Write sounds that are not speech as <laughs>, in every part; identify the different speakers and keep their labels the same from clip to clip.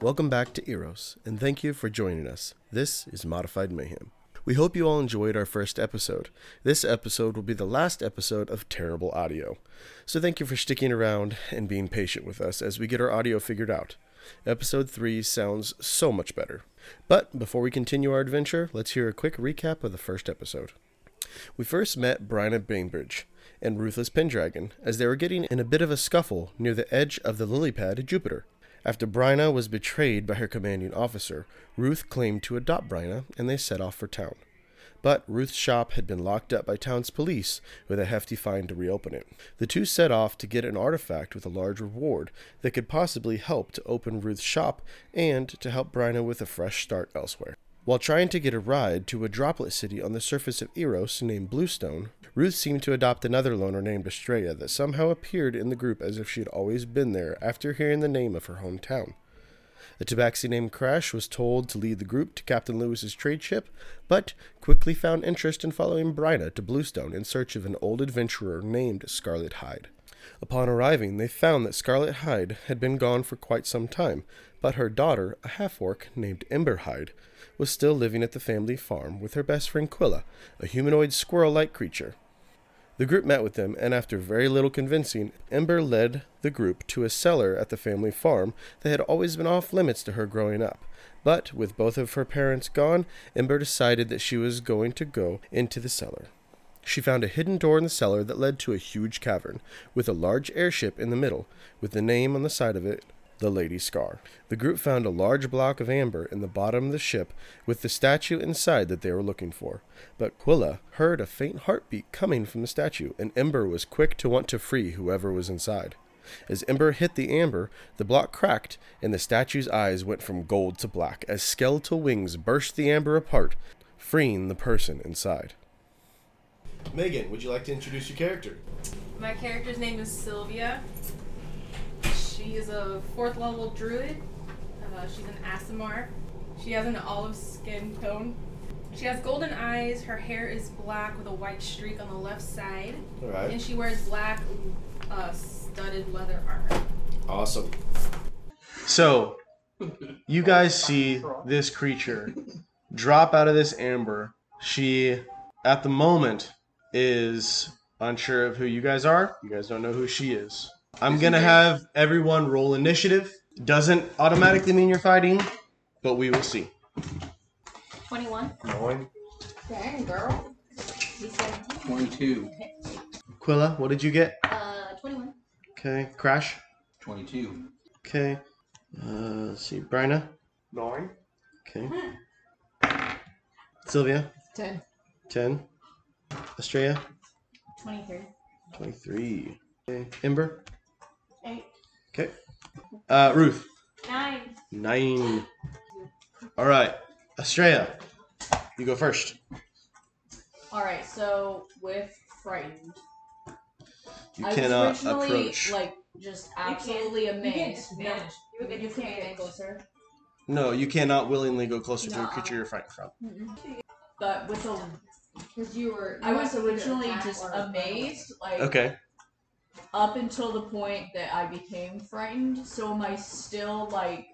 Speaker 1: Welcome back to Eros, and thank you for joining us. This is Modified Mayhem. We hope you all enjoyed our first episode. This episode will be the last episode of Terrible Audio. So thank you for sticking around and being patient with us as we get our audio figured out. Episode 3 sounds so much better. But before we continue our adventure, let's hear a quick recap of the first episode. We first met Bryna Bainbridge and Ruthless Pendragon as they were getting in a bit of a scuffle near the edge of the lily pad at Jupiter. After Bryna was betrayed by her commanding officer, Ruth claimed to adopt Bryna and they set off for town. But Ruth's shop had been locked up by town's police with a hefty fine to reopen it. The two set off to get an artifact with a large reward that could possibly help to open Ruth's shop and to help Bryna with a fresh start elsewhere. While trying to get a ride to a droplet city on the surface of Eros named Bluestone, Ruth seemed to adopt another loner named Estrella that somehow appeared in the group as if she had always been there after hearing the name of her hometown. A tabaxi named Crash was told to lead the group to Captain Lewis's trade ship, but quickly found interest in following Bryna to Bluestone in search of an old adventurer named Scarlet Hyde. Upon arriving, they found that Scarlet Hyde had been gone for quite some time, but her daughter, a half orc named Ember Hyde, was still living at the family farm with her best friend Quilla, a humanoid squirrel like creature. The group met with them, and after very little convincing, Ember led the group to a cellar at the family farm that had always been off limits to her growing up. But with both of her parents gone, Ember decided that she was going to go into the cellar. She found a hidden door in the cellar that led to a huge cavern, with a large airship in the middle, with the name on the side of it, the Lady Scar. The group found a large block of amber in the bottom of the ship, with the statue inside that they were looking for. But Quilla heard a faint heartbeat coming from the statue, and Ember was quick to want to free whoever was inside. As Ember hit the amber, the block cracked, and the statue's eyes went from gold to black as skeletal wings burst the amber apart, freeing the person inside. Megan, would you like to introduce your character?
Speaker 2: My character's name is Sylvia. She is a fourth level druid. Uh, she's an Asimar. She has an olive skin tone. She has golden eyes. Her hair is black with a white streak on the left side.
Speaker 1: All
Speaker 2: And she wears black uh, studded leather armor.
Speaker 1: Awesome. So, you guys see this creature drop out of this amber. She, at the moment, is unsure of who you guys are. You guys don't know who she is. I'm going to have everyone roll initiative. Doesn't automatically mean you're fighting, but we will see.
Speaker 3: 21.
Speaker 2: Dang, girl.
Speaker 3: He's 17.
Speaker 4: 22.
Speaker 1: Quilla, what did you get?
Speaker 3: Uh, 21.
Speaker 1: Okay. Crash?
Speaker 4: 22.
Speaker 1: Okay. Uh, let's see. Bryna?
Speaker 4: Nine.
Speaker 1: Okay.
Speaker 5: Hmm.
Speaker 1: Sylvia?
Speaker 6: 10.
Speaker 1: 10. Estrella?
Speaker 3: 23.
Speaker 1: 23. Okay. Ember?
Speaker 3: 8.
Speaker 1: Okay. Uh, Ruth?
Speaker 3: 9.
Speaker 1: Nine. All right. Estrella, you go first.
Speaker 6: Alright, so with frightened.
Speaker 1: You
Speaker 6: I
Speaker 1: cannot
Speaker 6: was originally,
Speaker 1: approach.
Speaker 6: like, just absolutely amazed.
Speaker 3: You can't
Speaker 6: No,
Speaker 3: disadvantage.
Speaker 6: you
Speaker 3: You
Speaker 6: can't
Speaker 3: can't
Speaker 6: get closer.
Speaker 1: no, you cannot willingly go closer to a
Speaker 6: No.
Speaker 1: creature you're fighting from.
Speaker 6: But with the.
Speaker 3: Because you were.
Speaker 6: I was originally just amazed, like,
Speaker 1: Okay.
Speaker 6: up until the point that I became frightened. So am I still, like,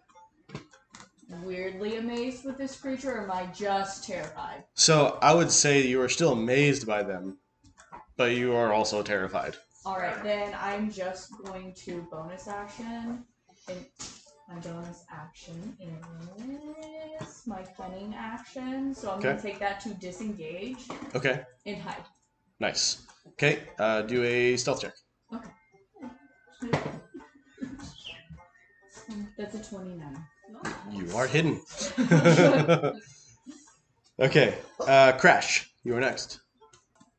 Speaker 6: weirdly amazed with this creature, or am I just terrified?
Speaker 1: So I would say you are still amazed by them, but you are also terrified.
Speaker 6: Alright, then I'm just going to bonus action. And my bonus action is my cunning action. So I'm going
Speaker 1: Okay.
Speaker 6: to take that to disengage
Speaker 1: Okay.
Speaker 6: and hide.
Speaker 1: Nice. Okay. Uh, do a stealth check.
Speaker 6: <laughs> That's a 29.
Speaker 1: You are
Speaker 6: <laughs>
Speaker 1: hidden. <laughs> okay. Uh, Crash, you are next.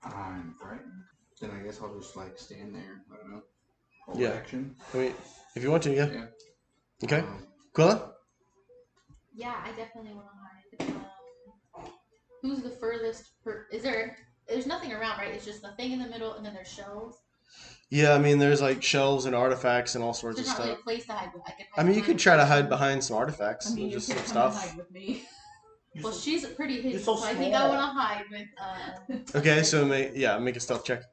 Speaker 4: I'm frightened. Then I guess I'll just like stand there. I don't know. Hold
Speaker 1: Yeah.
Speaker 4: action.
Speaker 1: I mean, if you want to, yeah.
Speaker 4: Yeah.
Speaker 1: Okay.
Speaker 4: Um,
Speaker 1: Quilla?
Speaker 3: Yeah, I definitely want to hide. Um, who's the furthest? Per- is there. There's nothing around, right? It's just the thing in the middle, and then there's shelves.
Speaker 1: Yeah, I mean, there's like shelves and artifacts and all sorts of
Speaker 3: There's not really a
Speaker 1: stuff.
Speaker 3: place to hide. but I, could
Speaker 1: I
Speaker 3: hide
Speaker 1: mean, you could
Speaker 3: behind-
Speaker 1: try to hide behind some artifacts
Speaker 6: I mean,
Speaker 1: and
Speaker 6: you
Speaker 1: just
Speaker 6: could
Speaker 1: some
Speaker 6: come
Speaker 1: stuff.
Speaker 6: hide with me.
Speaker 3: Well, she's pretty hidden,
Speaker 4: so
Speaker 3: so, I think I
Speaker 4: small.
Speaker 3: want to hide with. Uh,
Speaker 1: <laughs> Okay, so make yeah, make a stealth check.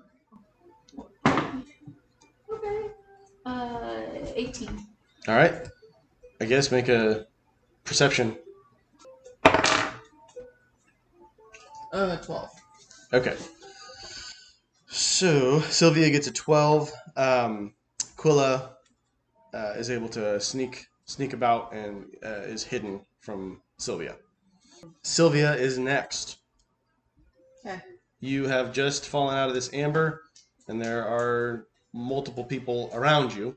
Speaker 3: okay. Uh, 18.
Speaker 1: All right,
Speaker 7: I guess make a perception.
Speaker 3: Uh, 12.
Speaker 7: Okay. So Sylvia gets a twelve. Um, Quilla uh, is able to sneak sneak about and uh, is hidden from Sylvia. Sylvia is next.
Speaker 3: Okay.
Speaker 7: You have just fallen out of this amber, and there are multiple people around you.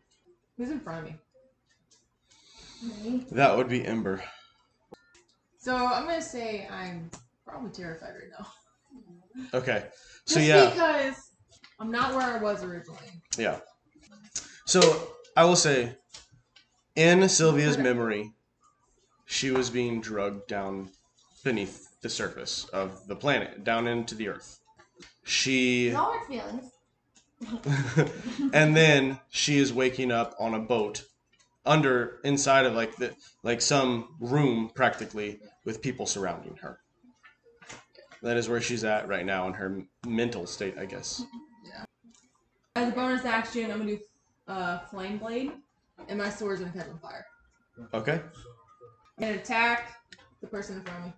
Speaker 5: Who's in front of me?
Speaker 3: Me?
Speaker 7: That would be Ember.
Speaker 5: So I'm gonna say I'm probably terrified right now.
Speaker 7: Okay. So
Speaker 5: Just
Speaker 7: yeah.
Speaker 5: because I'm not where I was originally.
Speaker 7: Yeah. So I will say, in Sylvia's memory, she was being drugged down beneath the surface of the planet, down into the earth. She.
Speaker 8: Y'all are feelings.
Speaker 7: and then she is waking up on a boat under inside of like the like some room practically with people surrounding her that is where she's at right now in her mental state i guess
Speaker 5: As a bonus action, I'm gonna do uh, flame blade, and my sword's gonna catch on fire.
Speaker 7: okay
Speaker 5: I'm gonna attack the person in front of me.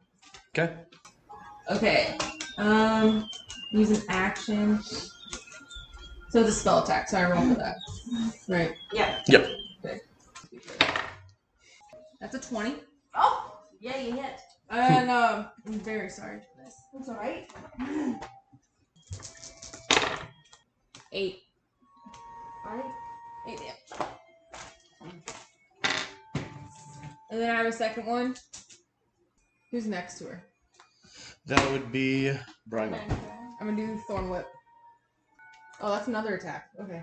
Speaker 7: okay
Speaker 5: Okay. Um, use an action. So the spell attack. So I roll for that. Right.
Speaker 9: Yeah.
Speaker 7: Yep.
Speaker 5: Okay. That's a twenty.
Speaker 9: Oh, yeah, you hit.
Speaker 5: And um, I'm very sorry for this.
Speaker 9: That's all right.
Speaker 5: Eight.
Speaker 9: All right.
Speaker 5: Eight damage. And then I have a second one. Who's next to her?
Speaker 7: that would be brian
Speaker 5: I'm gonna do the thorn whip. Oh, that's another attack. Okay.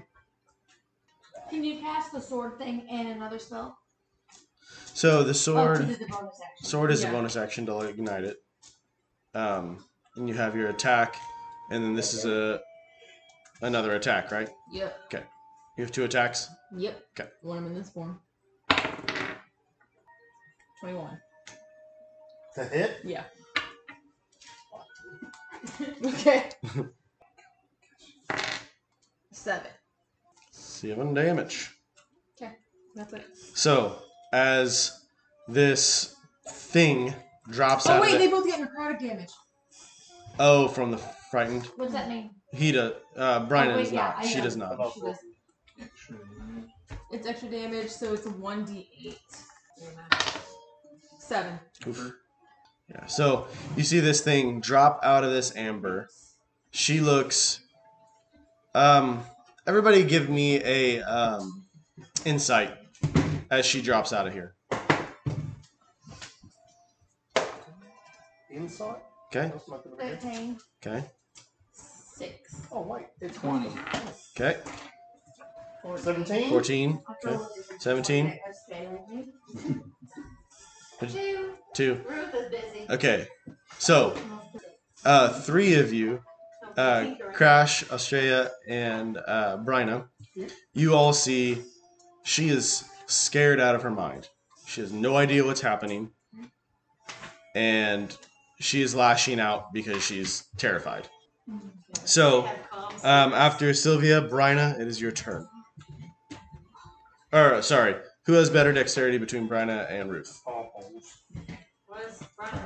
Speaker 8: Can you cast the sword thing and another spell?
Speaker 7: So the
Speaker 8: Oh,
Speaker 7: sword
Speaker 8: to do the bonus action.
Speaker 7: sword is
Speaker 5: Yeah.
Speaker 7: a bonus action to ignite it. Um, and you have your attack, and then this is a another attack, right?
Speaker 5: Yep.
Speaker 7: You have two attacks.
Speaker 5: Yep.
Speaker 7: Okay.
Speaker 5: One I'm in this form. Twenty-one.
Speaker 7: To hit.
Speaker 5: Yeah. okay. Seven.
Speaker 7: Seven damage.
Speaker 5: That's it.
Speaker 7: So as this thing drops
Speaker 5: Oh
Speaker 7: out.
Speaker 5: wait,
Speaker 7: of
Speaker 5: they
Speaker 7: it,
Speaker 5: both get necrotic damage.
Speaker 7: oh, from the frightened.
Speaker 8: What's that mean?
Speaker 7: He does. Uh, Brian
Speaker 8: Oh, wait,
Speaker 7: does
Speaker 8: yeah,
Speaker 7: not.
Speaker 8: I
Speaker 7: she
Speaker 8: know.
Speaker 7: does not.
Speaker 8: She goes,
Speaker 4: Extra.
Speaker 5: It's extra damage, so it's a one d eight. Seven.
Speaker 7: Oof. Yeah. So you see this thing drop out of this amber. She looks. Um. Everybody, give me a um, insight as she drops out of here.
Speaker 10: Inside?
Speaker 7: Okay.
Speaker 10: That's not gonna be good.
Speaker 8: Thirteen.
Speaker 7: Okay.
Speaker 8: Six.
Speaker 10: Oh, wait. It's
Speaker 4: Twenty.
Speaker 7: Okay.
Speaker 10: 17?
Speaker 7: Fourteen. Okay. Seventeen.
Speaker 8: Two.
Speaker 7: Two.
Speaker 8: Ruth is busy.
Speaker 7: Okay. So, uh, three of you uh, Crash, Australia, and uh, Bryna, you all see she is scared out of her mind. She has no idea what's happening, and she is lashing out because she's terrified. So, um, after Sylvia, Bryna, it is your turn. Or, sorry, who has better dexterity between Bryna and Ruth?
Speaker 10: Almost.
Speaker 9: Was Rhonda.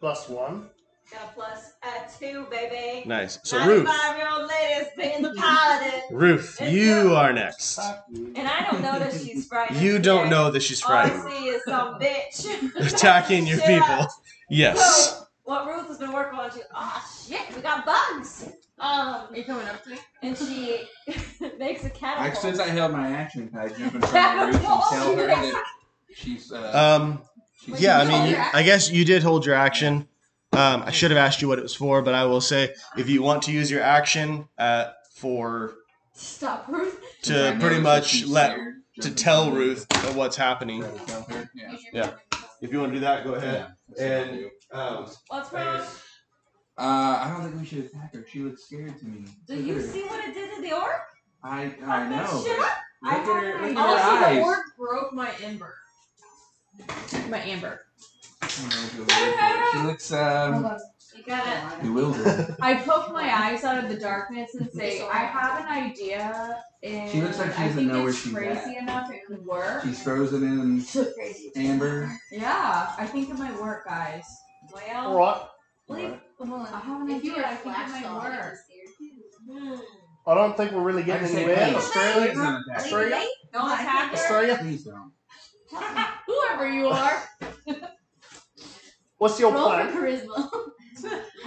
Speaker 10: Plus one.
Speaker 9: Got a plus a two, baby.
Speaker 7: Nice. So, Ruth,
Speaker 9: Five year old lady's being the pilot.
Speaker 7: Ruth, you are next.
Speaker 10: Fuck you.
Speaker 9: And I don't know that she's frightened.
Speaker 7: You don't
Speaker 9: yet.
Speaker 7: know that she's
Speaker 9: All I
Speaker 7: frightened.
Speaker 9: see is some bitch
Speaker 7: <laughs> attacking your
Speaker 9: Shit.
Speaker 7: people. Yes.
Speaker 9: So, what Ruth has been working on, she, oh shit, we got bugs. Um,
Speaker 5: Are you coming up to me?
Speaker 9: and she <laughs> makes a catapult.
Speaker 4: I, since I held my action, can I jump in front of Ruth and tell her that she's uh,
Speaker 7: Um,
Speaker 4: she's
Speaker 7: yeah, I
Speaker 4: she's
Speaker 7: mean,
Speaker 4: all
Speaker 7: you,
Speaker 4: right?
Speaker 7: I guess you did hold your action. Um, I should have asked you what it was for, but I will say if you want to use your action uh, for
Speaker 8: Stop, Ruth.
Speaker 4: I
Speaker 7: to
Speaker 4: know
Speaker 7: pretty
Speaker 4: that
Speaker 7: much
Speaker 4: she's
Speaker 7: let
Speaker 4: scared,
Speaker 7: to
Speaker 4: jump in
Speaker 7: tell
Speaker 4: front of
Speaker 7: Ruth of what's happening.
Speaker 4: Try to tell her, Yeah.
Speaker 7: Yeah. If you want to do that, go ahead.
Speaker 4: that's what I'll
Speaker 7: And-
Speaker 4: do.
Speaker 7: Um,
Speaker 9: What's
Speaker 7: I
Speaker 9: wrong?
Speaker 7: guess-
Speaker 4: Uh, I don't think we should attack her. She looks scared to me.
Speaker 9: Do
Speaker 4: Look
Speaker 9: you
Speaker 4: at her.
Speaker 9: see what it did to the orc?
Speaker 4: I
Speaker 9: Fuck
Speaker 4: I
Speaker 9: that
Speaker 4: know.
Speaker 9: shit up.
Speaker 4: but Look at her. Look
Speaker 5: Also,
Speaker 4: at her
Speaker 5: the
Speaker 4: eyes.
Speaker 5: orc broke my ember. My amber.
Speaker 4: I don't know if you'll look at her. She looks um.
Speaker 9: You gotta.
Speaker 4: You will do.
Speaker 6: I poke my eyes out of the darkness and say, I have an idea, and
Speaker 4: She looks like she
Speaker 6: I
Speaker 4: doesn't
Speaker 6: think
Speaker 4: know where
Speaker 6: it's
Speaker 4: she's
Speaker 6: crazy enough. It could work.
Speaker 4: She's frozen in
Speaker 9: Crazy.
Speaker 4: amber.
Speaker 6: Yeah, I think it might work, guys.
Speaker 9: Well,
Speaker 10: Alright.
Speaker 9: leave the woman.
Speaker 6: I have an
Speaker 3: If you
Speaker 6: idea.
Speaker 3: were
Speaker 6: I
Speaker 3: a
Speaker 6: think it
Speaker 3: flash
Speaker 6: might
Speaker 3: doll, it'd
Speaker 6: work.
Speaker 3: be scary.
Speaker 9: Hmm.
Speaker 10: I don't think we're really getting
Speaker 4: I say,
Speaker 10: anywhere.
Speaker 4: please.
Speaker 10: Australia.
Speaker 4: Please don't attack.
Speaker 10: Australia.
Speaker 9: Leave it. Don't
Speaker 6: I
Speaker 9: attack
Speaker 6: think-
Speaker 9: her.
Speaker 10: Australia.
Speaker 4: Please don't.
Speaker 6: Whoever
Speaker 10: <laughs>
Speaker 6: you are.
Speaker 10: What's your
Speaker 3: Roll for
Speaker 10: plan?
Speaker 3: charisma.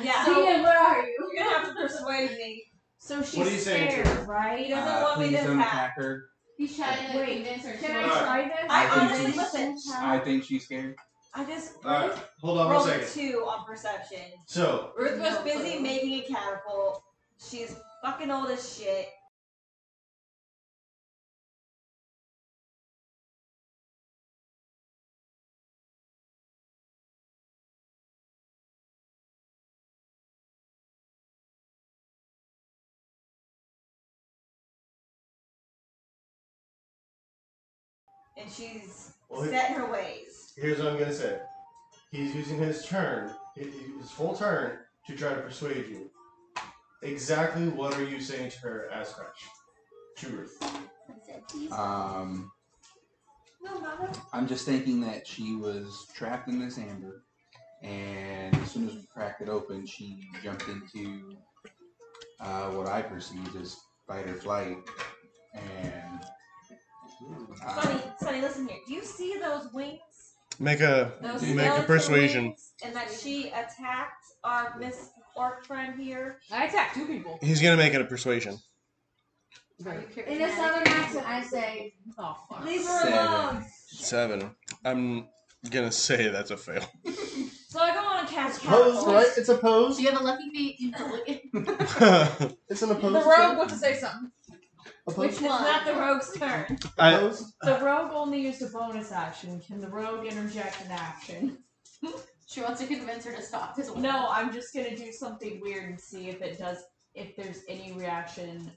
Speaker 9: Yeah.
Speaker 6: So-
Speaker 9: Ian, where are you? You're gonna have to persuade me.
Speaker 6: So she's
Speaker 10: What are you saying to
Speaker 6: scared, right?
Speaker 9: He doesn't
Speaker 4: Uh,
Speaker 9: want me
Speaker 4: please
Speaker 9: to
Speaker 4: don't
Speaker 9: attack.
Speaker 4: attack her.
Speaker 3: He's trying to
Speaker 6: Wait,
Speaker 3: convince her.
Speaker 6: Can
Speaker 3: to
Speaker 6: I
Speaker 3: roll.
Speaker 10: Alright.
Speaker 6: try this?
Speaker 4: I
Speaker 6: Is
Speaker 4: honestly-
Speaker 6: this
Speaker 9: listen,
Speaker 6: somehow-
Speaker 4: I think she's scared.
Speaker 9: I just
Speaker 10: Alright, Uh, hold on one
Speaker 9: rolled a
Speaker 10: second.
Speaker 9: two on perception.
Speaker 10: So,
Speaker 9: Ruth was busy making a catapult. She's fucking old as shit. And she's
Speaker 10: Well, he-
Speaker 9: set in her ways.
Speaker 10: here's what I'm gonna say. He's using his turn, his his full turn, to try to persuade you. Exactly what are you saying to her as French? To Ruth.
Speaker 3: I said, "Please."
Speaker 4: Um,
Speaker 9: No, mama.
Speaker 4: I'm just thinking that she was trapped in this amber, and as soon as we cracked it open, she jumped into uh, what I perceived as fight or flight, and uh,
Speaker 9: Sonny, Sonny, listen here. Do you see those wings?
Speaker 7: Make a
Speaker 9: Those
Speaker 7: Make a
Speaker 9: skeleton
Speaker 7: persuasion.
Speaker 9: wings, and that she attacked our Miss Orc friend here.
Speaker 6: I attacked two people.
Speaker 7: he's gonna make it a persuason.
Speaker 9: Are you kidding
Speaker 3: In
Speaker 9: me?
Speaker 3: a southern accent, I say,
Speaker 6: Oh fuck.
Speaker 9: Leave her
Speaker 4: Seven.
Speaker 9: alone.
Speaker 7: Seven. I'm gonna say that's a fail.
Speaker 9: So I go on a catch
Speaker 10: Pose, right?
Speaker 9: catapult.
Speaker 10: It's a pose.
Speaker 3: "Do you have a lucky feet
Speaker 10: <laughs>
Speaker 3: in public?"
Speaker 7: I,
Speaker 10: It's an opposed.
Speaker 6: The rogue wants to say something.
Speaker 3: Which
Speaker 9: It's
Speaker 3: one?
Speaker 9: not the rogue's turn.
Speaker 10: Opposed?
Speaker 6: The rogue only used a bonus action. Can the rogue interject an action? <laughs>
Speaker 3: She wants to convince her to stop. Is what-
Speaker 6: No, I'm just gonna do something weird and see if it does. If there's any reaction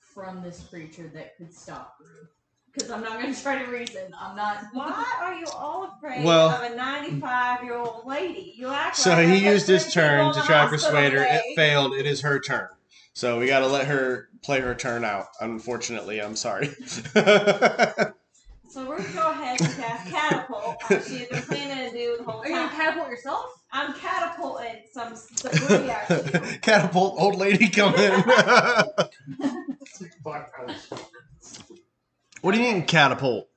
Speaker 6: from this creature that could stop Rue. Because I'm not gonna try to reason. I'm not. <laughs>
Speaker 9: Why are you all afraid
Speaker 7: Well-
Speaker 9: of a 95 year old lady? You act
Speaker 7: So
Speaker 9: like
Speaker 7: he
Speaker 9: I
Speaker 7: used
Speaker 9: put
Speaker 7: his
Speaker 9: three people
Speaker 7: turn
Speaker 9: in
Speaker 7: to
Speaker 9: the
Speaker 7: try to
Speaker 9: hospital
Speaker 7: persuade her.
Speaker 9: today.
Speaker 7: It failed. It is her turn. So we gotta let her play her turn out. Unfortunately, I'm sorry. <laughs>
Speaker 9: So we're gonna go ahead and cast catapult. Like she had
Speaker 7: <laughs>
Speaker 9: been planning to do the whole
Speaker 6: Are you gonna
Speaker 9: time.
Speaker 6: catapult yourself?
Speaker 9: I'm catapulting some debris at
Speaker 7: <laughs>
Speaker 9: you.
Speaker 7: Catapult old lady coming.
Speaker 5: <laughs>
Speaker 10: Black pose.
Speaker 7: <laughs> what do you mean catapult?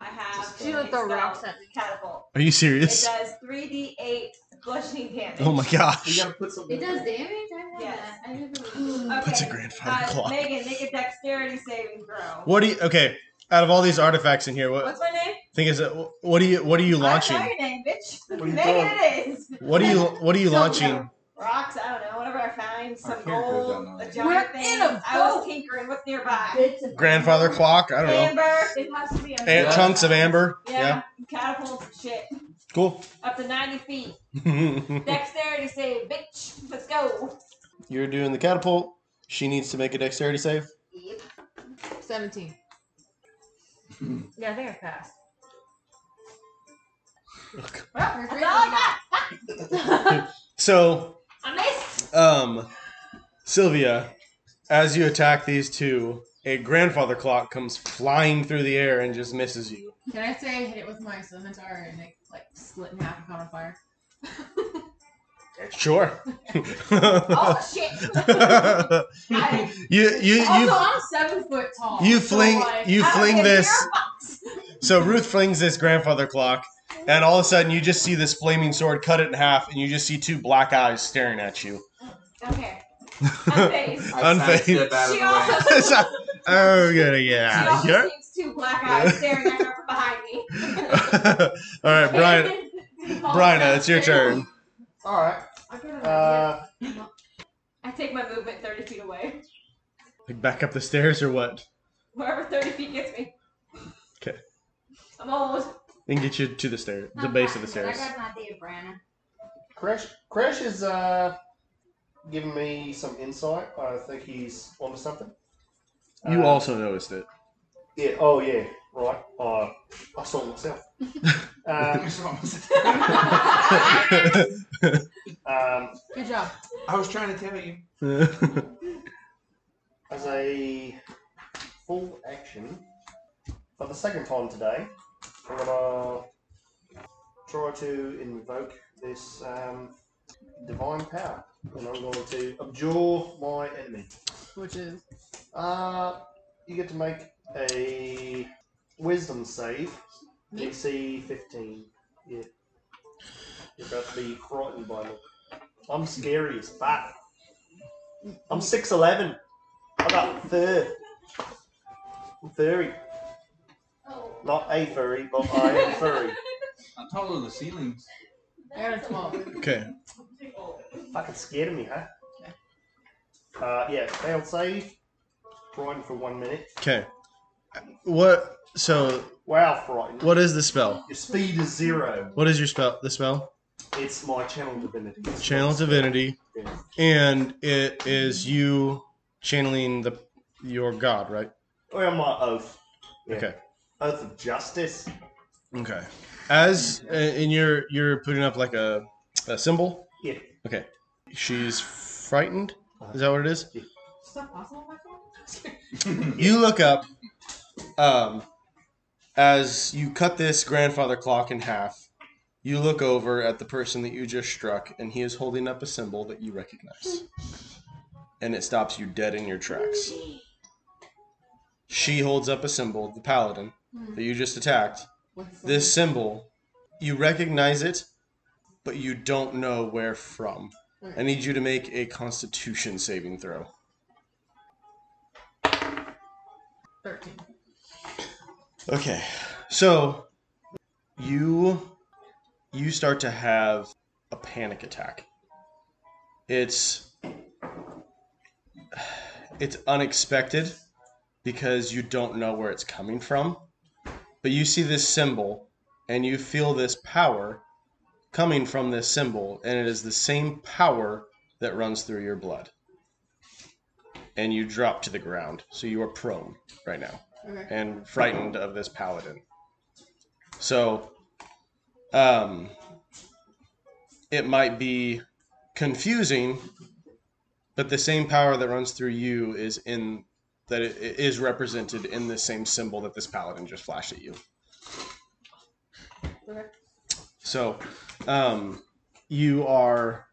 Speaker 9: I have.
Speaker 4: She
Speaker 9: to
Speaker 4: would
Speaker 6: throw
Speaker 9: expel
Speaker 6: rocks at me.
Speaker 9: Catapult.
Speaker 7: Are you
Speaker 9: It
Speaker 7: serious?
Speaker 9: does 3d8 bludgeoning damage.
Speaker 7: Oh my
Speaker 10: You
Speaker 7: gosh.
Speaker 10: gotta put something.
Speaker 3: It does damage. I know
Speaker 9: Yes.
Speaker 3: that. I never.
Speaker 9: Okay.
Speaker 7: That's a grandfather
Speaker 9: uh,
Speaker 7: clock.
Speaker 9: Megan, make a dexterity saving throw.
Speaker 7: What do you? Okay, out of all these artifacts in here, what
Speaker 9: What's my name?
Speaker 7: thing is it? What do you? What are you launching?
Speaker 9: I don't know your name, bitch.
Speaker 10: What are you
Speaker 9: Megan,
Speaker 10: doing?
Speaker 9: it is.
Speaker 7: What are you? What are you
Speaker 9: Don't
Speaker 7: launching?
Speaker 9: know. Rocks. I don't know. Whatever I find, some
Speaker 4: characters don't
Speaker 9: gold,
Speaker 4: know
Speaker 9: a
Speaker 4: that.
Speaker 9: giant
Speaker 6: We're
Speaker 9: thing.
Speaker 6: in a
Speaker 9: I was
Speaker 6: boat.
Speaker 9: tinkering. What's nearby?
Speaker 6: Bits of
Speaker 7: Grandfather clock? I don't know.
Speaker 9: Amber.
Speaker 6: It has to be a
Speaker 7: Ant
Speaker 4: Yeah.
Speaker 7: chunks of amber.
Speaker 9: Yeah.
Speaker 7: Yeah.
Speaker 9: Catapult and shit
Speaker 7: Cool.
Speaker 9: up to 90 feet. Dexterity save, bitch. Let's go.
Speaker 7: You're doing the catapult. She needs to make a dexterity save.
Speaker 9: Yep.
Speaker 5: 17.
Speaker 6: Yeah, I think I passed.
Speaker 9: Well, that's all I
Speaker 7: So,
Speaker 9: got. I missed.
Speaker 7: um, Sylvia, as you attack these two, a grandfather clock comes flying through the air and just misses you.
Speaker 5: Can I say I hit it with my scimitar and it like split in half and caught on fire?
Speaker 7: Sure.
Speaker 9: Oh shit. I-
Speaker 7: you you
Speaker 5: also,
Speaker 7: you
Speaker 5: I'm seven foot tall.
Speaker 7: you
Speaker 5: so,
Speaker 7: fling
Speaker 5: like,
Speaker 7: you
Speaker 9: I don't
Speaker 7: fling
Speaker 9: care,
Speaker 7: this.
Speaker 9: you're a fox.
Speaker 7: So Ruth flings this grandfather clock, and all of a sudden you just see this flaming sword cut it in half, and you just see two black eyes staring at you.
Speaker 4: <laughs>
Speaker 9: Okay. Unfazed.
Speaker 4: I
Speaker 7: Unfazed.
Speaker 4: sidestep out of
Speaker 9: She
Speaker 4: the <laughs> way.
Speaker 9: also,
Speaker 7: It's like, I'm gonna get
Speaker 9: she
Speaker 7: out of
Speaker 9: also
Speaker 7: here.
Speaker 9: sees two black eyes staring at her from behind me.
Speaker 4: <laughs>
Speaker 7: <laughs> all right,
Speaker 9: <laughs>
Speaker 7: Brian. Bryna, it's your turn.
Speaker 10: Alright.
Speaker 5: I got an idea.
Speaker 10: Uh,
Speaker 9: I take my movement 30 feet away.
Speaker 7: Like back up the stairs or what?
Speaker 9: Wherever 30 feet gets me.
Speaker 7: 'Kay.
Speaker 9: I'm old.
Speaker 7: And get you to the stairs, the base of the stairs.
Speaker 3: I got an idea, Brianna.
Speaker 10: Crash, Crash is uh, giving me some insight. I think he's onto something.
Speaker 7: You
Speaker 10: Uh,
Speaker 7: also noticed it.
Speaker 10: Yeah. Oh yeah. right? I I saw
Speaker 4: <laughs>
Speaker 10: myself.
Speaker 4: I
Speaker 10: Um,
Speaker 4: saw almost-
Speaker 10: <laughs> um,
Speaker 5: Good job.
Speaker 4: I was trying to tell you.
Speaker 10: <laughs> as a full action for the second time today. I'm gonna try to invoke this um, divine power, and I'm going to abjure my enemy.
Speaker 5: Which is
Speaker 10: Uh, you get to make a wisdom save,
Speaker 5: Me?
Speaker 10: DC 15. Yeah, you're about to be frightened by me. I'm scary as fuck. I'm 6'11. I got fur. I'm furry.
Speaker 11: Oh.
Speaker 10: Not a furry, but I am furry.
Speaker 4: I'm taller than the ceilings.
Speaker 5: I got a twelve.
Speaker 7: Okay.
Speaker 10: Fucking scared of me, huh? Uh, yeah, failed save. Frightened for one minute.
Speaker 7: Okay. What? So,
Speaker 10: Wow, frightened.
Speaker 7: what is the spell?
Speaker 10: Your speed is zero.
Speaker 7: What is your spell? The spell?
Speaker 10: It's my channel divinity. It's
Speaker 7: Channel
Speaker 10: not-
Speaker 7: divinity,
Speaker 10: Yeah.
Speaker 7: and it is you channeling the your god, right?
Speaker 10: Well, Oh, my oath. Yeah.
Speaker 7: Okay.
Speaker 10: Oath of justice.
Speaker 7: Okay. As uh, and you're you're putting up like a, a symbol.
Speaker 10: Yeah.
Speaker 7: Okay. She's frightened. Is that what it is?
Speaker 9: Is that possible,
Speaker 8: <laughs>
Speaker 9: Michael?
Speaker 7: <laughs> You look up um, as you cut this grandfather clock in half. You look over at the person that you just struck, and he is holding up a symbol that you recognize. And it stops you dead in your tracks. She holds up a symbol, the paladin,
Speaker 5: Hmm.
Speaker 7: that you just attacked.
Speaker 5: What's the-
Speaker 7: This symbol, you recognize it, but you don't know where from. I need you to make a constitution saving throw.
Speaker 5: thirteen.
Speaker 7: Okay. So you you start to have a panic attack. It's it's unexpected because you don't know where it's coming from. But you see this symbol and you feel this power coming from this symbol and it is the same power that runs through your blood. And you drop to the ground. So you are prone right now
Speaker 5: Okay.
Speaker 7: and frightened of this paladin. So, um, it might be confusing, but the same power that runs through you is in that it it is represented in the same symbol that this paladin just flashed at you.
Speaker 5: Okay.
Speaker 7: So, um, you are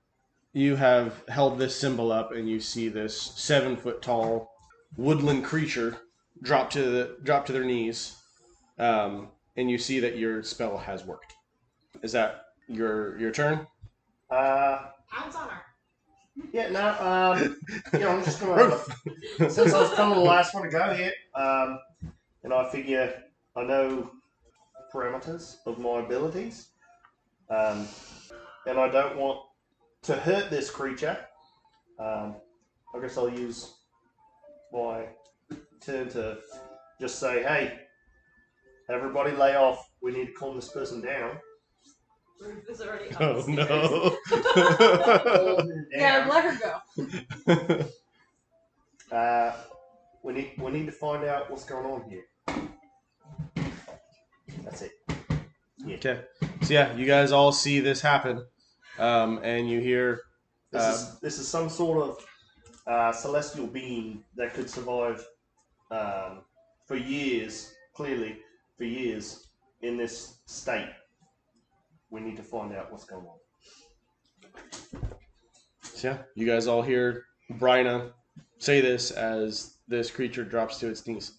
Speaker 7: you have held this symbol up, and you see this seven foot tall woodland creature drop to the drop to their knees, um, and you see that your spell has worked. Is that your your turn?
Speaker 10: Uh,
Speaker 11: Pounce on her.
Speaker 10: yeah, no, um, you know, I'm just gonna. since I was kind of the last one to go here, um, and I figure I know parameters of my abilities, um, and I don't want to hurt this creature. Um, I guess I'll use my turn to just say, "Hey, everybody, lay off. We need to calm this person down."
Speaker 9: Ruth is already
Speaker 7: Oh
Speaker 9: upstairs.
Speaker 7: <laughs> no!
Speaker 10: Calm them
Speaker 5: Yeah,
Speaker 10: down.
Speaker 5: let her go.
Speaker 10: Uh, we need we need to find out what's going on here. That's it.
Speaker 7: okay, so yeah, you guys all see this happen, um, and you hear uh,
Speaker 10: This
Speaker 7: Um,
Speaker 10: is this is some sort of uh, celestial being that could survive um, for years, clearly for years in this state. We need to find out what's going on.
Speaker 7: So yeah, you guys all hear Bryna say this as this creature drops to its knees.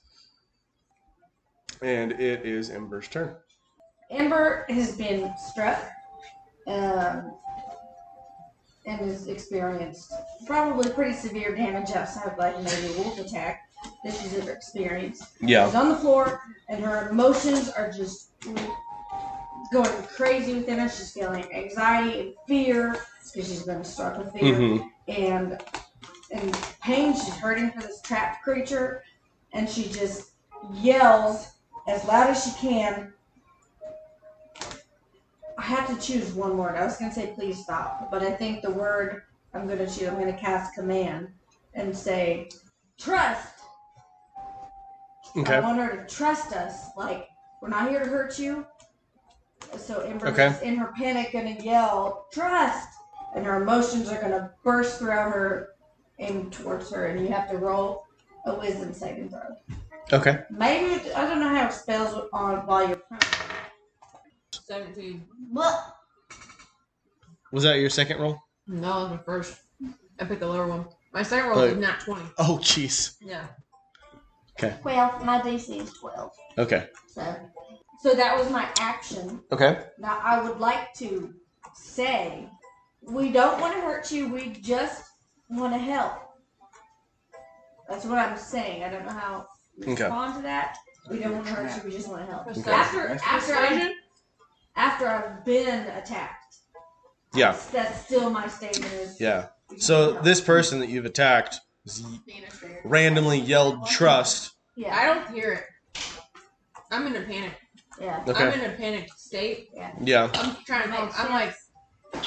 Speaker 7: And it is Ember's turn.
Speaker 8: Amber has been struck um, and has experienced probably pretty severe damage outside, like maybe a wolf attack that she's ever experienced.
Speaker 7: Yeah.
Speaker 8: She's on the floor, and her emotions are just going crazy within her. She's feeling anxiety and fear because she's been struck with fear and and pain. She's hurting for this trapped creature, and she just yells as loud as she can. I have to choose one word. I was gonna say please stop, but I think the word I'm gonna choose. I'm gonna cast command and say trust, I
Speaker 7: Okay.
Speaker 8: want her to trust us. Like, we're not here to hurt you. So Amber's
Speaker 7: Okay.
Speaker 8: in her panic gonna yell, trust! And her emotions are gonna burst throughout her and towards her, and you have to roll a wisdom saving throw.
Speaker 7: Okay.
Speaker 8: Maybe it, I don't know how it spells on while you're prone.
Speaker 5: 17.
Speaker 8: Well,
Speaker 7: Was that your second roll?
Speaker 5: No, that's my first. I picked the lower one. My second roll
Speaker 7: Oh.
Speaker 5: is not 20.
Speaker 7: Oh, jeez.
Speaker 5: Yeah.
Speaker 3: Well, my DC is 12.
Speaker 7: Okay.
Speaker 3: So,
Speaker 8: so that was my action.
Speaker 7: Okay.
Speaker 8: Now I would like to say, we don't want to hurt you. We just want to help. That's what I'm saying. I don't know how to
Speaker 7: Okay.
Speaker 8: respond to that. We don't want to hurt you. We just want to help.
Speaker 7: Okay.
Speaker 8: After
Speaker 4: That's
Speaker 8: after I after I've been attacked.
Speaker 7: Yeah.
Speaker 8: That's still my statement. Is
Speaker 7: Yeah. So this person that you've attacked has randomly yelled trust.
Speaker 8: yeah
Speaker 5: I don't hear it. I'm in a panic.
Speaker 8: yeah
Speaker 7: Okay.
Speaker 5: I'm in a panic state.
Speaker 7: Yeah.
Speaker 5: I'm trying to.
Speaker 8: Makes
Speaker 5: I'm like,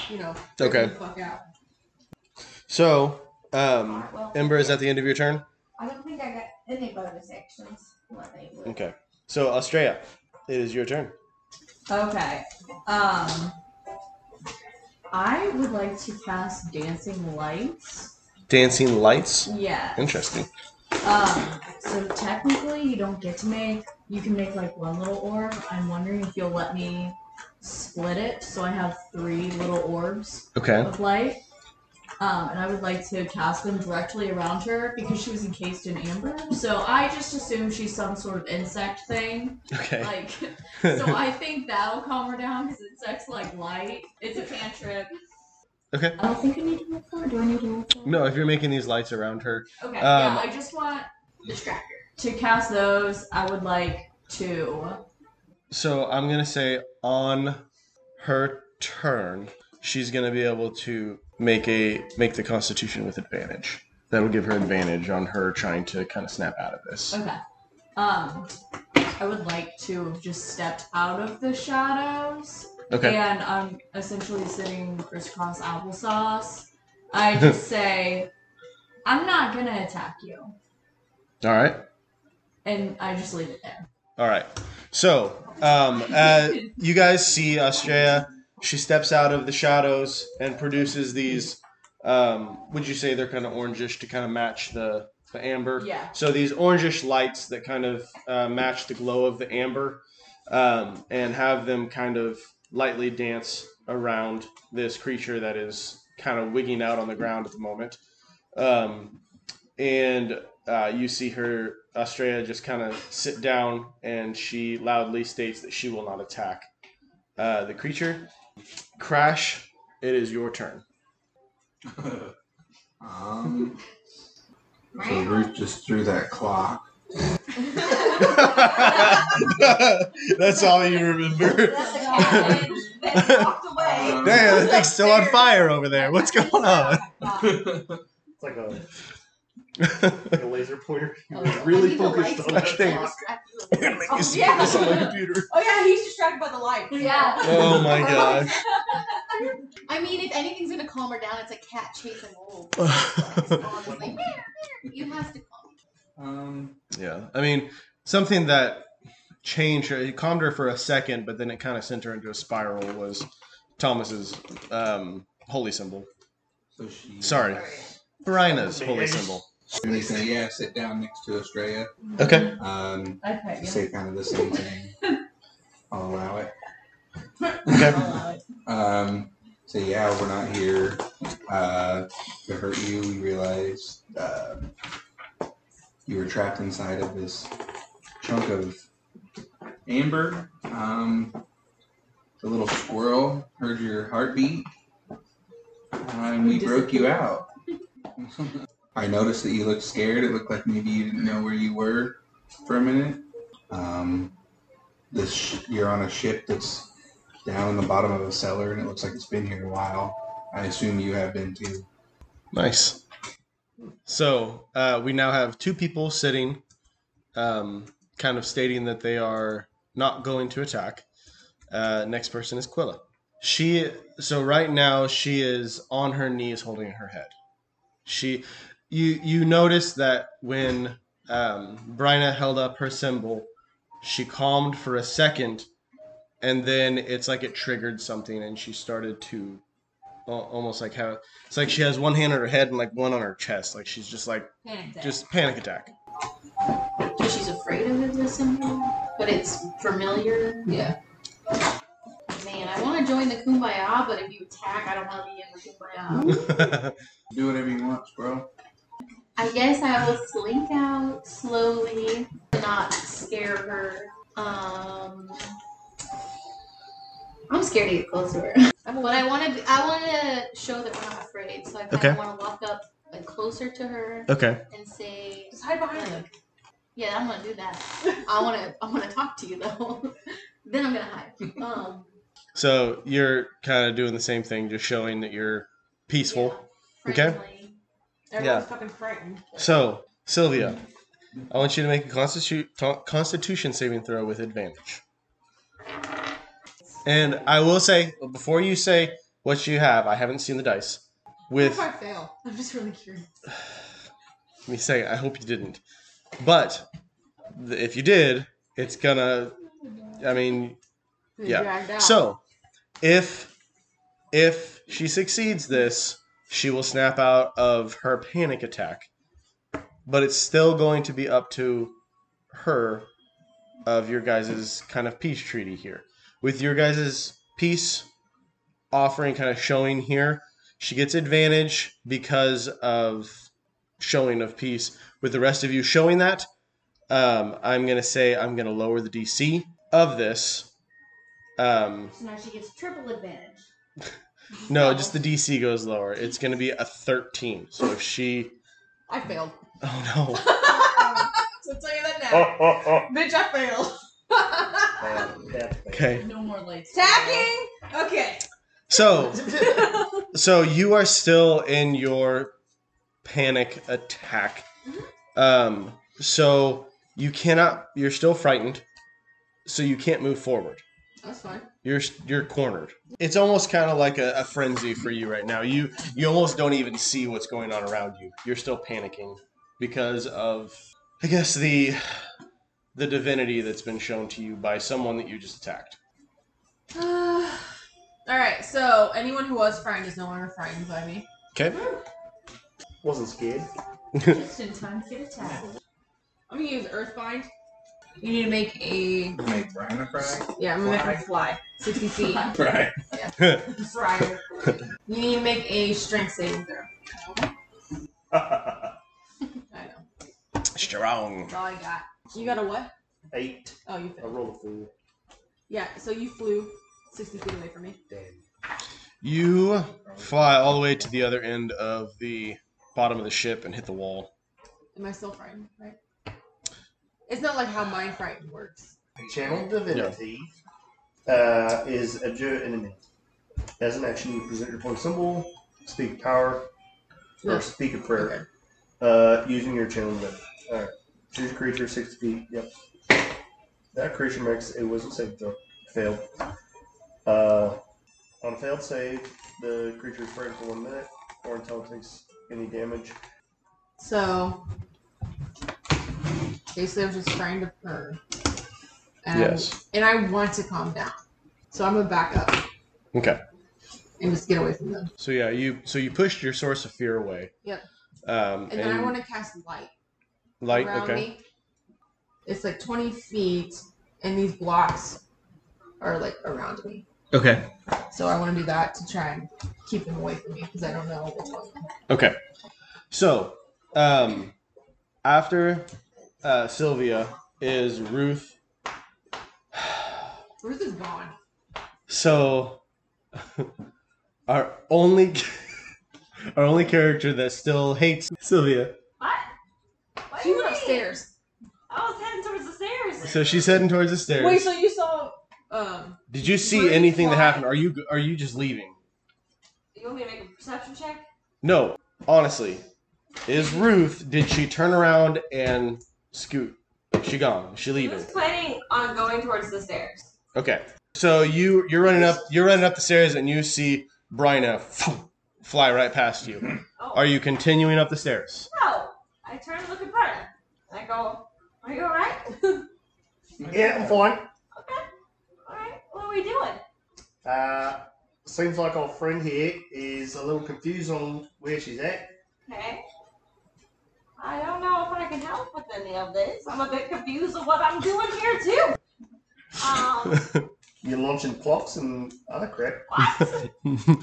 Speaker 5: you know.
Speaker 7: Okay.
Speaker 5: freaking the Fuck out.
Speaker 7: So,
Speaker 8: All
Speaker 7: um,
Speaker 8: right, well,
Speaker 7: Ember is at the end of your turn.
Speaker 8: I don't think I got any bonus actions. What they would.
Speaker 7: Okay. So Australia, it is your turn.
Speaker 6: Okay. Um, I would like to cast Dancing Lights.
Speaker 7: Dancing lights.
Speaker 6: Yeah.
Speaker 7: Interesting.
Speaker 6: Um, so technically, you don't get to make. You can make like one little orb. I'm wondering if you'll let me split it so I have three little orbs
Speaker 7: Okay.
Speaker 6: of light. Um, and I would like to cast them directly around her because she was encased in amber. So I just assume she's some sort of insect thing.
Speaker 7: Okay.
Speaker 6: Like,
Speaker 7: <laughs>
Speaker 6: so I think that'll calm her down because insects like light. It's a cantrip.
Speaker 7: Okay.
Speaker 6: I don't think I need to roll for. it. Do I need to roll for? it?
Speaker 7: no, if you're making these lights around her.
Speaker 6: Okay.
Speaker 7: Um,
Speaker 6: yeah, I just want
Speaker 3: distractor.
Speaker 6: to cast those, I would like to.
Speaker 7: So I'm gonna say on her turn, she's gonna be able to make a make the Constitution with advantage. That'll give her advantage on her trying to kind of snap out of this.
Speaker 6: Okay. Um, I would like to have just stepped out of the shadows,
Speaker 7: Okay.
Speaker 6: and I'm essentially sitting crisscross applesauce. I
Speaker 7: <laughs>
Speaker 6: just say, "I'm not gonna attack you,"
Speaker 7: All right.
Speaker 6: and I just leave it there.
Speaker 7: All right. So, um, uh, you guys see Australia. She steps out of the shadows and produces these. Um, would you say they're kind of orangish to kind of match the, the amber?
Speaker 6: Yeah.
Speaker 7: So these orangish lights that kind of uh, match the glow of the amber, um, and have them kind of lightly dance around this creature that is kind of wigging out on the ground at the moment. Um, and uh, you see her Australia just kind of sit down, and she loudly states that she will not attack uh, the creature. Crash, it is your turn.
Speaker 4: um, so Ruth just threw that clock.
Speaker 7: That's all you remember.
Speaker 8: That's the cat that walked away.
Speaker 4: Um,
Speaker 7: Damn, that thing's still on fire over there. What's going on?
Speaker 10: It's like a, like a laser pointer. You were
Speaker 3: Oh,
Speaker 10: really
Speaker 3: I need the
Speaker 10: focused
Speaker 3: lights
Speaker 10: on
Speaker 7: on.
Speaker 10: that
Speaker 7: Thanks.
Speaker 10: clock.
Speaker 8: <laughs> Oh,
Speaker 7: Is
Speaker 8: yeah.
Speaker 7: this on my computer?
Speaker 8: Oh yeah, he's distracted by the light.
Speaker 3: Yeah.
Speaker 7: Oh
Speaker 3: <laughs>
Speaker 7: my gosh.
Speaker 3: I mean, if anything's gonna calm her down, it's a cat chasing
Speaker 7: <laughs>
Speaker 3: wolves. Honestly, you have to calm.
Speaker 4: Um,
Speaker 7: Yeah, I mean, something that changed her, it calmed her for a second, but then it kind of sent her into a spiral was Thomas's um, holy symbol.
Speaker 4: so she.
Speaker 7: Sorry, Brina's holy symbol.
Speaker 4: And they say, yeah, sit down next to Australia.
Speaker 7: Okay.
Speaker 4: Um,
Speaker 6: Okay. yeah.
Speaker 4: say kind of the same thing.
Speaker 6: <laughs>
Speaker 4: I'll allow it.
Speaker 7: Okay.
Speaker 4: Um, so yeah, we're not here uh, to hurt you. We realized uh, you were trapped inside of this chunk of amber. Um, the little squirrel heard your heartbeat, uh, and we broke you out. I noticed that you looked scared. It looked like maybe you didn't know where you were for a minute. Um, this sh- you're on a ship that's down in the bottom of a cellar, and it looks like it's been here a while. I assume you have
Speaker 10: <laughs>
Speaker 4: been too.
Speaker 7: <laughs> Nice. So uh, we now have two people sitting, um, kind of stating that they are not going to attack. Uh, next person is Quilla. She so right now she is on her knees holding her head. She, you you notice that when um, Bryna held up her symbol. She calmed for a second, and then it's like it triggered something, and she started to al- almost like have it's like she has one hand on her head and like one on her chest, like she's just like
Speaker 3: Panic attack.
Speaker 7: just panic attack.
Speaker 3: So she's afraid of it, this symbol, but it's familiar.
Speaker 5: Yeah.
Speaker 3: Man, I want to join the kumbaya, but if you attack, I don't want to be in the kumbaya.
Speaker 4: Do whatever you want, bro.
Speaker 3: I guess I will slink out slowly to not scare her. Um, I'm scared to get close to her, but I want to. I want to show that we're not afraid, so I kind
Speaker 7: Okay.
Speaker 3: of want to walk up like closer to her
Speaker 7: okay.
Speaker 3: and say,
Speaker 5: Just hide behind them.
Speaker 3: "Yeah, I'm gonna do that. I want to. I want to talk to you though. <laughs> then I'm gonna hide." Um,
Speaker 7: So you're kind of doing the same thing, just showing that you're peaceful.
Speaker 3: yeah,
Speaker 7: Okay.
Speaker 3: friendly.
Speaker 5: Everyone's fucking frightened.
Speaker 7: So Sylvia, I want you to make a constitu- to- Constitution saving throw with advantage. And I will say before you say what you have, I haven't seen the dice.
Speaker 5: What
Speaker 7: With
Speaker 5: if I fail? <laughs> I'm just really curious.
Speaker 7: let me say, I hope you didn't. But th- if you did, it's gonna. I mean, Yeah.
Speaker 5: Dragged out.
Speaker 7: So, if if she succeeds this, she will snap out of her panic attack. But it's still going to be up to her of your guys' kind of peace treaty here. With your guys' peace offering kind of showing here, she gets advantage because of showing of peace. With the rest of you showing that, um, I'm gonna say I'm gonna lower the DC of this. Um,
Speaker 8: So now she gets triple advantage.
Speaker 7: no, just the DC goes lower. It's going to be a 13. So if she. <laughs>
Speaker 5: I
Speaker 6: <laughs>
Speaker 5: failed. <laughs>
Speaker 7: Oh no.
Speaker 5: so tell you that now.
Speaker 7: Oh.
Speaker 5: Bitch, I failed.
Speaker 7: <laughs> Okay.
Speaker 6: No more lights.
Speaker 5: Tacking!
Speaker 7: <laughs>
Speaker 5: Okay.
Speaker 7: So, so you are still in your panic attack. Um, so you cannot. You're still frightened. So you can't move forward. <laughs>
Speaker 5: That's fine.
Speaker 7: You're you're cornered. It's almost kind of like a, a frenzy for you right now. You you almost don't even see what's going on around you. You're still panicking because of I guess the the divinity that's been shown to you by someone that you just attacked.
Speaker 5: <laughs> Alright, so anyone who was frightened is no longer frightened by me.
Speaker 7: Okay.
Speaker 10: Wasn't scared.
Speaker 6: Just in time to get attacked.
Speaker 2: I'm gonna use Earthbind.
Speaker 5: You need to make a.
Speaker 4: Make Brian a fry.
Speaker 10: <laughs>
Speaker 5: Yeah, I'm gonna make him fly.
Speaker 7: <laughs>
Speaker 5: 60 feet.
Speaker 4: Right.
Speaker 5: Fryer. You need to make a strength saving throw. I know.
Speaker 7: <laughs> Strong.
Speaker 5: That's all I got. You got a what?
Speaker 10: Eight.
Speaker 5: Oh, you
Speaker 10: I
Speaker 5: failed.
Speaker 10: rolled a four.
Speaker 5: Yeah, so you flew 60 feet away from me.
Speaker 4: Damn.
Speaker 7: You fly all the way to the other end of the bottom of the ship and hit the wall.
Speaker 5: Am I still frightened, right? It's not like how mind frightened works.
Speaker 10: Channel divinity uh, is abjure enemy. As an action, you present your point symbol, speak power,
Speaker 5: Yeah.
Speaker 10: or speak a prayer uh, using your channel divinity. Alright. Choose a creature six feet. Yep. That creature makes a wisdom save throw. Failed. Uh, on a failed save, the creature is frightened for one minute or until it takes any damage.
Speaker 5: So basically, I'm just trying to purr. And
Speaker 7: Yes.
Speaker 5: And I want to calm down, so I'm gonna back up
Speaker 7: Okay.
Speaker 5: and just get away from them.
Speaker 7: So yeah, you so you pushed your source of fear away.
Speaker 5: Yep.
Speaker 7: Um,
Speaker 5: And, then I want to cast light,
Speaker 7: light.
Speaker 5: around
Speaker 7: Okay.
Speaker 5: me. It's like 20 feet, and these blocks are like around me.
Speaker 7: Okay.
Speaker 5: So I want to do that to try and keep them away from me because I don't know what's going on.
Speaker 7: Okay. So, um, after uh, Sylvia is Ruth.
Speaker 5: Ruth is gone.
Speaker 7: So, <laughs> our only <laughs> our only character that still hates Sylvia.
Speaker 6: What? What do
Speaker 5: She
Speaker 6: you
Speaker 5: went
Speaker 6: mean?
Speaker 5: upstairs.
Speaker 6: I was heading towards the stairs.
Speaker 7: So she's heading towards the stairs.
Speaker 5: Wait, so you saw? Um,
Speaker 7: Did you see
Speaker 5: Ruth,
Speaker 7: anything that
Speaker 5: why?
Speaker 7: happened? Are you are you just leaving?
Speaker 6: You want me to make a perception check?
Speaker 7: No, honestly, is Ruth? Did she turn around and scoot? She gone. She
Speaker 6: He
Speaker 7: leaving.
Speaker 6: was planning on going towards the stairs.
Speaker 7: Okay. So you you're running up you're running up the stairs and you see Bryna <sniffs> fly right past you.
Speaker 6: Oh.
Speaker 7: Are you continuing up the stairs?
Speaker 6: No. I turned to look at Brenna. I go, Are you alright?
Speaker 10: Yeah, I'm fine.
Speaker 6: Alright, <laughs> what are we doing?
Speaker 10: Uh, seems like our friend here is a little confused on where she's at.
Speaker 6: Okay. I don't know if I can help with any of this. I'm a bit confused of what I'm doing here too. Um,
Speaker 10: You're launching clocks and other crap.
Speaker 6: what?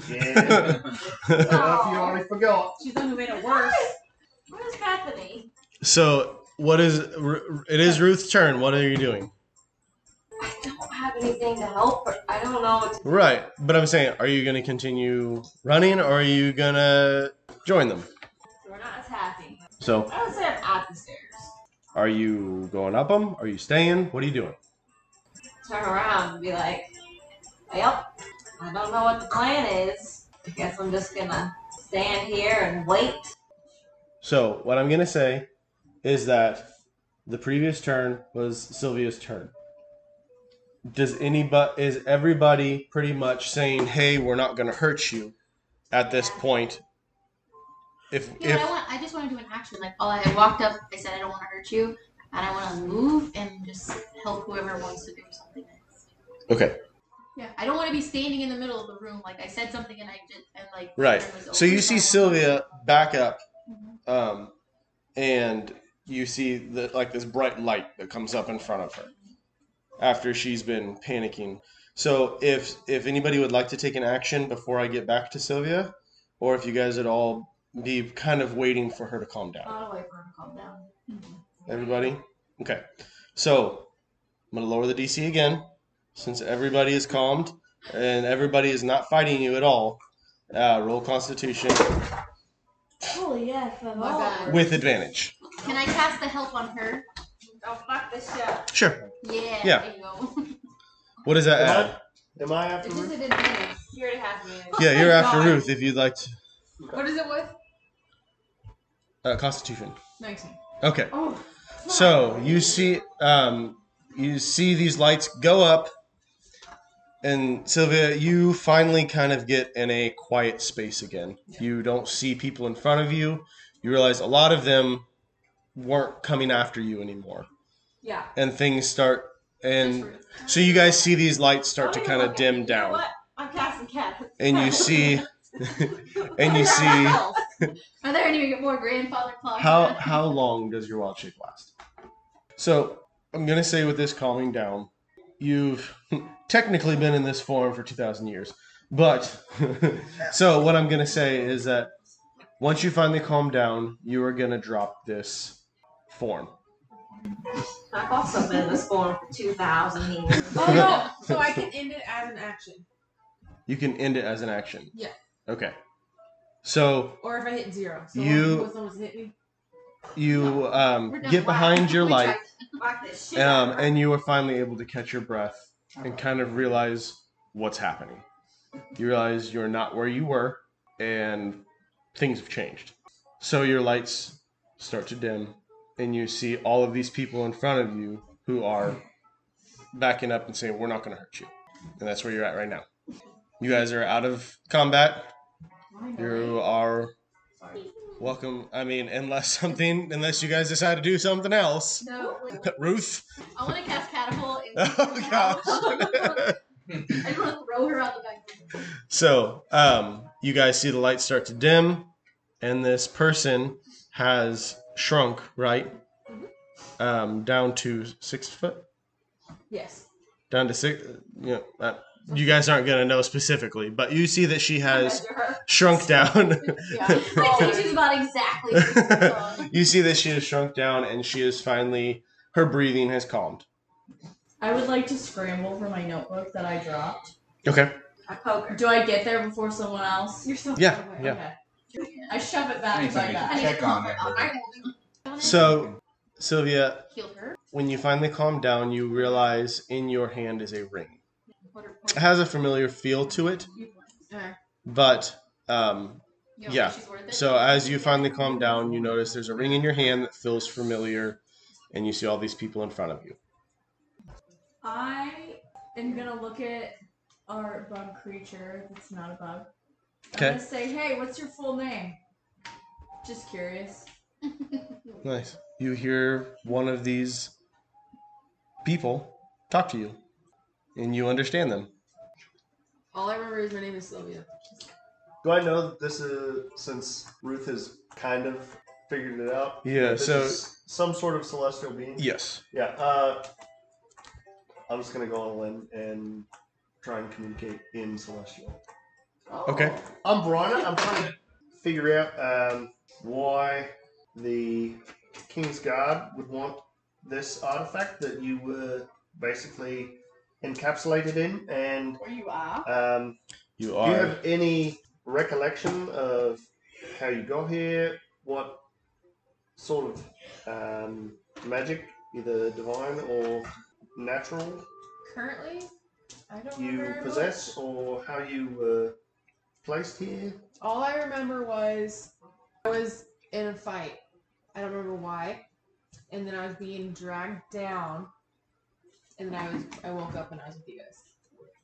Speaker 10: Yeah. I don't know if you already forgot.
Speaker 6: She's the one who made it worse. Where's Bethany?
Speaker 7: So what is Ru- it? Is Ruth's turn? What are you doing?
Speaker 6: I don't have anything to help her. I don't know what to
Speaker 7: Right, but I'm saying, are you gonna continue running, or are you gonna join them?
Speaker 6: We're not attacking.
Speaker 7: So
Speaker 6: I would say I'm at the stairs.
Speaker 7: are you going up them? Are you staying? What are you doing?
Speaker 6: Turn around and be like, Well, I don't know what the plan is. I guess I'm just gonna stand here and wait.
Speaker 7: So what I'm gonna say is that the previous turn was Sylvia's turn. Does anybody is everybody pretty much saying, "Hey, we're not gonna hurt you," at this point? If if
Speaker 3: Yeah, but I, want, I just want to do an action. Like, all I walked up, I said, I don't want to hurt you, and I want to move and just help whoever wants to do something.
Speaker 7: okay,
Speaker 3: Yeah. I don't want to be standing in the middle of the room. Like, I said something and I did, and like.
Speaker 7: Right.
Speaker 3: it was
Speaker 7: So
Speaker 3: over,
Speaker 7: you see
Speaker 3: I
Speaker 7: Sylvia back up, um, and you see the, like this bright light that comes up in front of her after she's been panicking. So if if anybody would like to take an action before I get back to Sylvia, or if you guys at all be kind of waiting for her to calm down,
Speaker 6: I'll wait for her to calm down.
Speaker 8: Mm-hmm.
Speaker 7: everybody. Okay. So I'm gonna lower the DC again, since everybody is calmed and everybody is not fighting you at all. Uh, roll Constitution
Speaker 6: Oh yeah, if I'm
Speaker 3: My bad.
Speaker 7: with advantage.
Speaker 3: Can I cast the help on her?
Speaker 6: Oh fuck this shit.
Speaker 7: Sure.
Speaker 3: Yeah.
Speaker 7: Yeah.
Speaker 3: There you go.
Speaker 8: <laughs>
Speaker 7: What does that
Speaker 10: Am
Speaker 7: add?
Speaker 10: I, am I after
Speaker 3: it's just
Speaker 10: Ruth?
Speaker 3: an advantage.
Speaker 6: You already have me.
Speaker 7: Yeah, you're
Speaker 2: Oh my
Speaker 7: after
Speaker 2: God.
Speaker 7: Ruth if you'd like to.
Speaker 2: What is it with?
Speaker 7: Uh, Constitution.
Speaker 2: 19.
Speaker 7: Okay.
Speaker 6: Oh,
Speaker 7: So you see, um, you see these lights go up, and Sylvia, you finally kind of get in a quiet space again. You don't see people in front of you. You realize a lot of them weren't coming after you anymore,
Speaker 6: yeah.
Speaker 7: and things start. And so you guys see these lights start to
Speaker 6: Don't
Speaker 7: kind
Speaker 6: even
Speaker 7: of
Speaker 6: Oh,
Speaker 7: dim
Speaker 6: look at me. You know
Speaker 7: down,
Speaker 6: what? I'm casting cat.
Speaker 7: and you see, <laughs> and
Speaker 3: <laughs>
Speaker 7: you see.
Speaker 3: Are there any more grandfather claws?
Speaker 7: How how long does your wild shape last? So I'm gonna say with this calming down, you've <laughs> technically been in this form for two thousand years. But <laughs> so what I'm gonna say is that once you finally calm down, you are gonna drop this form.
Speaker 6: I've also been in this form for 2,000 years.
Speaker 2: Oh no! So I can end it as an action.
Speaker 7: You can end it as an action.
Speaker 2: Yeah.
Speaker 7: Okay. So
Speaker 2: Or if I hit zero. So
Speaker 7: You-
Speaker 2: when someone's hit me.
Speaker 7: you um,
Speaker 3: We're done.
Speaker 7: get behind your
Speaker 3: We
Speaker 7: light,
Speaker 2: <laughs>
Speaker 6: Fuck this shit.
Speaker 7: um, and you are finally able to catch your breath and kind of realize what's happening. You realize you're not where you were and things have changed. So your lights start to dim and you see all of these people in front of you who are backing up and saying, We're not going to hurt you. And that's where you're at right now. You guys are out of combat. You are welcome. I mean, unless something, unless you guys decide to do something else. <laughs>
Speaker 3: No.
Speaker 7: Ruth.
Speaker 3: I want to cast catapult.
Speaker 7: <laughs>
Speaker 10: <laughs>
Speaker 3: <laughs> And
Speaker 7: Oh, gosh.
Speaker 3: I just want to throw her out the back.
Speaker 7: So, um, you guys see the lights start to dim, and this person has shrunk, right?
Speaker 2: Mm-hmm.
Speaker 7: Um, down to six foot,
Speaker 2: Yes.
Speaker 7: down to six. You know, uh, you guys aren't gonna know specifically, but you see that she has
Speaker 6: Measure her. <laughs>
Speaker 7: shrunk down.
Speaker 2: Yeah.
Speaker 3: I think she's about exactly. six feet tall.
Speaker 7: <laughs> you see that she has shrunk down, and she is finally her breathing has calmed.
Speaker 6: I would like to scramble for my notebook that I dropped.
Speaker 7: Okay.
Speaker 6: I poke her.
Speaker 2: Do I get there before someone else?
Speaker 6: You're so
Speaker 7: Yeah,
Speaker 6: far away.
Speaker 7: yeah.
Speaker 6: Okay. I shove it back
Speaker 4: Anytime
Speaker 6: by
Speaker 4: you
Speaker 6: that.
Speaker 4: can check on it.
Speaker 7: So, Sylvia,
Speaker 3: Heal her.
Speaker 7: when you finally calm down, you realize in your hand is a ring.
Speaker 3: Put her-
Speaker 7: It has a familiar feel to it,
Speaker 3: Alright.
Speaker 7: but um,
Speaker 3: You don't
Speaker 7: Yeah.
Speaker 3: think she's worth it?
Speaker 7: so as you finally calm down, you notice there's a ring in your hand that feels familiar, and you see all these people in front of you.
Speaker 6: I am gonna look at our bug creature that's not a bug. I'm
Speaker 7: Okay.
Speaker 6: gonna say, hey, what's your full name? Just curious.
Speaker 7: Nice. You hear one of these people talk to you, and you understand them.
Speaker 5: All I remember is my name is Sylvia.
Speaker 10: Do I know that this is since Ruth has kind of figured it out?
Speaker 7: Yeah,
Speaker 10: this
Speaker 7: so-
Speaker 10: is some sort of celestial being.
Speaker 7: Yes.
Speaker 10: Yeah. Uh, I'm just gonna go on a limb and try and communicate in celestial.
Speaker 7: Okay.
Speaker 10: I'm Bryna. I'm trying to figure out um, why the king's guard would want this artifact that you were basically encapsulated in, and
Speaker 6: Where you are?
Speaker 10: um,
Speaker 7: You
Speaker 10: do you
Speaker 7: are.
Speaker 10: have any recollection of how you got here? What sort of um, magic, either divine or natural,
Speaker 2: Currently, I don't
Speaker 10: you
Speaker 2: remember
Speaker 10: possess, or how you were placed here?
Speaker 5: All I remember was I was in a fight. I don't remember why. And then I was being dragged down. And then I was I woke up and I was with you guys.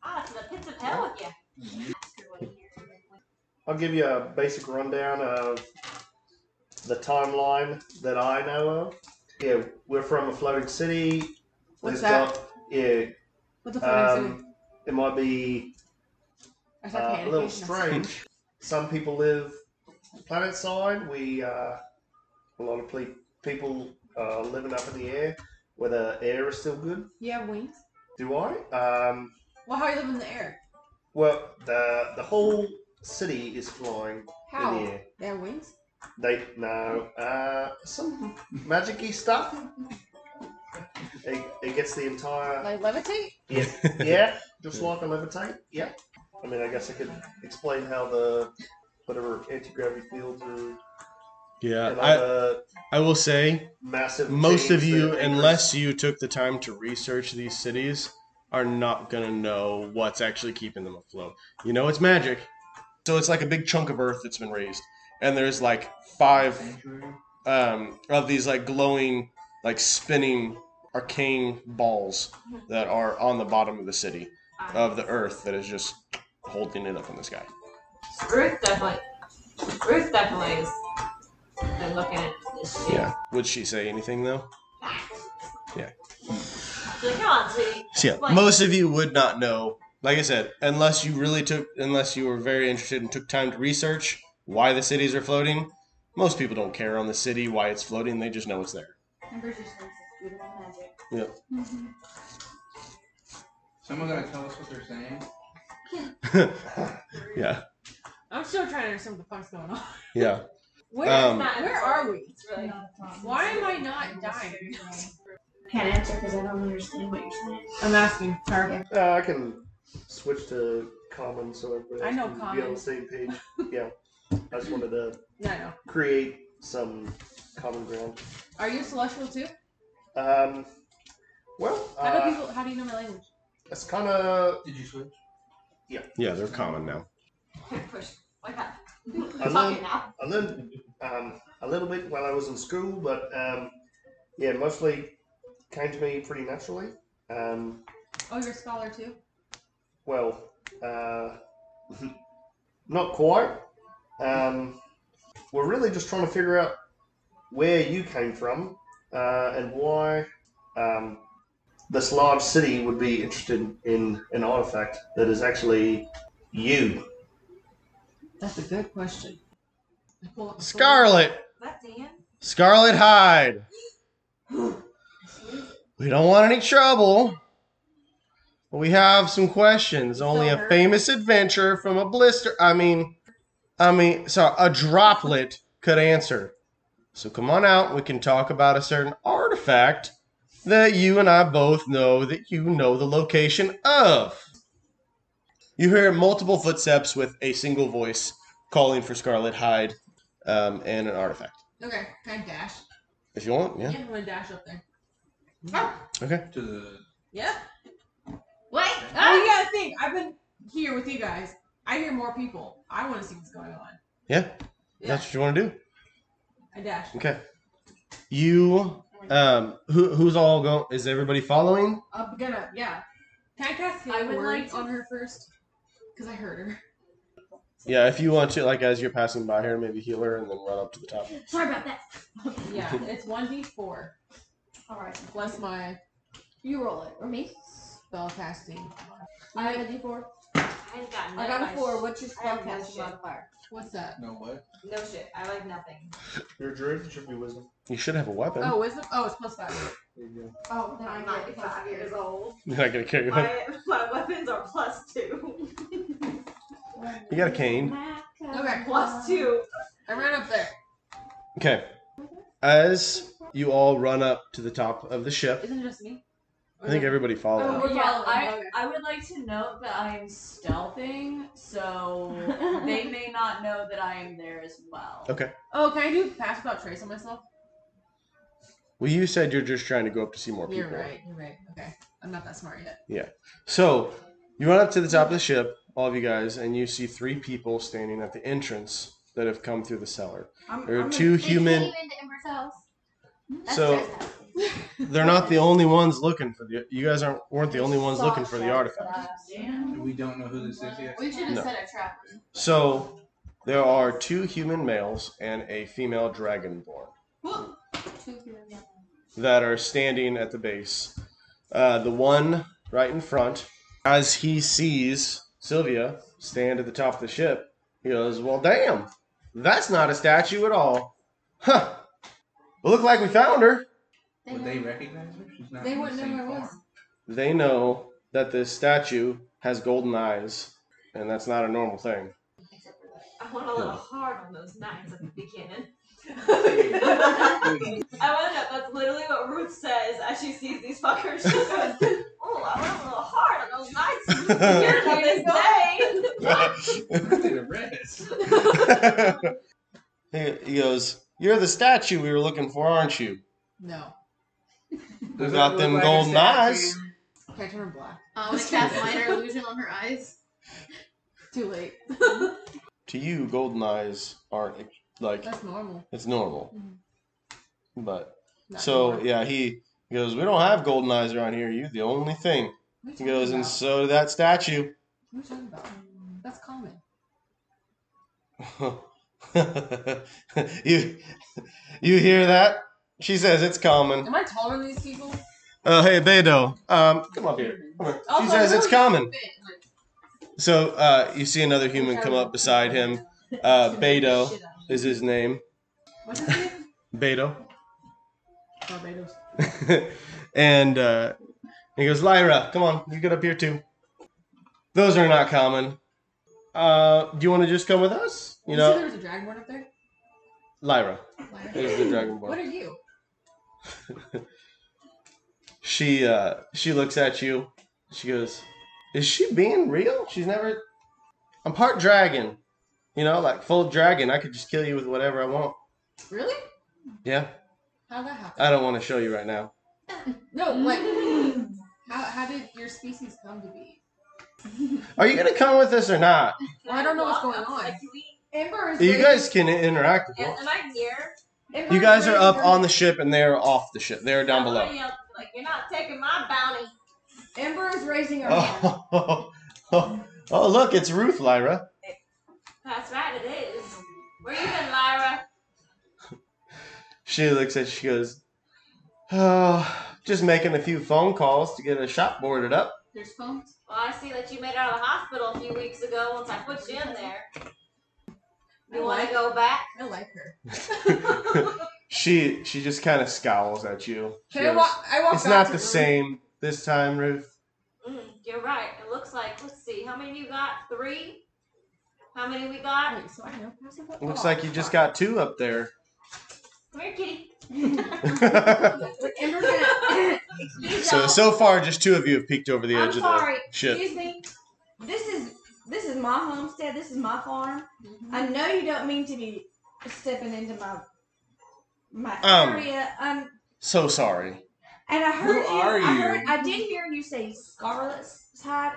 Speaker 3: Ah, it's in the pits of hell with you.
Speaker 10: I'll give you a basic rundown of the timeline that I know of. Yeah, we're from a floating city.
Speaker 5: What's
Speaker 10: We've
Speaker 5: that?
Speaker 10: got- yeah,
Speaker 5: What the fuck is it?
Speaker 10: um, it might be
Speaker 5: I started
Speaker 10: uh, a
Speaker 5: panicking.
Speaker 10: little strange. Some people live planet side. We uh, a lot of ple- people uh, living up in the air where the air is still good.
Speaker 5: You have wings?
Speaker 10: Do I? Um,
Speaker 5: Well, how are you living in the air?
Speaker 10: well, the the whole city is flying
Speaker 5: How?
Speaker 10: in the air.
Speaker 5: They have wings?
Speaker 10: They no uh, some magicy stuff. It, it gets the entire
Speaker 5: Like levitate?
Speaker 10: yeah, yeah just like a levitate. Yeah, I mean I guess I could explain how the whatever anti gravity fields are
Speaker 7: Yeah,
Speaker 10: and all
Speaker 7: I,
Speaker 10: the
Speaker 7: I will say
Speaker 10: massive
Speaker 7: most of
Speaker 10: chains
Speaker 7: you,
Speaker 10: that anchors-
Speaker 7: unless you took the time to research these cities, are not gonna know what's actually keeping them afloat. You know it's magic, so it's like a big chunk of earth that's been raised, and there's like five um, of these like glowing, like spinning arcane balls that are on the bottom of the city of the earth that is just holding it up in the sky.
Speaker 6: Ruth definitely. Ruth definitely is. been looking at this shit.
Speaker 7: Yeah. Would she say anything though?
Speaker 3: So come on, sweetie.
Speaker 7: So, yeah,
Speaker 3: Like-
Speaker 7: most of you would not know. Like I said, unless you really took, unless you were very interested and took time to research why the cities are floating, most people don't care on the city why it's floating. They just know it's there.
Speaker 8: And British thinks it's beautiful magic.
Speaker 5: Mm-hmm.
Speaker 4: Someone gotta tell us what they're saying.
Speaker 7: <laughs> Yeah,
Speaker 5: I'm still trying to understand what the fuck's going on. <laughs>
Speaker 7: yeah.
Speaker 5: Where,
Speaker 7: Um,
Speaker 5: where are we?
Speaker 6: It's really
Speaker 5: Why am I not dying?
Speaker 8: Can't answer because I don't understand what you're saying.
Speaker 5: I'm asking her.
Speaker 10: Uh, I can switch to common so everybody
Speaker 5: I know
Speaker 10: can be on
Speaker 5: common.
Speaker 10: the same page. yeah, I just wanted to
Speaker 5: No, no.
Speaker 10: create some common ground.
Speaker 5: Are you celestial too?
Speaker 10: Um, well,
Speaker 5: How do
Speaker 10: uh,
Speaker 5: people? How do you know my language?
Speaker 10: it's kind of
Speaker 4: Did you switch?
Speaker 7: <laughs> Yeah, they're common now.
Speaker 3: Quick push. Wake up.
Speaker 10: I
Speaker 3: We're
Speaker 10: learned,
Speaker 3: talking now.
Speaker 10: I learned um, a little bit while I was in school, but um, yeah, mostly came to me pretty naturally. Um,
Speaker 5: Oh, you're a scholar too.
Speaker 10: Well, uh, <laughs> not quite. Um, we're really just trying to figure out where you came from uh, and why um, this large city would be interested in an artifact that is actually you.
Speaker 5: That's a good question. I pull up my phone.
Speaker 7: Scarlet,
Speaker 3: That's Dan.
Speaker 7: Scarlet
Speaker 5: <gasps>
Speaker 7: Hyde. We don't want any trouble. But we have some questions. Only a
Speaker 5: Silver.
Speaker 7: famous adventure from a blister. I mean, I mean, sorry, a droplet could answer. So come on out. We can talk about a certain artifact that you and I both know that you know the location of. You hear multiple footsteps with a single voice calling for Scarlet Hyde um, and an artifact.
Speaker 5: Okay, can I dash?
Speaker 7: If you want, yeah.
Speaker 5: I'm gonna dash up there.
Speaker 7: Okay.
Speaker 4: To the
Speaker 5: Yeah.
Speaker 3: Wait.
Speaker 5: Oh, you gotta think. I've been here with you guys. I hear more people. I want to see what's going on.
Speaker 7: Yeah.
Speaker 5: Yeah.
Speaker 7: That's what you want to do.
Speaker 5: I dash.
Speaker 7: Okay. You um who who's all going is everybody following?
Speaker 5: I'm gonna. Yeah. Can I cast
Speaker 3: I
Speaker 5: healing
Speaker 3: would
Speaker 5: word
Speaker 3: like to-
Speaker 5: on her first? Because I heard her.
Speaker 7: Yeah, if you want to, like as you're passing by here, maybe heal her and then run up to the top.
Speaker 8: Sorry about
Speaker 5: <laughs>
Speaker 8: that.
Speaker 6: Yeah, it's one d four.
Speaker 8: All right.
Speaker 6: Bless my
Speaker 8: You roll it. Or me?
Speaker 6: spell casting.
Speaker 8: I have a d4.
Speaker 9: I've got
Speaker 8: I got a 4. What's your
Speaker 9: I have no
Speaker 8: spellcasting
Speaker 9: shit.
Speaker 8: modifier?
Speaker 6: What's that?
Speaker 4: No what?
Speaker 9: No shit. I like nothing.
Speaker 10: Your druid should be wisdom.
Speaker 7: You should have a weapon.
Speaker 6: Oh, wisdom. Oh, it's plus five.
Speaker 10: There you go.
Speaker 8: Oh, then
Speaker 9: I'm
Speaker 8: I'm
Speaker 9: not
Speaker 8: not
Speaker 9: five years old.
Speaker 7: You're not gonna carry one.
Speaker 9: My, my weapons are plus two.
Speaker 7: <laughs> You got a cane.
Speaker 6: Okay.
Speaker 9: Plus two.
Speaker 6: I ran up there.
Speaker 7: Okay. As you all run up to the top of the ship,
Speaker 6: Isn't it just me?
Speaker 7: I think everybody
Speaker 6: Oh,
Speaker 7: followed.
Speaker 6: we're
Speaker 9: yeah,
Speaker 6: following,
Speaker 9: I,
Speaker 6: okay.
Speaker 9: I would like to note that I am stealthing, so they may not know that I am there as well.
Speaker 7: Okay.
Speaker 6: Oh, can I do pass without trace on myself?
Speaker 7: Well, you said you're just trying to go up to see more people.
Speaker 6: You're right. You're right. Okay. I'm not that smart yet.
Speaker 7: So you run up to the top of the ship, all of you guys, and you see three people standing at the entrance that have come through the cellar.
Speaker 8: I'm,
Speaker 7: There
Speaker 8: I'm
Speaker 7: are two
Speaker 3: They came
Speaker 7: human.
Speaker 3: into Ember's house.
Speaker 10: Hmm?
Speaker 3: That's
Speaker 7: So
Speaker 3: trespassing.
Speaker 7: they're not the only ones looking for the. You guys aren't weren't the only ones looking for the artifact.
Speaker 4: And We don't know who this is yet.
Speaker 3: We should have
Speaker 7: No.
Speaker 3: set a trap.
Speaker 7: So there are two human males and a female dragonborn
Speaker 3: Two people.
Speaker 7: that are standing at the base. Uh, the one right in front, as he sees Sylvia stand at the top of the ship, he goes, "Well, damn, that's not a statue at all, huh? Well, look like we found her."
Speaker 4: Would they recognize her? She's not.
Speaker 6: They
Speaker 4: in the
Speaker 6: wouldn't know
Speaker 4: same
Speaker 6: who I was.
Speaker 4: form.
Speaker 7: They know that this statue has golden eyes, and that's not a normal thing.
Speaker 9: I want a little hard on those nines at the beginning. I
Speaker 10: <laughs>
Speaker 4: Hey, hey,
Speaker 3: <laughs>
Speaker 9: want to know. That's literally what Ruth says as she sees these fuckers. She goes, "Oh, I want a little hard on
Speaker 7: <laughs>
Speaker 9: those nines." You're not this day.
Speaker 4: look at the rest.
Speaker 7: he, he goes, "You're the statue we were looking for, aren't you?"
Speaker 6: No.
Speaker 4: Does
Speaker 7: got
Speaker 4: it look
Speaker 7: them
Speaker 4: like a
Speaker 7: golden
Speaker 4: statue?
Speaker 7: eyes.
Speaker 6: Okay, I turn her black.
Speaker 3: I want to Uh,
Speaker 6: <laughs>
Speaker 3: cast minor illusion on her eyes.
Speaker 6: Too late.
Speaker 7: To you, golden eyes aren't like
Speaker 6: That's normal.
Speaker 7: it's normal,
Speaker 6: Mhm.
Speaker 7: but
Speaker 6: Not
Speaker 7: So
Speaker 6: normal.
Speaker 7: yeah, he goes, "We don't have golden eyes around here. You're the only thing."
Speaker 6: What are
Speaker 7: He
Speaker 6: you talking
Speaker 7: goes, and
Speaker 6: about?
Speaker 7: so did that statue. <laughs>
Speaker 6: What are you talking about? That's common.
Speaker 7: you, you hear that? She says it's common.
Speaker 6: Am I taller than these people?
Speaker 7: Uh, hey, Beto, um, come up here. Come here.
Speaker 6: Also,
Speaker 7: She says
Speaker 6: who
Speaker 7: it's
Speaker 6: is this
Speaker 7: common.
Speaker 6: bitch? Like,
Speaker 7: So uh, you see another human come up beside him. Uh, Beto
Speaker 6: <laughs> shit out of me.
Speaker 7: is his name.
Speaker 6: What's his name?
Speaker 7: Beto.
Speaker 6: Barbados.
Speaker 7: and uh, he goes, Lyra, come on, you get up here too. Those are not common. Uh, do you want to just come with us? You
Speaker 6: said
Speaker 7: know,
Speaker 6: there was a dragonborn up there.
Speaker 7: Lyra
Speaker 6: Liar.
Speaker 7: is the
Speaker 6: What are
Speaker 7: dragonborn.
Speaker 6: you?
Speaker 7: <laughs> She uh, she looks at you. She goes, "Is she being real? She's never. I'm part dragon. You know, like full dragon. I could just kill you with whatever I want.
Speaker 6: Really?
Speaker 7: Yeah,
Speaker 6: How that happen?
Speaker 7: I don't want to show you right now.
Speaker 3: <laughs>
Speaker 6: No, like how how did your species come to be?
Speaker 7: Are you gonna come with us or not?
Speaker 6: Well, I don't know what's going on.
Speaker 9: Like, can we-
Speaker 8: Amber is.
Speaker 7: You guys can interact. If you
Speaker 9: am,
Speaker 7: want.
Speaker 9: am I here?
Speaker 7: You guys are up on the ship and they're off the ship. They're down
Speaker 9: Somebody
Speaker 7: below.
Speaker 9: else is Like you're not taking my bounty.
Speaker 8: Amber is raising her hand.
Speaker 7: Oh, <laughs> oh, oh, oh, look, it's Ruth, Lyra.
Speaker 9: That's right. It is. Where you been, Lyra?
Speaker 7: She looks at she goes, Oh, just making a few phone calls to get a shop boarded up.
Speaker 6: There's phones.
Speaker 9: Well, I see that you made it out of the hospital a few weeks ago once I put you in there. You want to go back?
Speaker 6: I like her.
Speaker 7: she she just kind of scowls at you. She
Speaker 6: Can I
Speaker 7: goes,
Speaker 6: walk? I walk.
Speaker 7: it's
Speaker 6: back
Speaker 7: not
Speaker 6: to
Speaker 7: the
Speaker 6: Ruth.
Speaker 7: same this time, Ruth.
Speaker 9: Mm, you're right. It looks like, let's see, how many you got? Three? How many we got?
Speaker 6: Wait, so I know. Pass it up?
Speaker 7: Looks
Speaker 6: Oh,
Speaker 7: like you just
Speaker 6: fuck.
Speaker 7: got two up there. <laughs>
Speaker 9: Come here, kitty.
Speaker 8: Amber's
Speaker 9: <laughs>
Speaker 8: gonna.
Speaker 9: Excuse
Speaker 7: so
Speaker 9: y'all.
Speaker 7: so far, just two of you have peeked over the
Speaker 8: I'm
Speaker 7: edge
Speaker 8: sorry.
Speaker 7: of the ship.
Speaker 8: Excuse me. This is this is my homestead. This is my farm.
Speaker 3: Mm-hmm.
Speaker 8: I know you don't mean to be stepping into my my
Speaker 7: Um.
Speaker 8: area. Um,
Speaker 7: So sorry.
Speaker 8: and I heard
Speaker 4: Who are
Speaker 8: I
Speaker 4: you?
Speaker 8: heard, I did hear you say Scarlet's Tide.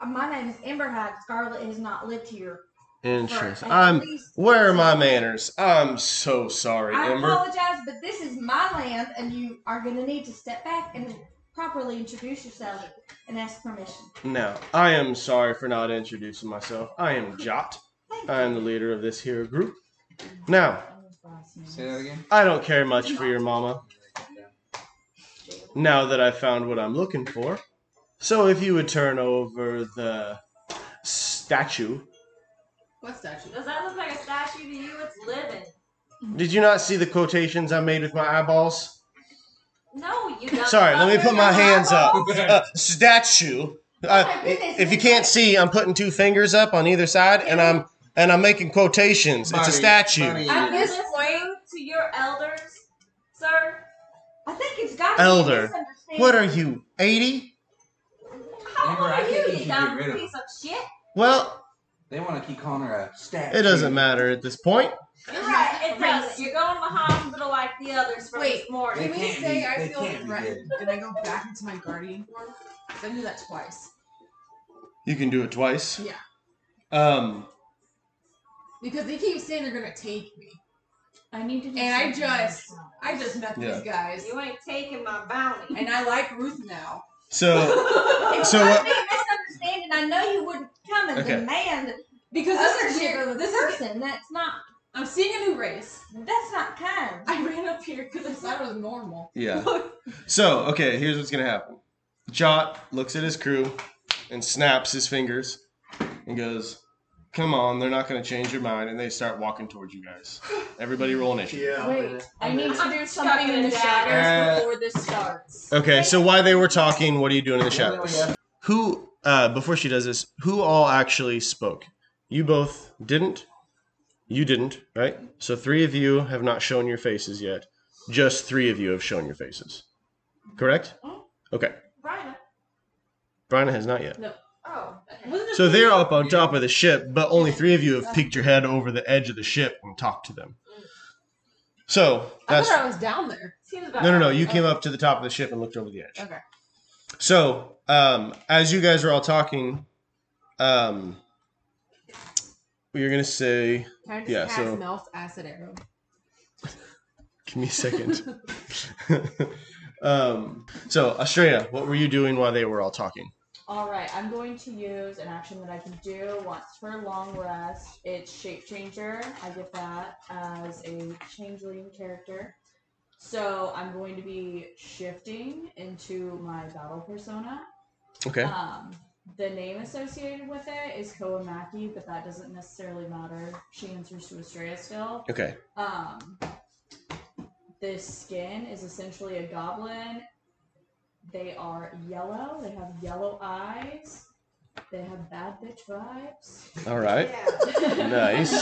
Speaker 8: Uh, My name is Amber Hyde. Scarlet has not lived here. for
Speaker 7: Interesting.
Speaker 8: at
Speaker 7: I'm
Speaker 8: least-
Speaker 7: Where are my manners? I'm so sorry,
Speaker 8: I
Speaker 7: Ember.
Speaker 8: apologize, but this is my land, and you are going to need to step back and properly introduce yourself and ask permission.
Speaker 7: No, I am sorry for not introducing myself. I am Jot. I am the leader of this here group. Now,
Speaker 4: Say that again.
Speaker 7: I don't care much for your mama. Now that I've found what I'm looking for. So if you would turn over the statue.
Speaker 5: What statue?
Speaker 9: Does that look like a statue to you? It's living.
Speaker 7: Did you not see the quotations I made with my eyeballs?
Speaker 9: No,
Speaker 7: <laughs>
Speaker 9: you don't.
Speaker 7: Sorry, let me put my hands
Speaker 9: <laughs>
Speaker 7: up. Uh, statue. Uh, if you can't see, I'm putting two fingers up on either side, and I'm and I'm making quotations. It's a
Speaker 4: Bonnie,
Speaker 7: statue.
Speaker 4: Bonnie.
Speaker 9: At this point, to your elders, sir. I think it's got
Speaker 7: Elder, what are you? Eighty?
Speaker 9: How
Speaker 4: Amber,
Speaker 9: old
Speaker 4: I
Speaker 9: are
Speaker 4: think
Speaker 9: you,
Speaker 4: you
Speaker 9: you
Speaker 4: should
Speaker 9: dumb
Speaker 4: get rid of
Speaker 9: piece of shit?
Speaker 7: Well,
Speaker 4: They want to keep calling her a statue.
Speaker 7: it doesn't matter at this point.
Speaker 9: You're right. It does. You're going to the hospital like the others from
Speaker 5: Wait,
Speaker 9: this morning.
Speaker 5: Can
Speaker 4: They
Speaker 5: we
Speaker 4: can't
Speaker 5: say
Speaker 4: be-
Speaker 5: I
Speaker 4: they
Speaker 5: feel
Speaker 4: can't be
Speaker 5: threatened and I go back into my guardian form? Because I do that twice.
Speaker 7: You can do it twice.
Speaker 5: Yeah.
Speaker 7: Um.
Speaker 5: Because they keep saying they're gonna take me.
Speaker 6: I need to. do
Speaker 5: And I
Speaker 6: something
Speaker 5: just-
Speaker 6: myself.
Speaker 5: I just met
Speaker 7: Yeah.
Speaker 5: these guys.
Speaker 9: You ain't taking my bounty.
Speaker 5: And I like Ruth now.
Speaker 7: So
Speaker 9: It's
Speaker 7: So what-
Speaker 9: not me misunderstanding. I know you wouldn't come and
Speaker 7: Okay.
Speaker 9: demand
Speaker 5: Because this is
Speaker 9: ownership
Speaker 5: weird.
Speaker 9: of a
Speaker 5: This is
Speaker 9: person. That's not.
Speaker 5: I'm seeing a new race.
Speaker 9: That's not kind.
Speaker 5: I ran up here because I thought it was normal.
Speaker 7: yeah. So okay, here's what's gonna happen. Jot looks at his crew and snaps his fingers and goes, "Come on, they're not gonna change your mind." And they start walking towards you guys. Everybody roll initiative.
Speaker 10: Yeah.
Speaker 6: Wait, I need to
Speaker 9: I'm
Speaker 6: do
Speaker 9: just
Speaker 6: something
Speaker 9: cutting
Speaker 6: in the
Speaker 9: it out.
Speaker 6: shadows
Speaker 7: Uh,
Speaker 6: before this starts.
Speaker 7: Okay, so while they were talking, what are you doing in the
Speaker 4: Yeah,
Speaker 7: shadows?
Speaker 4: yeah.
Speaker 7: Who, uh, before she does this, who all actually spoke? You both didn't. You didn't, right? So three of you have not shown your faces yet. Just three of you have shown your faces. Correct?
Speaker 9: "Oh,
Speaker 7: Okay.
Speaker 9: Brian.
Speaker 7: Brianna has not yet.
Speaker 9: Oh.
Speaker 7: So they're up on top of the ship, but only three of you have peeked your head over the edge of the ship and talked to them. So
Speaker 5: I
Speaker 7: that's
Speaker 5: thought I was down there.
Speaker 9: Seems about
Speaker 7: no, no, no.
Speaker 9: right.
Speaker 7: You came up to the top of the ship and looked over the edge.
Speaker 5: Okay.
Speaker 7: So, um, as you guys were all talking, um, you're gonna say,
Speaker 5: Can I just
Speaker 7: Yeah,
Speaker 5: cast
Speaker 7: so-
Speaker 5: Melf's
Speaker 7: <laughs>
Speaker 5: acid arrow? <laughs>
Speaker 7: "Give me a second. um, so, Astrea, what were you doing while they were all talking?
Speaker 6: All right, I'm going to use an action that I can do once for a long rest. It's shape changer. I get that as a changeling character. So I'm going to be shifting into my battle persona.
Speaker 7: Okay.
Speaker 6: Um, the name associated with it is Koamaki, but that doesn't necessarily matter. She answers to Astrea still.
Speaker 7: Okay.
Speaker 6: Um, this skin is essentially a goblin. They are yellow. They have yellow eyes. They have bad bitch vibes.
Speaker 7: All right.
Speaker 6: <laughs>
Speaker 9: Yeah. <laughs>
Speaker 7: Nice.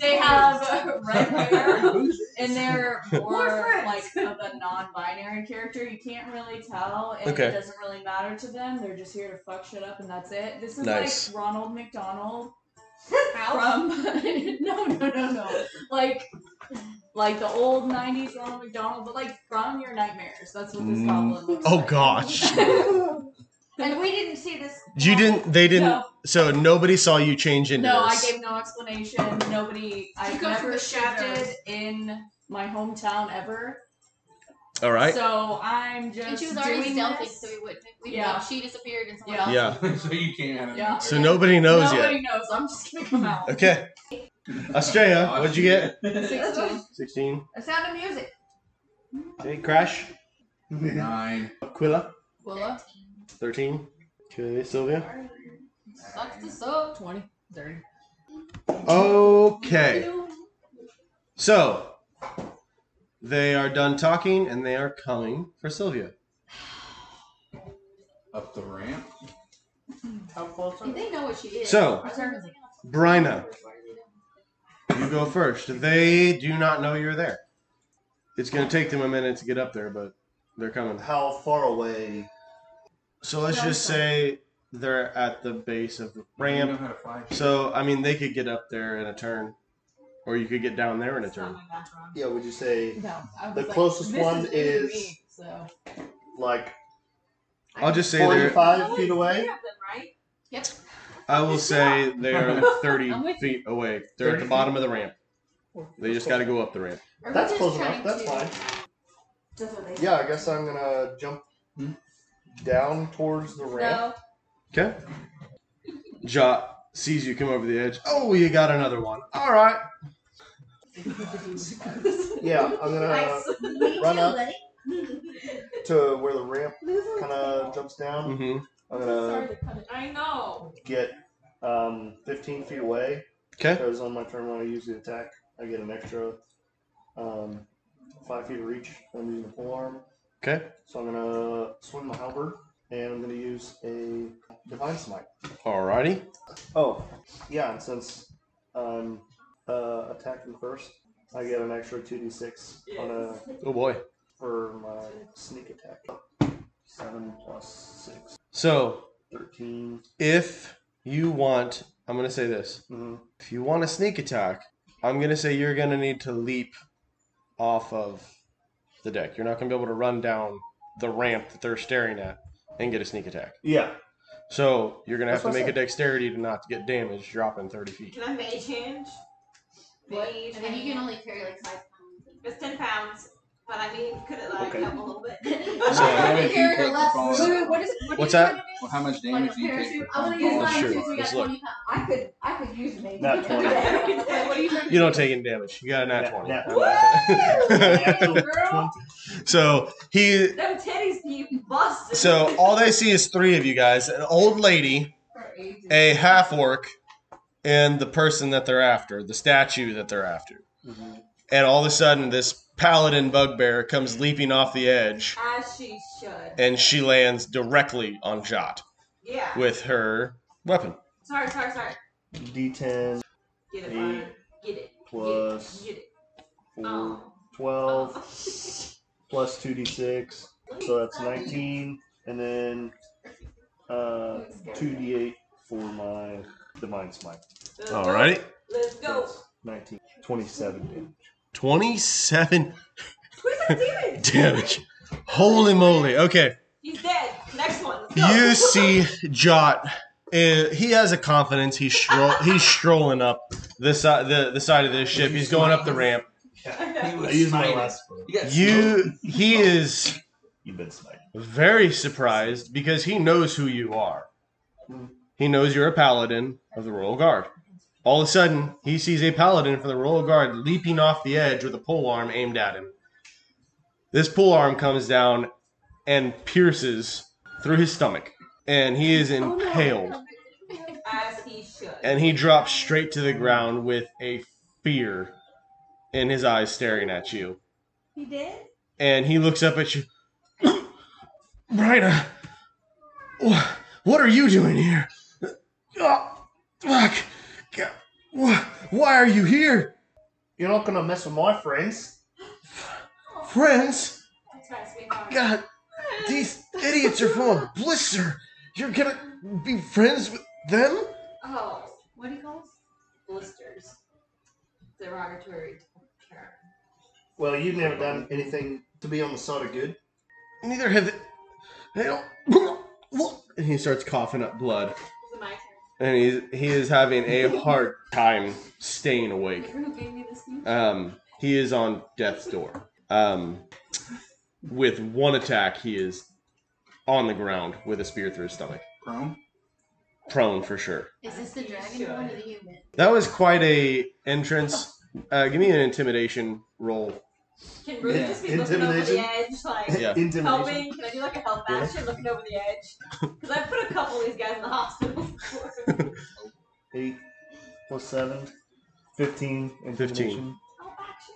Speaker 6: they have uh, red hair, and they're more like of a non-binary character. You can't really tell, and
Speaker 7: Okay.
Speaker 6: it doesn't really matter to them. They're just here to fuck shit up, and that's it. This is
Speaker 7: Nice.
Speaker 6: like Ronald McDonald from <laughs> no, no, no, no, like like the old '90s Ronald McDonald, but like from your nightmares. That's what this
Speaker 7: Mm.
Speaker 6: goblin looks
Speaker 7: Oh
Speaker 6: like.
Speaker 7: gosh.
Speaker 9: <laughs> And we didn't see this.
Speaker 7: You didn't. They didn't.
Speaker 6: No.
Speaker 7: So nobody saw you change into
Speaker 6: No, I
Speaker 7: this.
Speaker 6: gave no explanation. Nobody. I
Speaker 5: She goes for
Speaker 6: never
Speaker 5: the
Speaker 6: shafted
Speaker 5: scissors.
Speaker 6: in my hometown ever.
Speaker 7: all right.
Speaker 6: So I'm just.
Speaker 3: And she was already
Speaker 6: doing
Speaker 3: stealthy,
Speaker 6: this.
Speaker 3: so we wouldn't. We
Speaker 6: Yeah.
Speaker 3: yeah. she disappeared and someone
Speaker 6: Yeah.
Speaker 3: else.
Speaker 7: yeah.
Speaker 4: <laughs> so you came out of
Speaker 6: Yeah.
Speaker 7: So nobody knows
Speaker 6: Nobody knows. I'm just gonna come out.
Speaker 3: <laughs>
Speaker 7: yet. Okay. Astrea, what'd you get?
Speaker 5: Sixteen.
Speaker 7: Sixteen.
Speaker 5: A sound of music.
Speaker 7: Okay. Crash.
Speaker 4: Nine.
Speaker 7: Aquila.
Speaker 5: Willa.
Speaker 7: 13. Okay, Sylvia.
Speaker 3: Sucks to suck.
Speaker 5: Twenty. Thirty.
Speaker 7: Okay. So, they are done talking and they are coming for Sylvia.
Speaker 4: Up the ramp.
Speaker 10: How close are
Speaker 3: And
Speaker 10: we?
Speaker 3: They know what she is.
Speaker 7: So,
Speaker 3: Our servant was like,
Speaker 7: Bryna, you go first. They do not know you're there. It's going to take them a minute to get up there, but they're coming.
Speaker 10: How far away?
Speaker 7: So, let's
Speaker 5: No,
Speaker 7: just
Speaker 5: I'm
Speaker 7: say they're at the base of the
Speaker 4: You know
Speaker 7: ramp.
Speaker 4: how to fly.
Speaker 7: So, I mean, they could get up there in a turn, or you could get down there in a
Speaker 9: It's not
Speaker 7: turn.
Speaker 9: my background.
Speaker 10: Yeah, would you say
Speaker 5: No. I was
Speaker 10: The
Speaker 5: like,
Speaker 10: closest
Speaker 5: this
Speaker 10: one
Speaker 5: is.
Speaker 10: is-
Speaker 5: me, so
Speaker 10: like
Speaker 7: I'll just say they're.
Speaker 9: No,
Speaker 10: forty-five
Speaker 9: it's
Speaker 10: feet away?
Speaker 9: three of them, right?
Speaker 5: <laughs>
Speaker 7: I will say they
Speaker 10: <laughs>
Speaker 7: are 30
Speaker 3: I'm with
Speaker 7: feet away. They're at
Speaker 10: 30
Speaker 7: the bottom of the ramp. They just got to go up the ramp.
Speaker 3: Are we
Speaker 10: That's
Speaker 3: just
Speaker 10: close
Speaker 3: trying
Speaker 10: enough. That's
Speaker 3: to-
Speaker 10: fine.
Speaker 6: That's what they
Speaker 10: Yeah, I guess I'm gonna jump
Speaker 4: Hmm?
Speaker 10: down towards the ramp.
Speaker 9: No.
Speaker 7: Okay. Jot sees you come over the edge. Oh, you got another one. All right.
Speaker 10: Yeah,
Speaker 5: <laughs>
Speaker 10: I'm gonna uh, run up to where the ramp kind of jumps down.
Speaker 7: Mm-hmm.
Speaker 10: I'm gonna
Speaker 9: I know.
Speaker 10: get um, 15 feet away.
Speaker 7: 'Kay.
Speaker 10: Because on my turn when I use the attack, I get an extra um, five feet of reach. I'm using the forearm.
Speaker 7: 'Kay.
Speaker 10: So I'm gonna swing my halberd and I'm gonna use a divine smite.
Speaker 7: Alrighty.
Speaker 10: Oh, yeah, and since I'm uh, attacking first, I get an extra 2d6 on a
Speaker 7: Oh boy.
Speaker 10: for my sneak attack. 7 plus 6,
Speaker 7: So
Speaker 10: 13.
Speaker 7: if you want, I'm gonna say this.
Speaker 10: Mhm.
Speaker 7: If you want a sneak attack, I'm gonna say you're gonna need to leap off of the deck. You're not gonna be able to run down the ramp that they're staring at and get a sneak attack.
Speaker 10: Yeah.
Speaker 7: So you're gonna have
Speaker 10: That's
Speaker 7: to
Speaker 10: what
Speaker 7: make
Speaker 10: I
Speaker 7: a
Speaker 10: said.
Speaker 7: dexterity to not get damaged, dropping 30 feet.
Speaker 9: Can I mage hand?
Speaker 3: What?
Speaker 9: Mage
Speaker 3: I think you
Speaker 9: hand.
Speaker 3: can only carry like five pounds.
Speaker 9: It's ten pounds, but I mean, could it like
Speaker 10: Okay.
Speaker 9: help a little bit? <laughs>
Speaker 3: I'm
Speaker 7: So-
Speaker 3: trying to carry her
Speaker 4: Wait,
Speaker 3: left.
Speaker 4: wait,
Speaker 8: Wait, wait, what is what
Speaker 7: What's
Speaker 8: are you
Speaker 7: that?
Speaker 8: trying to
Speaker 4: Well, how much
Speaker 3: Like
Speaker 4: damage
Speaker 3: a
Speaker 4: do you take?
Speaker 3: parachute.
Speaker 4: from
Speaker 3: I want to
Speaker 4: falling?
Speaker 3: use mine
Speaker 7: Oh, Sure,
Speaker 3: too, so we got
Speaker 7: let's look.
Speaker 3: twenty pounds.
Speaker 8: do? I could I could use maybe.
Speaker 10: Not
Speaker 8: to do <laughs>
Speaker 10: 20.
Speaker 8: that.
Speaker 9: what are you trying to
Speaker 7: You don't
Speaker 9: do?
Speaker 7: take any damage. You got a nat
Speaker 10: Nat-
Speaker 7: 20.
Speaker 10: nat
Speaker 9: Woo! Girl,
Speaker 7: So he
Speaker 9: them titties be busted.
Speaker 7: So all they see is three of you guys: an old lady, a half orc, and the person that they're after, the statue that they're after. And all of a sudden, this paladin bugbear comes leaping off the edge,
Speaker 9: <laughs> As she should.
Speaker 7: and she lands directly on Jot
Speaker 9: Yeah.
Speaker 7: with her weapon.
Speaker 9: Sorry, sorry, sorry.
Speaker 10: D10
Speaker 9: Get it,
Speaker 10: Eight
Speaker 9: Byron. Get it.
Speaker 10: plus
Speaker 9: Get it. Get it.
Speaker 10: 4,
Speaker 9: Oh.
Speaker 10: 12
Speaker 9: Oh.
Speaker 10: <laughs> plus 2d6. So that's 19. And then uh, 2d8 for my divine smite.
Speaker 9: Let's go.
Speaker 7: Alrighty,
Speaker 9: Let's go.
Speaker 10: That's 19. 27 damage.
Speaker 7: twenty-seven
Speaker 9: Who's that
Speaker 7: <laughs>
Speaker 9: demon?
Speaker 7: damage. Holy moly! Okay,
Speaker 9: He's dead. Next one. Let's go.
Speaker 7: You see Jot. uh, he has a confidence. He's stro- he's strolling up this side the, the side of this ship. He's going up the ramp.
Speaker 4: Yeah, <laughs> he
Speaker 10: I
Speaker 4: was
Speaker 10: used my
Speaker 4: smiting.
Speaker 10: last spell.
Speaker 4: You got smoked.
Speaker 10: <laughs>
Speaker 7: You he is
Speaker 10: You've been smiting.
Speaker 7: very surprised because he knows who you are. He knows you're a paladin of the royal guard. All of a sudden, he sees a paladin from the royal guard leaping off the edge with a polearm aimed at him. This polearm comes down and pierces through his stomach, and he is impaled.
Speaker 9: As he should.
Speaker 7: and he drops straight to the ground with a fear in his eyes staring at you.
Speaker 8: He did?
Speaker 7: And he looks up at you. Bryna, wha- what are you doing here? Oh, fuck. God, wha- Why are you here?
Speaker 10: You're not gonna mess with my friends.
Speaker 7: Friends?
Speaker 9: That's right, sweetheart.
Speaker 7: God, these idiots are full of blister. You're gonna be friends with them?
Speaker 9: Oh, what do you call this? Blisters. Derogatory term.
Speaker 10: Well, you've never done anything to be on the side of good.
Speaker 7: Neither have they. they don't. And he starts coughing up blood.
Speaker 9: Is it my turn?
Speaker 7: and he's he is having a hard time staying awake.
Speaker 9: Remember who gave me this name?
Speaker 7: Um, he is on death's door. Um, with one attack, he is on the ground with a spear through his stomach,
Speaker 4: Prone?
Speaker 7: prone for sure.
Speaker 3: Is this the
Speaker 9: You
Speaker 3: dragon
Speaker 9: should.
Speaker 3: one or the human?
Speaker 7: That was quite a entrance. Uh, give me an intimidation roll.
Speaker 9: Can Ruth
Speaker 4: Yeah,
Speaker 9: just be looking over the
Speaker 10: intimidation.
Speaker 9: edge, like
Speaker 7: Yeah.
Speaker 10: Intimidation.
Speaker 9: helping? Can I do like a help
Speaker 7: Yeah.
Speaker 9: action, looking over the edge? Because I've put a couple of these guys in the hospital <laughs> before.
Speaker 10: Eight plus seven. Fifteen. Intimidation.
Speaker 9: help action.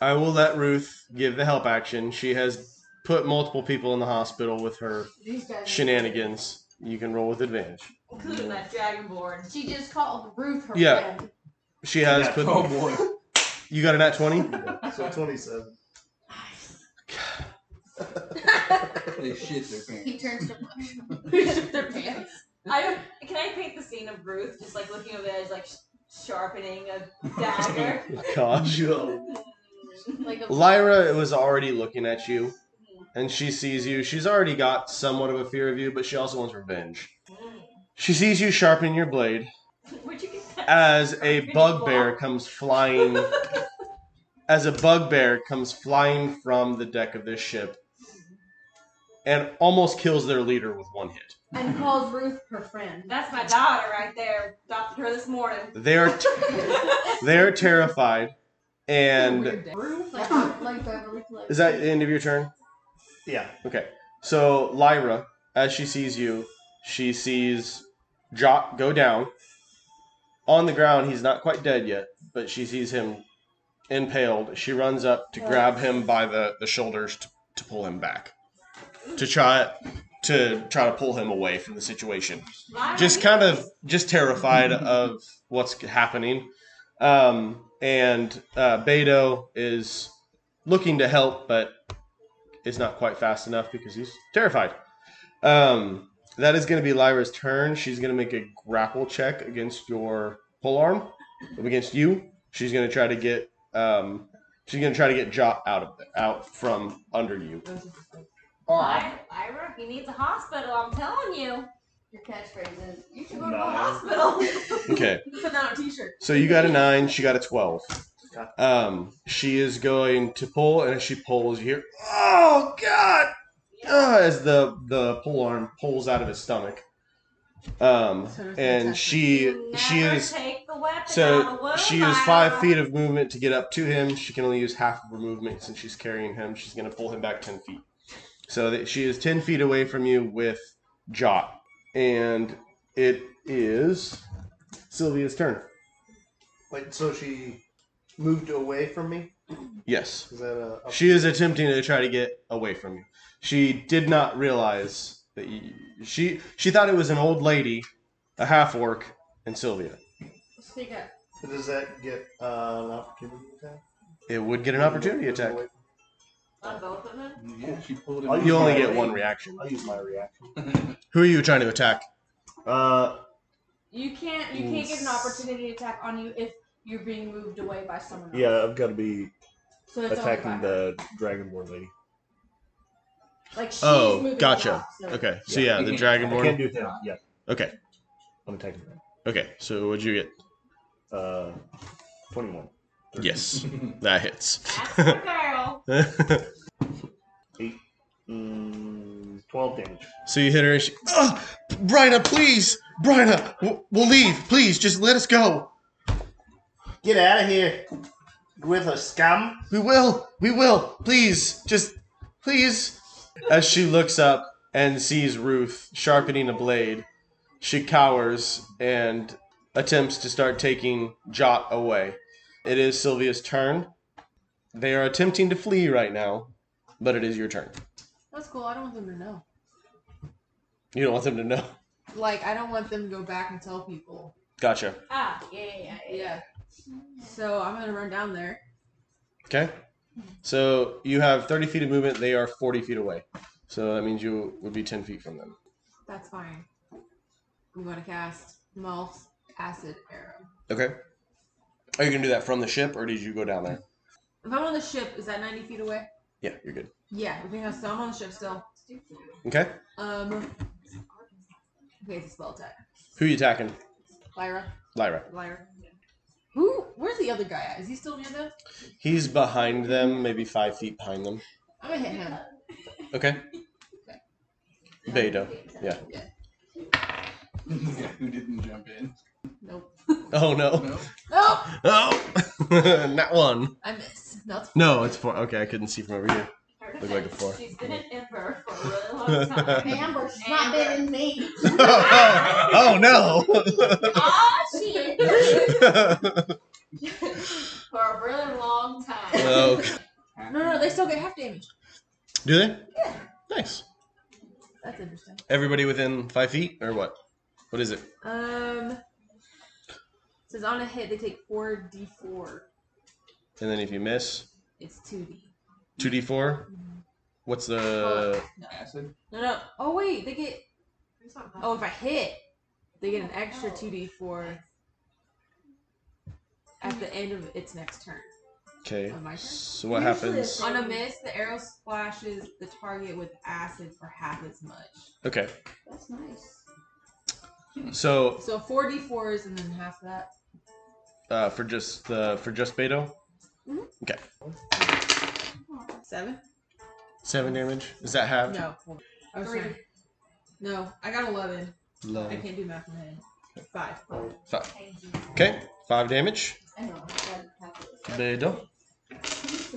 Speaker 7: I will let Ruth give the help action. She has put multiple people in the hospital with her
Speaker 8: These guys.
Speaker 7: shenanigans. You can roll with advantage.
Speaker 9: Including that dragonborn.
Speaker 3: She just called Ruth her
Speaker 7: Yeah.
Speaker 3: friend.
Speaker 7: She has
Speaker 10: Yeah.
Speaker 7: put.
Speaker 4: Oh boy.
Speaker 7: <laughs> You got a nat
Speaker 4: <laughs>
Speaker 7: twenty.
Speaker 10: So twenty-seven.
Speaker 4: They shit their
Speaker 3: He
Speaker 4: pants.
Speaker 3: turns to
Speaker 9: <laughs>
Speaker 3: Ruth. Their pants.
Speaker 9: I can I paint the scene of Ruth just like looking over the edge, like sh- sharpening a
Speaker 7: <laughs>
Speaker 9: dagger.
Speaker 7: Oh, Gosh.
Speaker 3: Like a
Speaker 7: Lyra was already looking at you, and she sees you. She's already got somewhat of a fear of you, but she also wants revenge. She sees you sharpening your blade
Speaker 9: Where'd you get that?
Speaker 7: as a bugbear comes flying. As a bugbear comes flying from the deck of this ship and almost kills their leader with one hit.
Speaker 8: and calls Ruth her friend.
Speaker 9: That's my daughter right there. Adopted her this morning.
Speaker 7: They're they're terrified, and
Speaker 8: Ruth, like, like Beverly Hills.
Speaker 7: is that the end of your turn?
Speaker 10: Yeah.
Speaker 7: Okay. So Lyra, as she sees you, she sees Jock go down. On the ground, he's not quite dead yet, but she sees him impaled. She runs up to grab him by the, the shoulders to, to pull him back. To try to try to pull him away from the situation. Just kind of just terrified of what's happening. Um, and uh, Beto is looking to help, but is not quite fast enough because he's terrified. Um, that is going to be Lyra's turn. She's going to make a grapple check against your pole arm, against you. She's going to try to get um, she's going to try to get Jot out of out from under you.
Speaker 9: Lyra, Lyra, he needs a hospital. I'm telling you.
Speaker 3: Your catchphrase is you should go
Speaker 9: Go to the
Speaker 10: No.
Speaker 9: hospital.
Speaker 7: Okay,
Speaker 9: Put that on a t-shirt.
Speaker 7: so you got a nine. She got a twelve. Um, she is going to pull, and as she pulls, you hear "Oh God!" ah, as the the pole arm pulls out of his stomach. Um, and she she
Speaker 9: Never
Speaker 7: is
Speaker 9: <laughs> Take the weapon out of the
Speaker 7: So
Speaker 9: wound,
Speaker 7: she used
Speaker 9: Lyra.
Speaker 7: five feet of movement to get up to him. She can only use half of her movement since she's carrying him. She's going to pull him back 10 feet. So that she is 10 feet away from you with Jot. And it is Sylvia's turn.
Speaker 10: Wait, so she moved away from me?
Speaker 7: Yes.
Speaker 10: Is that a. a-
Speaker 7: She is attempting to try to get away from you. She did not realize that you, she she thought it was an old lady, a half orc, and Sylvia.
Speaker 8: Speak up.
Speaker 10: Does that get uh, an opportunity attack?
Speaker 7: It would get an opportunity attack.
Speaker 9: On both of them.
Speaker 4: Yeah, she pulled him.
Speaker 10: I'll
Speaker 4: in.
Speaker 7: You only
Speaker 10: my
Speaker 7: get
Speaker 10: re-
Speaker 7: one reaction.
Speaker 10: I'll use my reaction.
Speaker 7: Who are you trying to attack?
Speaker 10: Uh,
Speaker 6: You can't. You can't get an opportunity attack on you if you're being moved away by someone else.
Speaker 10: yeah, I've got to be
Speaker 6: So it's only by
Speaker 10: attacking
Speaker 6: her.
Speaker 10: the dragonborn lady.
Speaker 6: Like she's
Speaker 7: Oh,
Speaker 6: moving
Speaker 7: gotcha.
Speaker 6: Doc, so-
Speaker 7: Okay, so
Speaker 10: Yeah.
Speaker 7: yeah, the
Speaker 4: Mhm.
Speaker 10: I
Speaker 7: dragonborn.
Speaker 10: can't do him. Yeah,
Speaker 7: Okay,
Speaker 10: I'm attacking him.
Speaker 7: okay. So what'd you get?
Speaker 10: Uh, 21. <laughs>
Speaker 7: Yes, that hits.
Speaker 9: That's the girl.
Speaker 7: <laughs>
Speaker 10: Mm, 12 damage.
Speaker 7: so you hit her. And she, <coughs> Ugh, Bryna, Uh, please, Bryna, w- we'll leave. Please, just let us go.
Speaker 10: Get out of here with a scum.
Speaker 7: We will. We will. Please, just please. As she looks up and sees Ruth sharpening a blade, she cowers and attempts to start taking Jot away. It is Sylvia's turn. They are attempting to flee right now, but it is your turn.
Speaker 5: That's cool. I don't want them to know.
Speaker 7: You don't want them to know. <laughs>
Speaker 5: Like, I don't want them to go back and tell people.
Speaker 7: Gotcha.
Speaker 9: Ah, yeah, yeah, yeah. yeah.
Speaker 5: So I'm gonna run down there.
Speaker 7: Okay. So you have 30 feet of movement. They are 40 feet away. So that means you would be 10 feet from them.
Speaker 5: That's fine. I'm gonna cast Malf's Acid Arrow.
Speaker 7: Okay. Are you going to do that from the ship or did you go down there?
Speaker 5: If I'm on the ship, is that 90 feet away?
Speaker 7: Yeah, you're good.
Speaker 5: Yeah, I think I'm still I'm on the ship still.
Speaker 7: Okay.
Speaker 5: Um. Okay, it's a spell attack.
Speaker 7: Who you attacking?
Speaker 5: Lyra,
Speaker 7: Lyra.
Speaker 5: Lyra. Who? Where's the other guy at? Is he still near them?
Speaker 7: He's behind them, maybe five feet behind them.
Speaker 5: I'm gonna hit him.
Speaker 7: Okay. Beto. Yeah.
Speaker 4: <laughs> yeah, who didn't jump in?
Speaker 5: Nope.
Speaker 7: Oh no.
Speaker 4: No.
Speaker 5: Nope.
Speaker 7: Oh, <laughs> not one.
Speaker 5: I missed.
Speaker 9: <laughs>
Speaker 5: That's
Speaker 7: No, it's four. Okay, I couldn't see from over here.
Speaker 9: Her
Speaker 7: Look like a
Speaker 9: defense,
Speaker 7: four.
Speaker 9: She's been an emperor for a really long time.
Speaker 3: Amber, she's not been in <laughs> me.
Speaker 7: oh no. <laughs>
Speaker 9: Ah, she for a really long time.
Speaker 7: oh,
Speaker 5: no, no. They still get half damage.
Speaker 7: do they? Nice.
Speaker 5: That's interesting.
Speaker 7: Everybody within five feet, or what? What is it?
Speaker 5: Um. it Says on a hit they take four d4.
Speaker 7: And then if you miss,
Speaker 5: It's two d.
Speaker 7: two d four. What's the?
Speaker 5: <laughs>
Speaker 4: Acid.
Speaker 5: No, no. Oh wait, they get. Oh, if I hit, they get an extra
Speaker 8: Oh.
Speaker 5: two d four at the end of its next turn.
Speaker 7: Okay.
Speaker 5: On my turn?
Speaker 7: So what
Speaker 8: Usually it's
Speaker 7: happens?
Speaker 5: On a miss, the arrow splashes the target with acid for half as much.
Speaker 7: Okay.
Speaker 8: That's nice.
Speaker 7: So
Speaker 5: So four d fours and then half that.
Speaker 7: uh, for just the for just Beto,
Speaker 5: Seven?
Speaker 7: seven damage. Is that half?
Speaker 5: No. Oh,
Speaker 2: Three.
Speaker 5: sorry. No, I got 11. I
Speaker 7: Eleven.
Speaker 5: can't do math in my head. Five.
Speaker 7: Five. Okay, five damage.
Speaker 3: I know. That's
Speaker 7: They don't.
Speaker 9: That's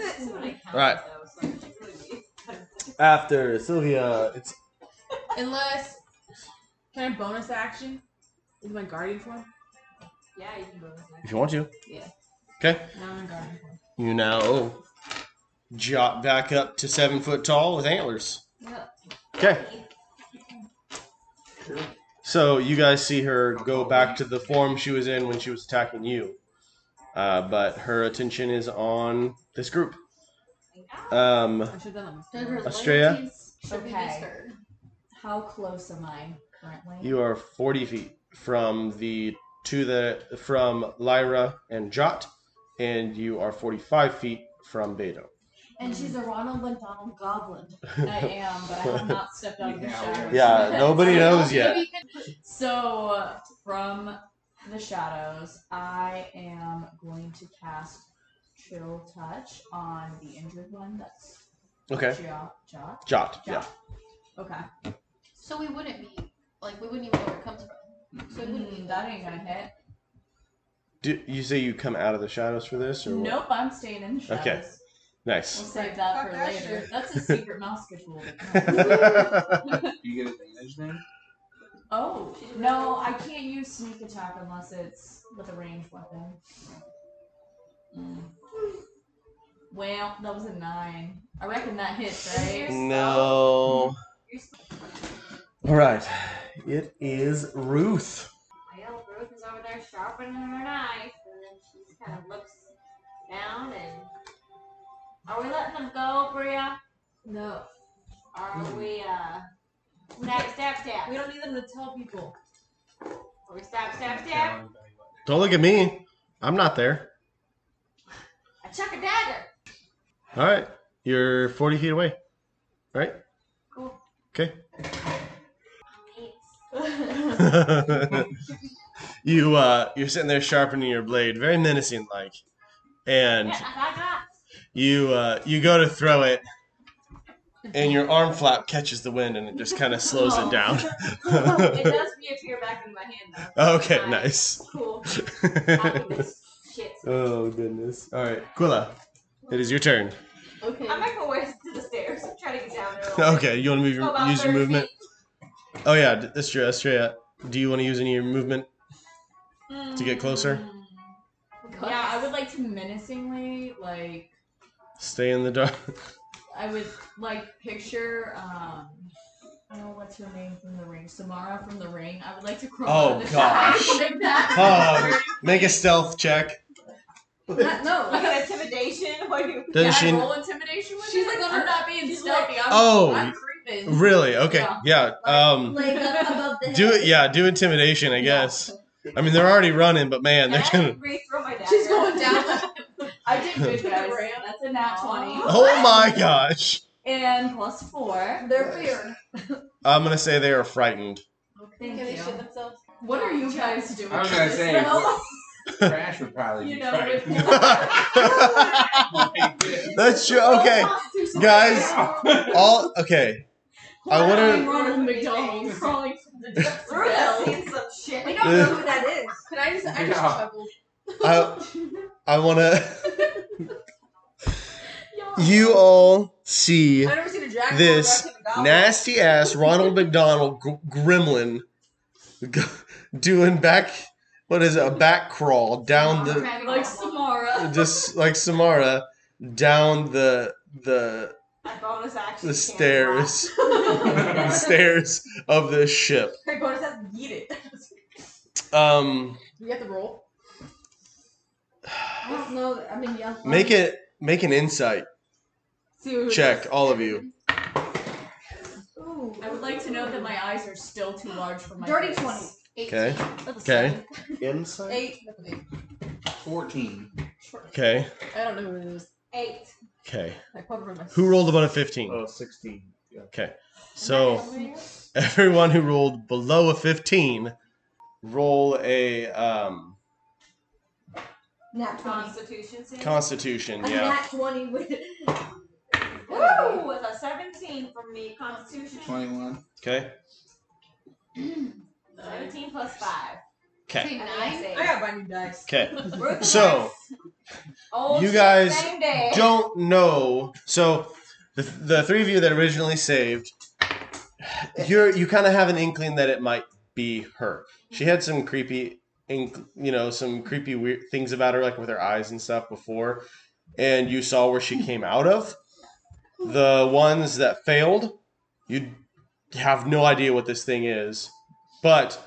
Speaker 9: it. Somebody counted
Speaker 12: Right.
Speaker 9: those, like, it really-
Speaker 12: After Sylvia, it's
Speaker 5: Unless, can I bonus action? Is my guardian form?
Speaker 9: Yeah, you can go this way.
Speaker 7: If you want to.
Speaker 5: Yeah.
Speaker 7: Okay.
Speaker 5: Now I'm a guardian form.
Speaker 7: You now jot back up to seven foot tall with antlers.
Speaker 8: <laughs>
Speaker 7: Okay. So you guys see her go back to the form she was in when she was attacking you, uh, but her attention is on this group. Um,
Speaker 5: I should have done that
Speaker 3: Does her
Speaker 5: before.
Speaker 7: Australia?
Speaker 3: loyalties should be
Speaker 6: Okay.
Speaker 3: disturbed?
Speaker 6: How close am I currently?
Speaker 7: you are forty feet from the to the from Lyra and Jot, and you are forty five feet from Beto.
Speaker 3: And she's a Ronald McDonald goblin.
Speaker 6: I am, but I have not stepped out of the
Speaker 4: Yeah,
Speaker 6: shadows.
Speaker 7: Yeah, nobody knows
Speaker 3: Maybe
Speaker 7: yet.
Speaker 3: you could-
Speaker 6: <laughs> So uh, from the shadows, I am going to cast Chill Touch on the injured one. That's
Speaker 7: Okay,
Speaker 6: Jot. Jot.
Speaker 7: Jot. Yeah.
Speaker 6: Okay.
Speaker 3: So we wouldn't be like we wouldn't even know where it comes from. So it wouldn't be
Speaker 6: Mm, that ain't gonna hit.
Speaker 7: Do you say you come out of the shadows for this or what?
Speaker 6: Nope, I'm staying in the shadows.
Speaker 7: Okay.
Speaker 6: We'll
Speaker 7: Nice.
Speaker 6: save that
Speaker 5: Fuck
Speaker 6: for
Speaker 5: that
Speaker 6: later.
Speaker 5: shit.
Speaker 6: That's a secret master
Speaker 7: <laughs>
Speaker 4: Do
Speaker 6: tool.
Speaker 4: you get advantage then?
Speaker 6: Oh no, I can't use sneak attack unless it's with a ranged weapon. Mm. Well, that was a nine. I reckon that hits, right?
Speaker 7: No.
Speaker 9: You're still-
Speaker 12: all right. It is Ruth.
Speaker 9: Well, Ruth is over there sharpening her knife, and then she just kind of looks down and. Are we letting them go, Bria?
Speaker 5: No,
Speaker 9: Are we, uh. Stab, stab, stab.
Speaker 5: we don't need them to tell people.
Speaker 9: Are we stab, stab, stab?
Speaker 7: Don't look at me. I'm not there.
Speaker 9: I chuck a dagger!
Speaker 7: All right. You're 40 feet away. Right? <laughs>
Speaker 9: Cool.
Speaker 7: Okay.
Speaker 9: Thanks.
Speaker 5: <laughs>
Speaker 7: you uh you're sitting there sharpening your blade, very menacing like. And
Speaker 9: Yeah, I got
Speaker 7: you uh you go to throw it and your arm flap catches the wind and it just kind of slows it down.
Speaker 9: <laughs> It does reappear back in my hand, though.
Speaker 7: <laughs> okay,
Speaker 9: Fine.
Speaker 7: nice.
Speaker 9: Cool. I'll do this shit.
Speaker 7: oh goodness. All right, Quilla. It is your turn. <laughs>
Speaker 3: okay.
Speaker 9: I make my way to the stairs. I'm trying to get down there. a little
Speaker 7: Okay, you want to move
Speaker 9: bit.
Speaker 7: your,
Speaker 9: About
Speaker 7: use your
Speaker 9: 30
Speaker 7: movement?
Speaker 9: feet.
Speaker 7: Oh yeah, d- that's true. That's true. yeah. Do you want to use any of your movement? To get closer?
Speaker 6: Hmm. Yeah, I would like to menacingly like
Speaker 7: Stay in the dark. <laughs>
Speaker 6: I would like picture um oh what's her name from the ring? Samara from the ring. I would <laughs> like to crawl
Speaker 7: Oh,
Speaker 6: out of the
Speaker 7: gosh.
Speaker 6: shadows like
Speaker 7: Oh,
Speaker 6: that.
Speaker 7: make a stealth check.
Speaker 6: Not- no,
Speaker 9: Look
Speaker 6: like
Speaker 9: at intimidation.
Speaker 6: <laughs>
Speaker 9: What do you?
Speaker 7: Doesn't
Speaker 6: yeah,
Speaker 7: Um, she?
Speaker 6: I roll intimidation with
Speaker 5: She's
Speaker 6: it.
Speaker 5: like,
Speaker 6: I'm not being
Speaker 5: she's
Speaker 6: stealthy. I'm,
Speaker 7: Oh.
Speaker 6: I'm creeping.
Speaker 7: Really? Okay. Yeah. Um.
Speaker 3: like up above the
Speaker 7: Do
Speaker 3: head.
Speaker 7: it. Yeah. Do intimidation. I guess. I mean, they're already running, but man,
Speaker 9: Can
Speaker 7: they're
Speaker 9: I
Speaker 7: gonna.
Speaker 9: rethrow my dagger?
Speaker 5: She's going down.
Speaker 6: <laughs> I did good,
Speaker 5: the
Speaker 6: guys.
Speaker 5: ramp.
Speaker 6: That's a nat twenty
Speaker 7: Oh
Speaker 6: <laughs>
Speaker 7: my gosh!
Speaker 6: and plus four.
Speaker 8: They're feared.
Speaker 7: I'm gonna say they are frightened.
Speaker 3: Can
Speaker 6: Thank
Speaker 3: they shit
Speaker 6: you.
Speaker 3: themselves?
Speaker 6: What are you guys doing?
Speaker 4: I was gonna say,
Speaker 6: <laughs> Well,
Speaker 4: Crash would probably
Speaker 6: You
Speaker 4: be
Speaker 6: know,
Speaker 4: trying <laughs>
Speaker 6: with- <laughs>
Speaker 7: that's true. Okay, guys. All okay. I
Speaker 6: Ronald
Speaker 7: wanna-
Speaker 6: Ronald McDonald crawling from <laughs> the depths of
Speaker 9: Ruth has
Speaker 6: hell.
Speaker 9: seen some shit.
Speaker 8: We don't know who that
Speaker 5: <laughs>
Speaker 8: is.
Speaker 2: Can I just? I just
Speaker 4: Yeah.
Speaker 2: chuckled.
Speaker 7: I I wanna.
Speaker 9: <laughs>
Speaker 7: You all see
Speaker 8: I've never seen a dragon.
Speaker 7: This
Speaker 8: or a goblin.
Speaker 7: nasty ass Ronald McDonald gr- gremlin <laughs> g- doing back what is it, a back crawl down the
Speaker 6: Like Samara.
Speaker 7: just like Samara down the the
Speaker 9: My bonus action.
Speaker 7: the
Speaker 4: <laughs>
Speaker 9: can't <laughs>
Speaker 7: stairs the stairs of the ship.
Speaker 5: Hey, bonus has to eat it. <laughs>
Speaker 7: Um
Speaker 5: Do we have to roll?
Speaker 8: I don't know. I mean, yeah.
Speaker 7: make it make an insight
Speaker 5: See what we-
Speaker 7: check all of you.
Speaker 8: Ooh.
Speaker 6: I would like to note that my eyes are still too large for my
Speaker 8: Dirty
Speaker 6: face.
Speaker 8: 20.
Speaker 7: Okay.
Speaker 6: That's
Speaker 7: Okay.
Speaker 6: seven.
Speaker 10: Insight?
Speaker 5: Eight. That's an
Speaker 4: fourteen.
Speaker 7: Okay.
Speaker 5: eight. I don't know who it is.
Speaker 9: Eight.
Speaker 7: Okay.
Speaker 5: I covered my.
Speaker 7: Who rolled above a 15?
Speaker 10: Oh, 16. Yeah.
Speaker 7: So everyone who rolled below a 15 roll a um
Speaker 8: Nat 20.
Speaker 9: Constitution. save?
Speaker 7: Constitution,
Speaker 8: A
Speaker 7: yeah.
Speaker 8: nat 20 with.
Speaker 9: Woo! With a seventeen. 17 for me. Constitution.
Speaker 4: 21.
Speaker 7: Okay.
Speaker 9: 17 plus 5.
Speaker 7: Okay.
Speaker 9: Nine.
Speaker 5: I gotta buy new dice.
Speaker 9: <laughs>
Speaker 7: Okay.
Speaker 9: Ruth is
Speaker 7: So
Speaker 9: Oh,
Speaker 7: you
Speaker 9: shit,
Speaker 7: guys
Speaker 9: same day.
Speaker 7: don't know. So the, the three of you that originally saved, you're you kind of have an inkling that it might be her. She had some creepy ink, you know, some creepy weird things about her, like with her eyes and stuff before. And you saw where she came out of. The ones that failed, you have no idea what this thing is, but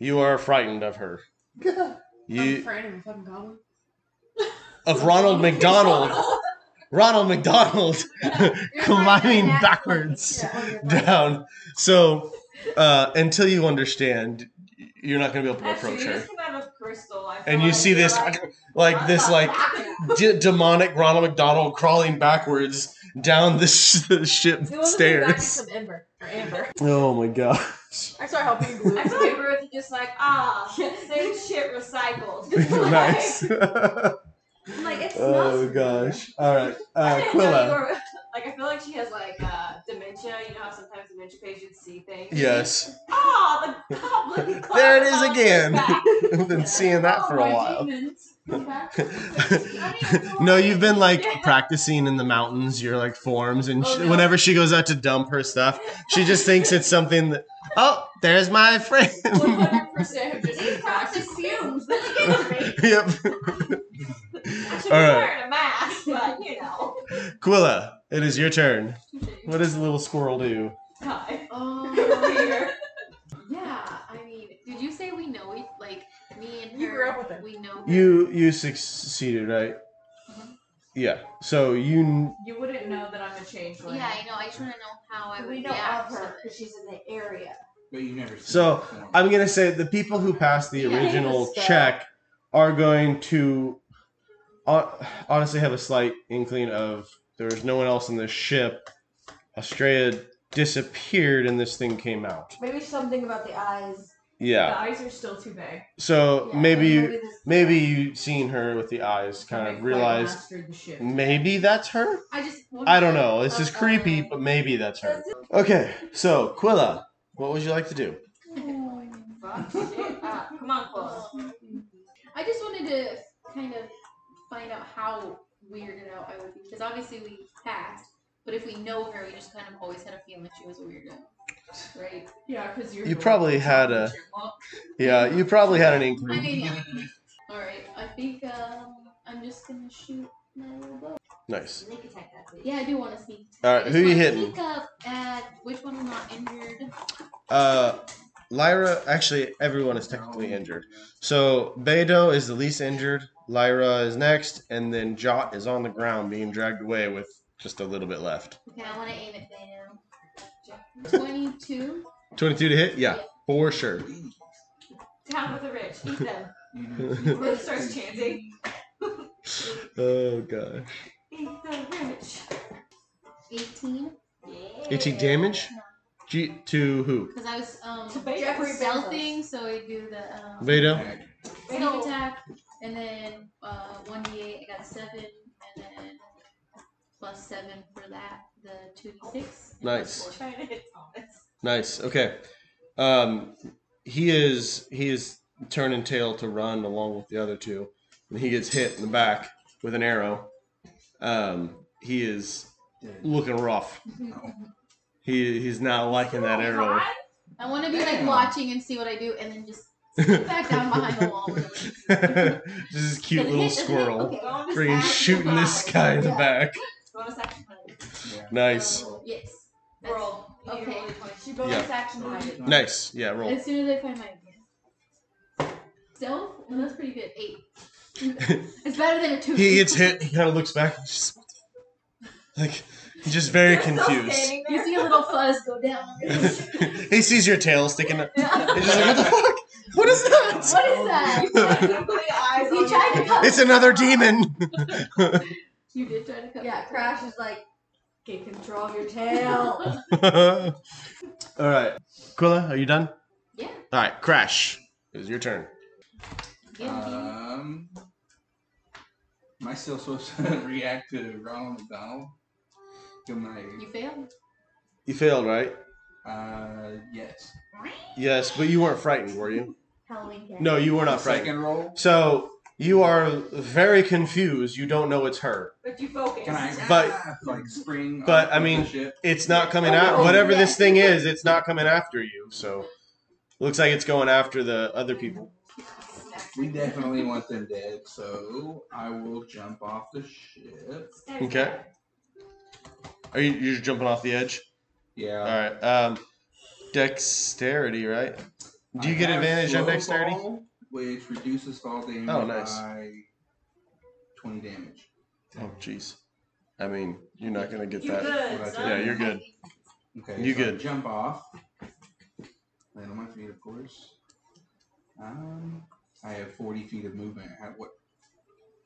Speaker 7: you are frightened of her.
Speaker 5: I'm
Speaker 7: You
Speaker 5: afraid of a
Speaker 7: <laughs>
Speaker 5: fucking goblin.
Speaker 7: of
Speaker 9: <laughs>
Speaker 7: Ronald McDonald.
Speaker 5: <laughs>
Speaker 7: Ronald McDonald <laughs> climbing backwards down. So uh, until you understand, you're not going to be able to
Speaker 9: Actually,
Speaker 7: approach
Speaker 9: you
Speaker 7: her.
Speaker 9: just come out of crystal. I feel
Speaker 7: And you
Speaker 9: like
Speaker 7: see
Speaker 9: you're
Speaker 7: this,
Speaker 9: like,
Speaker 7: like this, <laughs> like d- demonic Ronald McDonald crawling backwards down the, sh- the ship
Speaker 5: It wasn't exactly
Speaker 7: stairs.
Speaker 5: some ember or amber.
Speaker 12: Oh my
Speaker 7: <laughs>
Speaker 12: god.
Speaker 5: I started helping glue.
Speaker 9: I feel like Ruth is just like, ah, same
Speaker 7: <laughs>
Speaker 9: shit recycled.
Speaker 12: nice.
Speaker 9: I'm like, it smells.
Speaker 12: oh gosh. All right. Uh,
Speaker 9: I didn't know you
Speaker 12: Quilla.
Speaker 9: were- <laughs> like, I feel like she has, like, uh, dementia. You know how sometimes dementia patients see things?
Speaker 7: Yes.
Speaker 9: Ah, the goblin.
Speaker 7: <laughs> There it is again. <laughs> I've been seeing that
Speaker 8: Oh,
Speaker 7: for a while. No, you've been
Speaker 9: <laughs>
Speaker 7: like practicing in the mountains your like forms, and sh
Speaker 9: Oh, no.
Speaker 7: whenever she goes out to dump her stuff, she just thinks it's something that. Oh, there's my friend. <laughs>
Speaker 5: percent just
Speaker 9: These props assumes that you
Speaker 7: yep.
Speaker 9: I should
Speaker 7: All
Speaker 9: be
Speaker 7: right.
Speaker 9: wearing a mask, but you know.
Speaker 7: Quilla, it is your turn. What does the little squirrel do?
Speaker 9: Hi.
Speaker 3: Um, yeah, I mean, did you say we know each like me and her?
Speaker 5: You grew up with her.
Speaker 3: We know.
Speaker 7: You you succeeded, right?
Speaker 9: Mm-hmm.
Speaker 7: Yeah. So you kn-
Speaker 6: You wouldn't know that I'm a changeling.
Speaker 3: Yeah, I know. I just want to know how I would
Speaker 8: We know
Speaker 3: react.
Speaker 8: of her because she's in the area.
Speaker 4: But you've never seen
Speaker 7: So
Speaker 4: it before.
Speaker 7: I'm gonna say the people who passed the
Speaker 8: Yeah,
Speaker 7: original
Speaker 8: it's, uh,
Speaker 7: check are going to hon- honestly have a slight inkling of there's no one else in this ship. Australia disappeared and this thing came out.
Speaker 8: Maybe something about the eyes.
Speaker 7: Yeah.
Speaker 6: The eyes are still too big.
Speaker 7: So maybe
Speaker 8: maybe
Speaker 7: you
Speaker 8: this-
Speaker 7: maybe you seen her with the eyes, kind
Speaker 6: Quite
Speaker 7: of realized
Speaker 6: mastered the ship.
Speaker 7: maybe that's her.
Speaker 3: I just.
Speaker 7: I don't know. This is creepy, but maybe that's her. Okay. So Quilla, what would you like to do?
Speaker 9: Fuck shit up. Come on, close.
Speaker 3: I just wanted to kind of find out how weirded out I would be because obviously we passed, but if we know her, we just kind of always had a feeling she was a weirdo, right?
Speaker 6: Yeah, because you're.
Speaker 7: You probably had a yeah. You probably had an inkling.
Speaker 3: I mean, all right. I think um, I'm just gonna shoot my little bow.
Speaker 7: Nice.
Speaker 9: Sneak attack that bitch.
Speaker 3: Yeah, I do want to sneak.
Speaker 7: All right,
Speaker 3: I just
Speaker 7: who you
Speaker 3: wanna
Speaker 7: hitting?
Speaker 3: Sneak up at which one was not injured.
Speaker 7: Uh, Lyra. Actually, everyone is technically injured. So Bedo is the least injured. Lyra is next, and then Jot is on the ground being dragged away with just a little bit left.
Speaker 3: Okay, I want to aim at Bano. Twenty-two.
Speaker 7: Twenty-two to hit. Yeah, for sure.
Speaker 9: Down with the rich. Eat them.
Speaker 7: oh
Speaker 9: Ruth starts chanting.
Speaker 7: god.
Speaker 9: Eat the rich.
Speaker 3: 18
Speaker 9: Yeah.
Speaker 7: Eighteen damage. G- to who?
Speaker 3: because I was um
Speaker 9: To Bezos.
Speaker 3: Jeffrey stealthing, so I do the um,
Speaker 7: Bedo.
Speaker 3: sneak attack, and then uh one d eight. I got a seven, and then plus seven for that, the two d six.
Speaker 7: Nice.
Speaker 9: Trying to hit Thomas.
Speaker 7: Nice. Okay. Um, he is he is turning tail to run along with the other two, and he gets hit in the back with an arrow. Um, he is looking rough. He he's not liking that arrow.
Speaker 3: I want to be like
Speaker 4: Damn.
Speaker 3: watching and see what I do, and then just sit back
Speaker 7: <laughs>
Speaker 3: down behind the wall.
Speaker 7: Just <laughs> this cute
Speaker 3: Does
Speaker 7: little
Speaker 3: it hit? Does it hit?
Speaker 7: squirrel,
Speaker 3: Okay.
Speaker 9: Bonus
Speaker 7: freaking
Speaker 9: action
Speaker 7: shooting this
Speaker 9: five.
Speaker 7: guy in the
Speaker 8: Yeah.
Speaker 7: back.
Speaker 9: Bonus action five.
Speaker 7: Nice,
Speaker 3: Um, yes. That's-
Speaker 9: Roll. You need to
Speaker 3: Okay.
Speaker 9: roll a twenty.
Speaker 6: She bonus action hide it.
Speaker 7: nice. Yeah, roll.
Speaker 3: As soon as I find my stealth, well, that's pretty good.
Speaker 7: <laughs>
Speaker 3: Eight. it's better than a two.
Speaker 7: He gets
Speaker 3: <laughs>
Speaker 7: hit. He kind of looks back, and just, like he's just very
Speaker 9: You're still
Speaker 7: confused.
Speaker 9: standing
Speaker 3: You
Speaker 9: there.
Speaker 3: see a little fuzz go
Speaker 7: <laughs>
Speaker 3: down. what is
Speaker 7: he sees your tail sticking up. He's just like, what the fuck? What is that?
Speaker 3: that?
Speaker 9: Put the eyes
Speaker 3: He
Speaker 9: on
Speaker 3: tried
Speaker 9: you.
Speaker 3: to come.
Speaker 7: It's another demon.
Speaker 3: You did try to come.
Speaker 8: Yeah, Crash is like, get control of your tail.
Speaker 7: <laughs> All right. Quilla, are you done?
Speaker 3: Yeah.
Speaker 7: All right, Crash. It's your turn.
Speaker 3: Yeah. dude.
Speaker 4: Um, am I <laughs> still supposed to react to Ronald McDonald? Am I?
Speaker 3: you failed.
Speaker 7: You failed, right?
Speaker 4: Uh, yes.
Speaker 7: Yes, but you weren't frightened, were you?
Speaker 3: Halloween Day.
Speaker 7: No, you were not frightened.
Speaker 4: Second roll.
Speaker 7: So you are very confused. You don't know it's her.
Speaker 9: But you focus.
Speaker 4: Can I
Speaker 7: But-
Speaker 4: like spring?
Speaker 7: But
Speaker 4: off
Speaker 7: I
Speaker 4: of
Speaker 7: mean,
Speaker 4: the ship?
Speaker 7: it's not coming out. Whatever this thing is, it's not coming after you. So looks like it's going after the other people.
Speaker 4: we definitely want them dead. So I will jump off the ship.
Speaker 7: Okay. Are you you're jumping off the edge?
Speaker 4: Yeah.
Speaker 7: All right. Um, dexterity, right? Do you
Speaker 4: I
Speaker 7: get
Speaker 4: have
Speaker 7: advantage on
Speaker 4: slow
Speaker 7: dexterity?
Speaker 4: ball, which reduces fall damage
Speaker 7: Oh, nice.
Speaker 4: by twenty damage.
Speaker 7: Oh, jeez. I mean, you're not gonna get
Speaker 9: You're
Speaker 7: that.
Speaker 9: good,
Speaker 7: yeah,
Speaker 9: son.
Speaker 7: you're good.
Speaker 4: Okay.
Speaker 7: You
Speaker 4: so I
Speaker 7: good.
Speaker 4: jump off. Land on my feet, of course. Um, I have forty feet of movement. How what?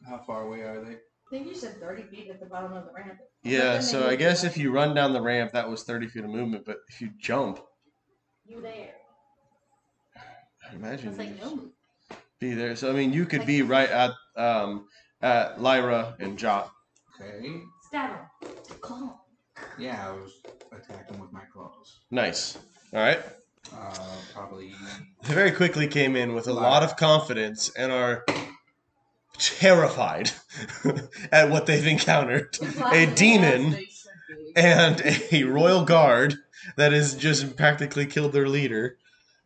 Speaker 4: How far away are they?
Speaker 8: I think you said 30 feet at the bottom of the ramp.
Speaker 7: Yeah. So I guess if you run down the ramp, that was 30 feet of movement. But if you jump,
Speaker 3: You there?
Speaker 7: I
Speaker 3: I
Speaker 7: imagine
Speaker 3: was
Speaker 7: you
Speaker 3: like, no.
Speaker 7: be there. So I mean, you could be right at um at Lyra and Jot.
Speaker 4: Okay.
Speaker 3: Stab him. Call.
Speaker 4: Yeah, I was attacking with my claws.
Speaker 7: Nice. All right.
Speaker 4: Uh, probably.
Speaker 7: They very quickly came in with a lot of confidence and are terrified <laughs> at what they've encountered. A demon and a royal guard that has just practically killed their leader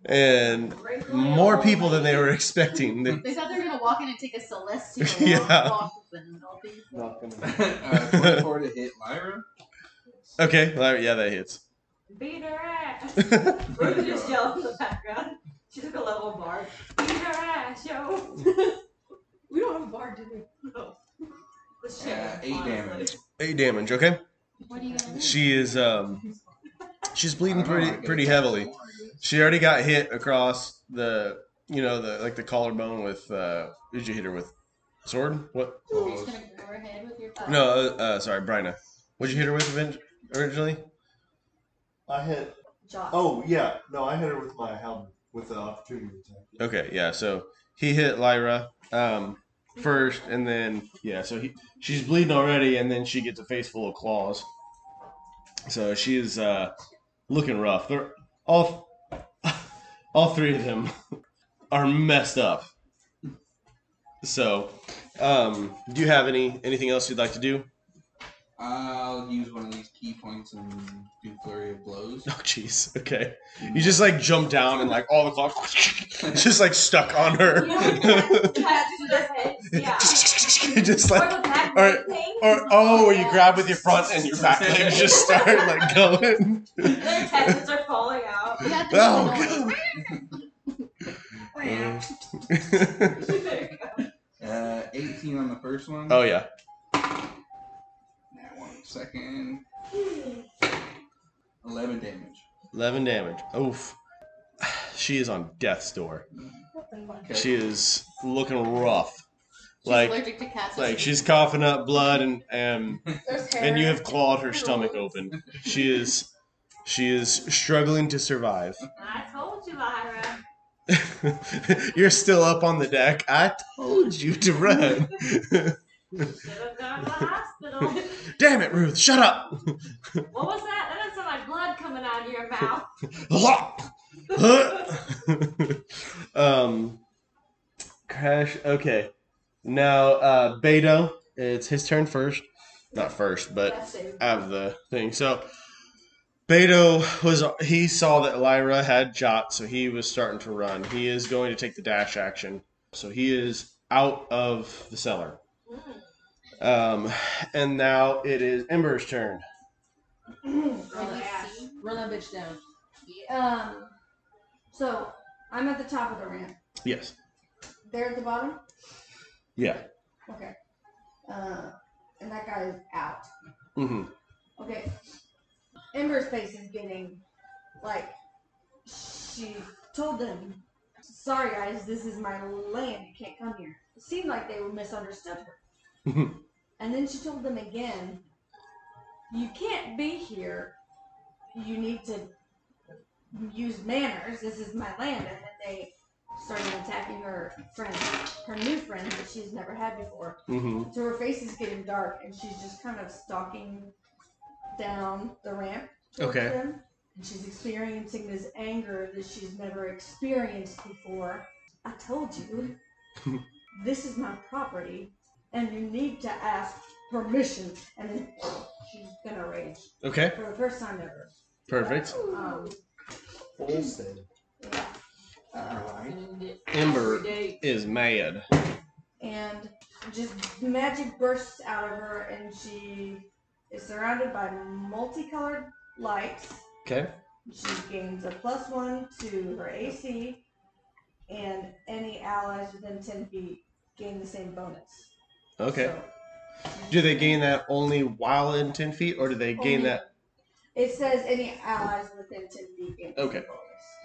Speaker 7: and more people than they were expecting.
Speaker 3: <laughs>
Speaker 7: They-
Speaker 3: They thought they were gonna walk in and take a
Speaker 7: <laughs>
Speaker 3: celestial
Speaker 7: Yeah.
Speaker 3: walk with them. They'll be-
Speaker 4: uh, Twenty-four to hit Lyra.
Speaker 7: okay, well, yeah, that hits.
Speaker 9: Beat her
Speaker 7: <laughs>
Speaker 9: ass. we can just yell in the background. She's like a level bar. Beat her ass, yo. <laughs>
Speaker 5: We
Speaker 7: <laughs>
Speaker 5: don't have <laughs> bar, do we?
Speaker 9: No. The shit.
Speaker 4: Yeah, eight
Speaker 9: honestly.
Speaker 4: damage.
Speaker 7: Eight damage, okay?
Speaker 3: What are you gonna do?
Speaker 7: She is um she's bleeding
Speaker 4: I don't know, I
Speaker 7: pretty
Speaker 4: guess.
Speaker 7: pretty heavily. She already got hit across the you know, the like the collarbone with uh who did you hit her with? Sword? What?
Speaker 3: You're just gonna go ahead with your foot.
Speaker 7: No, uh, uh sorry, Bryna. What'd you hit her with event- originally?
Speaker 10: I hit.
Speaker 6: Josh.
Speaker 10: Oh yeah, no, I hit her with my helmet with the opportunity attack.
Speaker 7: Okay, yeah. So he hit Lyra um, first, and then yeah. So he, she's bleeding already, and then she gets a face full of claws. So she is uh, looking rough. They're all <laughs> all three of them <laughs> are messed up. So, um, do you have any anything else you'd like to do?
Speaker 4: I'll use one of these key points and do flurry of blows.
Speaker 7: Oh, jeez. Okay. You just like jump down and like all the claws <laughs> just like stuck on her.
Speaker 9: Pat to the head.
Speaker 7: <laughs>
Speaker 9: Yeah.
Speaker 7: just like
Speaker 9: Or the back
Speaker 7: Or-
Speaker 9: leg thing.
Speaker 7: Or oh, you grab with your front and your back
Speaker 9: <laughs>
Speaker 7: legs just start like going.
Speaker 9: Their tendons are falling out.
Speaker 3: You have to
Speaker 7: Oh,
Speaker 3: make a noise. <laughs>
Speaker 9: <laughs>
Speaker 4: Uh, 18 on the first one.
Speaker 7: oh yeah.
Speaker 4: That one second. 11 damage.
Speaker 7: Eleven damage. Oof. <sighs> She is on death's door.
Speaker 4: Okay.
Speaker 7: She is looking rough.
Speaker 3: She's
Speaker 7: Like
Speaker 3: allergic to cats.
Speaker 7: like she's coughing up blood and and
Speaker 5: There's hair.
Speaker 7: and you have clawed her stomach open. She is she is struggling to survive. <laughs>
Speaker 9: I told you, Lyra.
Speaker 7: You're still up on the deck. I told you to run.
Speaker 9: Should have gone to the hospital.
Speaker 7: Damn it, Ruth, shut up.
Speaker 9: What was that? That doesn't sound like blood coming out of your mouth.
Speaker 7: um, crash. Okay, now uh, Beto, it's his turn first. Not first, but
Speaker 9: That's it.
Speaker 7: out of the thing. So Beto was he saw that Lyra had Jot, so he was starting to run. He is going to take the dash action, so he is out of the cellar. Um, and now it is Ember's turn.
Speaker 5: <clears throat>
Speaker 3: Can you see?
Speaker 5: Run that bitch down.
Speaker 8: Um, so I'm at the top of the ramp.
Speaker 7: Yes.
Speaker 8: They're at the bottom.
Speaker 7: Yeah. <laughs>
Speaker 8: Okay. Uh, and that guy is out.
Speaker 7: Mm-hmm.
Speaker 8: Okay. Ember's face is getting like she told them, "Sorry guys, this is my land. You can't come here." It seemed like they misunderstood her.
Speaker 7: Mhm.
Speaker 8: and then she told them again, "You can't be here. You need to use manners. This is my land." And then they started attacking her friends, her new friends that she's never had before.
Speaker 7: Mm-hmm.
Speaker 8: So her face is getting dark, and she's just kind of stalking down the ramp. towards
Speaker 7: Okay.
Speaker 8: them, and she's experiencing this anger that she's never experienced before. I told
Speaker 7: <laughs>
Speaker 8: you, this is my property, and you need to ask permission. And then she's gonna rage.
Speaker 7: Okay.
Speaker 8: For the first time ever.
Speaker 7: Perfect.
Speaker 8: Um,
Speaker 7: Ember is mad.
Speaker 8: and just magic bursts out of her, and she is surrounded by multicolored lights.
Speaker 7: <laughs> Okay.
Speaker 8: She gains a plus one to her AC, and any allies within 10 feet gain the same bonus.
Speaker 7: Okay. Do they gain that only while in ten feet, or do they gain
Speaker 8: Only-
Speaker 7: that?
Speaker 8: It says any allies within 10 feet gain.
Speaker 7: Okay.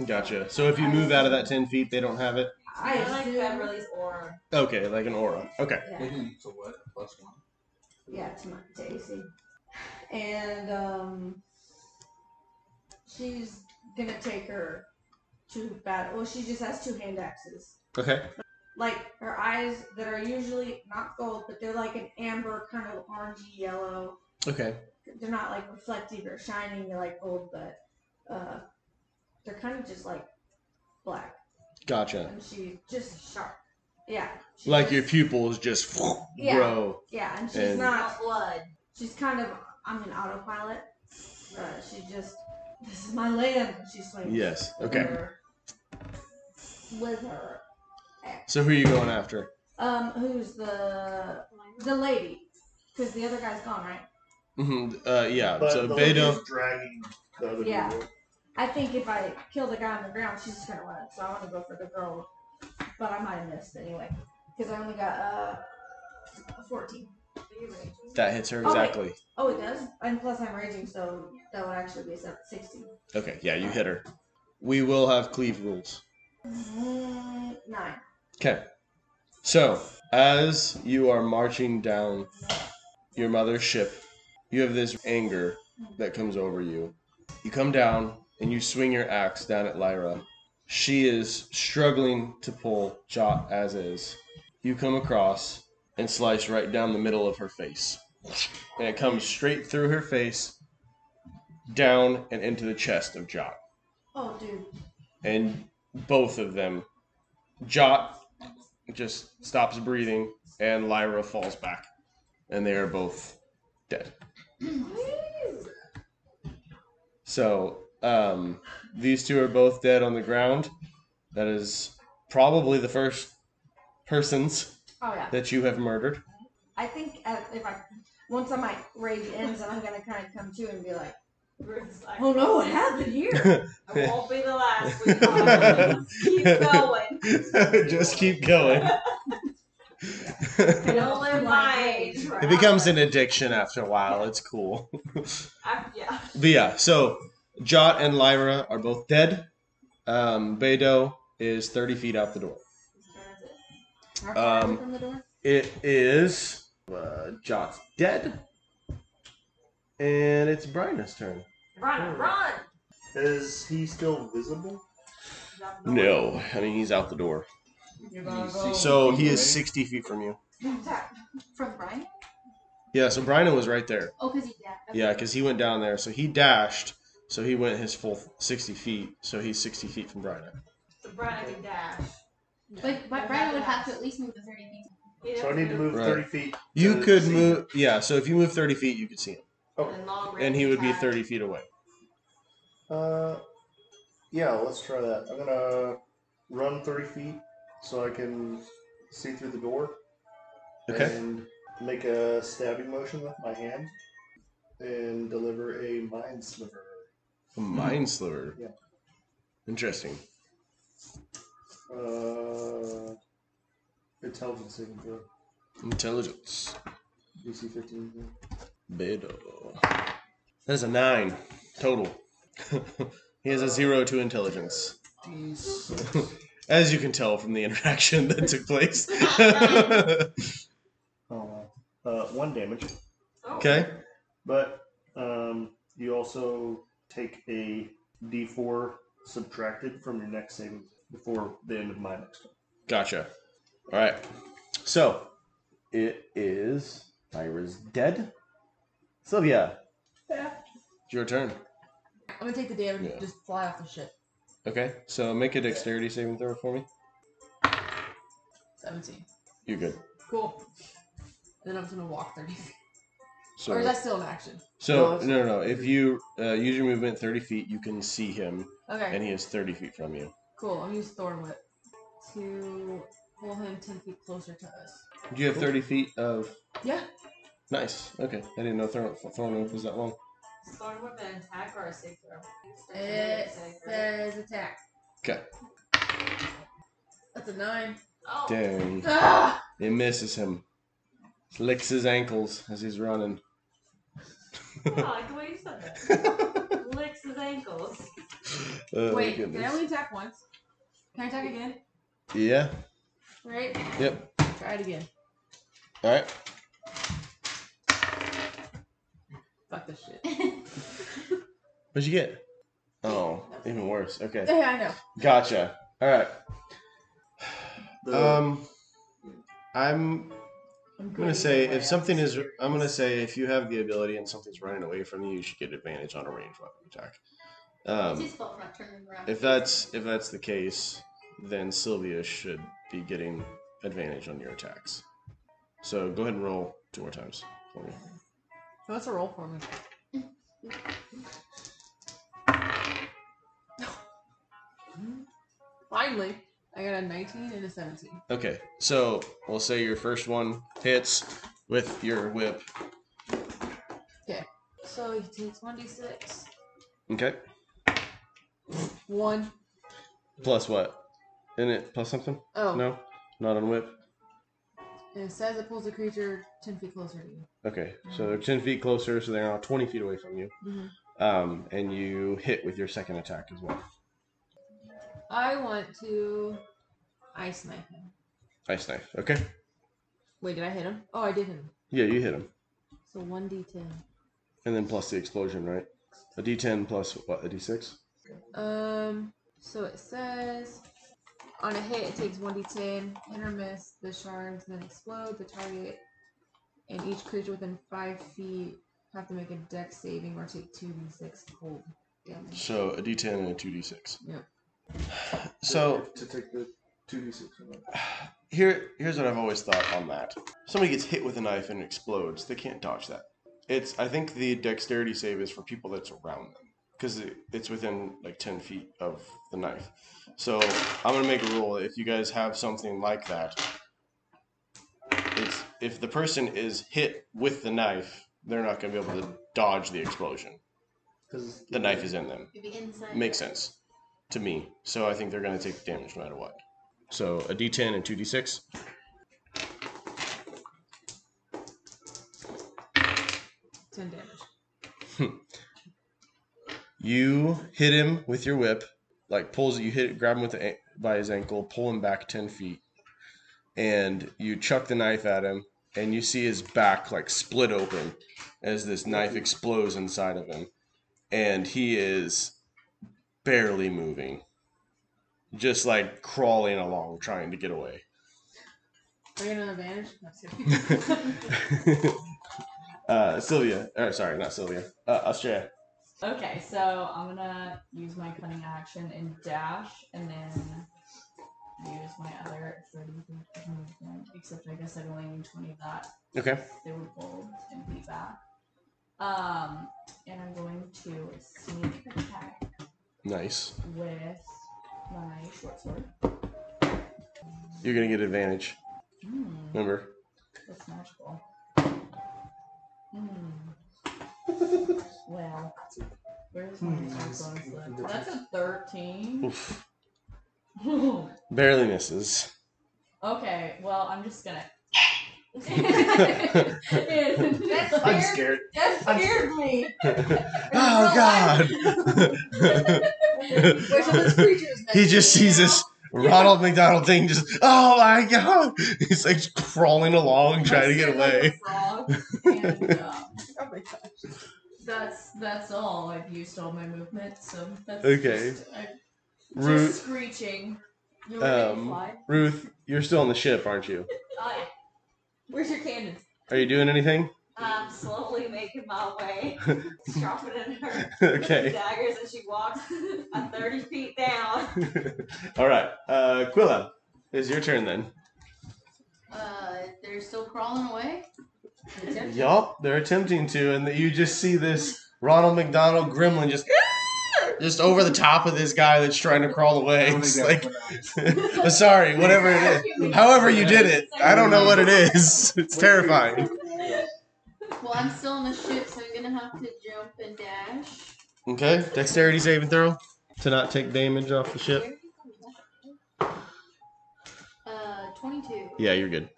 Speaker 7: Gotcha. So if you move out of that ten feet, they don't have it.
Speaker 8: I
Speaker 9: Kinda like
Speaker 8: assume,
Speaker 9: Beverly's aura.
Speaker 7: Okay, like an aura. Okay.
Speaker 8: Yeah,
Speaker 4: So what? Plus one.
Speaker 8: yeah it's not to AC. And um, she's gonna take her to battle. Well, she just has two hand axes.
Speaker 7: Okay.
Speaker 8: like her eyes that are usually not gold, but they're like an amber kind of orangey yellow.
Speaker 7: Okay.
Speaker 8: They're not like reflective or shining. They're like gold, but uh, they're kind of just like black.
Speaker 7: Gotcha.
Speaker 8: And she's just sharp. Yeah. she
Speaker 7: Like
Speaker 8: just-
Speaker 7: your pupils just
Speaker 8: yeah,
Speaker 7: grow.
Speaker 8: Yeah, and she's
Speaker 7: and-
Speaker 8: not blood. She's kind of I'm an autopilot. Uh, she just this is my land. and She swings.
Speaker 7: Yes.
Speaker 8: with
Speaker 7: Okay.
Speaker 8: her- With her,
Speaker 7: So who are you going after?
Speaker 8: um, who's the the lady? Because the other guy's gone, right?
Speaker 7: hmm Uh, yeah.
Speaker 10: But
Speaker 7: so
Speaker 10: the
Speaker 7: they
Speaker 10: lady's
Speaker 7: don't.
Speaker 10: dragging the other
Speaker 8: Yeah.
Speaker 10: people.
Speaker 8: I think if I kill the guy on the ground, she's just gonna run. So I want to go for the girl, but I might have missed anyway because I only got uh a fourteen.
Speaker 5: Mm.
Speaker 7: That hits her
Speaker 8: Oh, wait.
Speaker 7: exactly.
Speaker 8: Oh, it does. And plus, I'm raging, so that would actually be seven- sixteen.
Speaker 7: Okay. Yeah, you hit her. We will have cleave rules.
Speaker 8: Mm, Nine.
Speaker 7: Okay. So, as you are marching down your mother's ship, you have this anger that comes over you. You come down and you swing your axe down at Lyra. She is struggling to pull Jot as is. You come across and slice right down the middle of her face. And it comes straight through her face, down and into the chest of Jot
Speaker 8: Oh, dude.
Speaker 7: and both of them, Jot just stops breathing, and Lyra falls back, and they are both dead. So um, these two are both dead on the ground. That is probably the first persons
Speaker 8: Oh yeah.
Speaker 7: that you have murdered.
Speaker 8: I think uh, if I once my rage ends, I'm gonna kind of come to and be like,
Speaker 9: Ruth's like,
Speaker 8: "Oh no, what
Speaker 7: <laughs>
Speaker 8: happened here?"
Speaker 9: I won't be the last. We promise. Keep
Speaker 7: <laughs>
Speaker 9: going.
Speaker 7: just keep going.
Speaker 9: I don't live my age.
Speaker 7: It becomes an addiction after a while. It's cool. <laughs>
Speaker 9: yeah.
Speaker 7: But yeah, so Jot and Lyra are both dead. Um, Beidou is 30 feet out the door.
Speaker 8: How far is it from
Speaker 7: Um,
Speaker 8: the door?
Speaker 7: it is uh, Jot's dead. And it's Bryna's turn.
Speaker 9: Run, run.
Speaker 10: Is he still visible?
Speaker 7: No, I mean, he's out the door.
Speaker 10: You're
Speaker 7: So he is 60 feet from you. uh,
Speaker 3: From Brian?
Speaker 7: Yeah, so Bryna was right there.
Speaker 3: Oh, because he yeah.
Speaker 7: Yeah, because he went down there. So he dashed. So he went his full 60 feet. So he's 60 feet from Bryna.
Speaker 9: The Brian can dash.
Speaker 3: But, but Brian would have to at least move the 30 feet.
Speaker 10: So I need to move
Speaker 7: Right.
Speaker 10: 30 feet.
Speaker 7: You
Speaker 10: to
Speaker 7: could
Speaker 10: see
Speaker 7: move. Yeah, so if you move 30 feet, you could see him.
Speaker 10: Okay.
Speaker 7: And he would be 30 feet away.
Speaker 10: Uh, yeah, let's try that. I'm gonna run 30 feet so I can see through the door.
Speaker 7: Okay.
Speaker 10: And make a stabbing motion with my hand and deliver a mind sliver.
Speaker 7: A mind sliver.
Speaker 10: Yeah.
Speaker 7: Interesting.
Speaker 10: Uh, intelligence saving throw.
Speaker 7: Intelligence.
Speaker 10: DC 15.
Speaker 7: Beto. That is a nine total. <laughs> he has a zero to intelligence. <laughs> As you can tell from the interaction that took
Speaker 10: <laughs>
Speaker 7: place.
Speaker 10: Oh, uh, one damage.
Speaker 7: okay.
Speaker 10: But um, you also take a d4 subtracted from your next saving before the end of my next turn.
Speaker 7: Gotcha. All right. So it is Ira's dead. Sylvia,
Speaker 6: Yeah.
Speaker 7: it's your turn.
Speaker 5: I'm gonna take the damage
Speaker 7: Yeah.
Speaker 5: and just fly off the ship.
Speaker 7: Okay, so make a dexterity saving throw for me.
Speaker 5: 17.
Speaker 7: You're good.
Speaker 5: Cool. And then I'm just gonna walk 30.
Speaker 7: So,
Speaker 5: or is that still an action?
Speaker 7: so no, no, no. If you uh, use your movement 30 feet, you can see him,
Speaker 5: Okay.
Speaker 7: and he is 30 feet from you.
Speaker 5: Cool. I'll use Thorn Whip to pull him 10 feet closer to us.
Speaker 7: Do you have 30 feet of?
Speaker 5: Yeah.
Speaker 7: Nice. Okay, I didn't know thorn thorn whip was that long.
Speaker 9: Storm with an attack or a save throw.
Speaker 5: It
Speaker 9: Save throw.
Speaker 5: says attack.
Speaker 7: Okay.
Speaker 5: That's a 9.
Speaker 9: Oh.
Speaker 7: Dang.
Speaker 5: Ah!
Speaker 7: It misses him. Licks his ankles as he's running. <laughs>
Speaker 9: Oh, I like the way you said that. Licks his ankles.
Speaker 7: Oh,
Speaker 5: Wait, can I
Speaker 7: goodness.
Speaker 5: only attack once? Can I attack again?
Speaker 7: Yeah.
Speaker 5: Right?
Speaker 7: Yep.
Speaker 5: Try it again.
Speaker 7: All right.
Speaker 5: Fuck this <laughs> shit.
Speaker 7: What'd you get? Oh, even worse. Okay.
Speaker 5: Yeah, I know.
Speaker 7: Gotcha. All right. Um, I'm. I'm <laughs> gonna say if something is, I'm gonna say if you have the ability and something's running away from you, you should get advantage on a ranged weapon attack.
Speaker 3: it's
Speaker 7: Um,
Speaker 3: his fault for not turning around.
Speaker 7: if that's if that's the case, then Sylvia should be getting advantage on your attacks. So go ahead and roll two more times for me.
Speaker 5: What's a roll for me? <laughs> Finally, I got a 19 and a 17.
Speaker 7: Okay, so we'll say your first one hits with your whip.
Speaker 5: Okay. So he takes 1d6.
Speaker 7: Okay.
Speaker 5: 1.
Speaker 7: Plus what? Isn't it plus something?
Speaker 5: Oh.
Speaker 7: No? Not on whip?
Speaker 5: And it says it pulls the creature 10 feet closer to you.
Speaker 7: Okay. So
Speaker 5: Mm. Mm-hmm.
Speaker 7: they're 10 feet closer, so they're now 20 feet away from you.
Speaker 5: Mhm.
Speaker 7: Um, and you hit with your second attack as well.
Speaker 5: I want to ice knife him.
Speaker 7: Ice knife. Okay.
Speaker 5: Wait, did I hit him? Oh, I did hit him.
Speaker 7: Yeah, you hit him.
Speaker 5: So 1d10.
Speaker 7: And then plus the explosion, right? A d10 plus what? A d6?
Speaker 5: Um, so it says on a hit, it takes 1d10, hit or miss, the shards then explode, the target, and each creature within 5 feet have to make a dex saving or take 2d6 cold damage.
Speaker 7: So a d10 and a 2d6.
Speaker 5: Yep.
Speaker 7: So
Speaker 13: to take the two d six.
Speaker 7: Here, here's what I've always thought on that. Somebody gets hit with a knife and it explodes. They can't dodge that. It's. I think the dexterity save is for people that's around them because it, it's within like ten feet of the knife. So I'm gonna make a rule. If you guys have something like that, it's if the person is hit with the knife, they're not gonna be able to dodge the explosion.
Speaker 10: Because
Speaker 7: The knife is in them.
Speaker 3: It'd be inside.
Speaker 7: Makes sense to me. So I think they're going to take damage no matter what. So a d10 and 2d6.
Speaker 5: Ten damage.
Speaker 7: You hit him with your whip, like pulls. You hit, grab him with the, an- by his ankle, pull him back ten feet, and you chuck the knife at him, and you see his back like split open as this knife explodes inside of him, and he is barely moving, just like crawling along, trying to get away.
Speaker 5: Are you an advantage? No, I'm just kidding.
Speaker 7: <laughs> uh, Sylvia, or sorry, not Sylvia, uh, Australia.
Speaker 6: Okay, so I'm gonna use my cunning action and dash, and then use my other 30 feet of movement. Except I guess I'd only need 20 of that.
Speaker 7: Okay.
Speaker 6: They were bold and be back. Um, and I'm going to sneak attack
Speaker 7: Nice.
Speaker 6: with my short sword.
Speaker 7: You're gonna get advantage.
Speaker 6: Hmm,
Speaker 7: Remember.
Speaker 6: that's magical. Hmm. well, where's my attack bonus left? Hmm. That's a 13.
Speaker 7: Oof. Barely misses.
Speaker 6: <laughs> Okay, well, I'm just gonna.
Speaker 10: I'm scared.
Speaker 6: That scared me. <laughs>
Speaker 7: Oh God!
Speaker 5: Where's all those creatures
Speaker 7: <laughs> he just sees this Ronald McDonald thing. Just oh my God! <laughs> He's like crawling along, trying to get away. <laughs>
Speaker 5: oh my god.
Speaker 6: uh, That's that's all. I've used all my movement, so that's
Speaker 7: Okay.
Speaker 6: Just, I'm just
Speaker 7: Ruth,
Speaker 6: screeching. You're ready to
Speaker 7: um,
Speaker 6: fly. Oh,
Speaker 7: Ruth, you're still on the ship, aren't you?
Speaker 6: Uh, Where's your cannons?
Speaker 7: Are you doing anything?
Speaker 9: I'm slowly making my
Speaker 7: <laughs>
Speaker 9: way, sharpening her
Speaker 7: Okay.
Speaker 9: daggers as she walks a 30 feet down.
Speaker 7: All right, uh, Quilla, it's your turn then.
Speaker 3: Uh, they're still crawling away.
Speaker 7: Yup, they're attempting to, and you just see this Ronald McDonald gremlin
Speaker 3: <laughs>
Speaker 7: just just over the top of this guy that's trying to crawl away. It's like, <laughs> Uh, sorry, whatever it
Speaker 3: <laughs>
Speaker 7: is, however you did it, I don't know what it is. <laughs> It's terrifying.
Speaker 3: Well, I'm still in the ship, so I'm gonna have to jump and dash.
Speaker 7: Okay, dexterity saving throw to not take damage off the ship.
Speaker 3: Uh, 22.
Speaker 7: Yeah, you're good.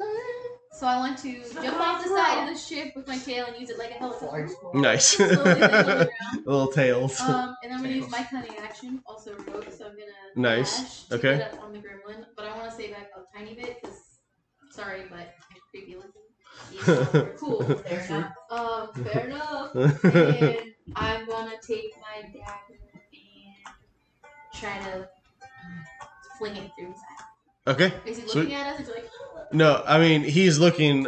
Speaker 3: So I want to jump off the side of the ship with my tail and use it like a helicopter.
Speaker 7: Nice. <laughs> Little tails.
Speaker 3: Um, and I'm gonna use my cunning action, also rope, so I'm gonna
Speaker 7: Nice.
Speaker 3: dash to
Speaker 7: Okay.
Speaker 3: get up on the gremlin, but I want to stay back a tiny bit because, sorry, but I'm
Speaker 7: <laughs>
Speaker 3: creepy looking. Yeah, cool. Fair enough.
Speaker 7: <laughs>
Speaker 3: Um, fair enough. And I'm gonna take my dagger and try to uh, fling it through his
Speaker 7: Okay.
Speaker 3: eye. Is he looking
Speaker 7: Sweet.
Speaker 3: at us? Is he like?
Speaker 7: No, I mean he's looking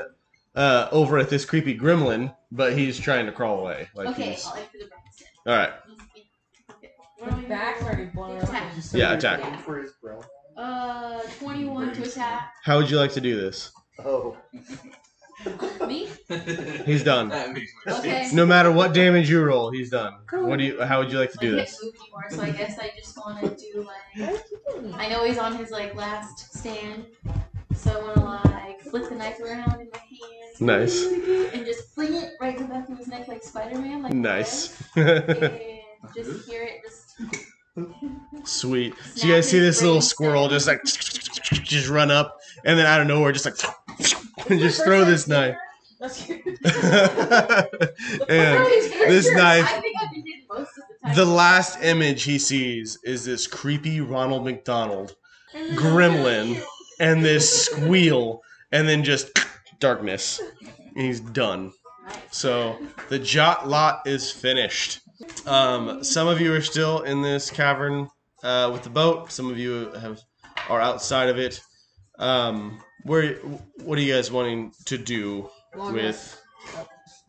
Speaker 7: uh, over at this creepy gremlin, but he's trying to crawl away. Like
Speaker 3: okay,
Speaker 7: he's
Speaker 3: I'll enter the back. step.
Speaker 7: all right.
Speaker 6: The back's already blown up.
Speaker 3: Attack.
Speaker 7: Yeah, attack.
Speaker 3: Uh, 21 to attack.
Speaker 7: How would you like to do this?
Speaker 10: Oh.
Speaker 3: <laughs> Me?
Speaker 7: He's done.
Speaker 3: Okay.
Speaker 7: No matter what damage you roll, he's done.
Speaker 3: Cool.
Speaker 7: What do you? How would you like to
Speaker 3: I
Speaker 7: do
Speaker 3: can't
Speaker 7: this?
Speaker 3: move anymore, so I guess I just want to do like. I know he's on his like last stand, so I want to like flip the knife around in my hand.
Speaker 7: Nice.
Speaker 3: And just fling it right in the back of his neck like Spider-Man, like.
Speaker 7: Nice. <laughs>
Speaker 3: And just hear it just.
Speaker 7: Sweet. So you guys see this little squirrel just like <laughs> just run up, and then out of nowhere, just like <laughs> and just throw this knife. <laughs>
Speaker 6: That's
Speaker 5: <laughs>
Speaker 7: and this knife
Speaker 3: I think I've been hit most of the time.
Speaker 7: The last image he sees is this creepy Ronald McDonald gremlin and this squeal, and then just <clears throat> darkness. And he's done. So the Jot Lot is finished. Um, some of you are still in this cavern uh, with the boat. Some of you have are outside of it. Um, where? What are you guys wanting to do
Speaker 10: Long
Speaker 7: with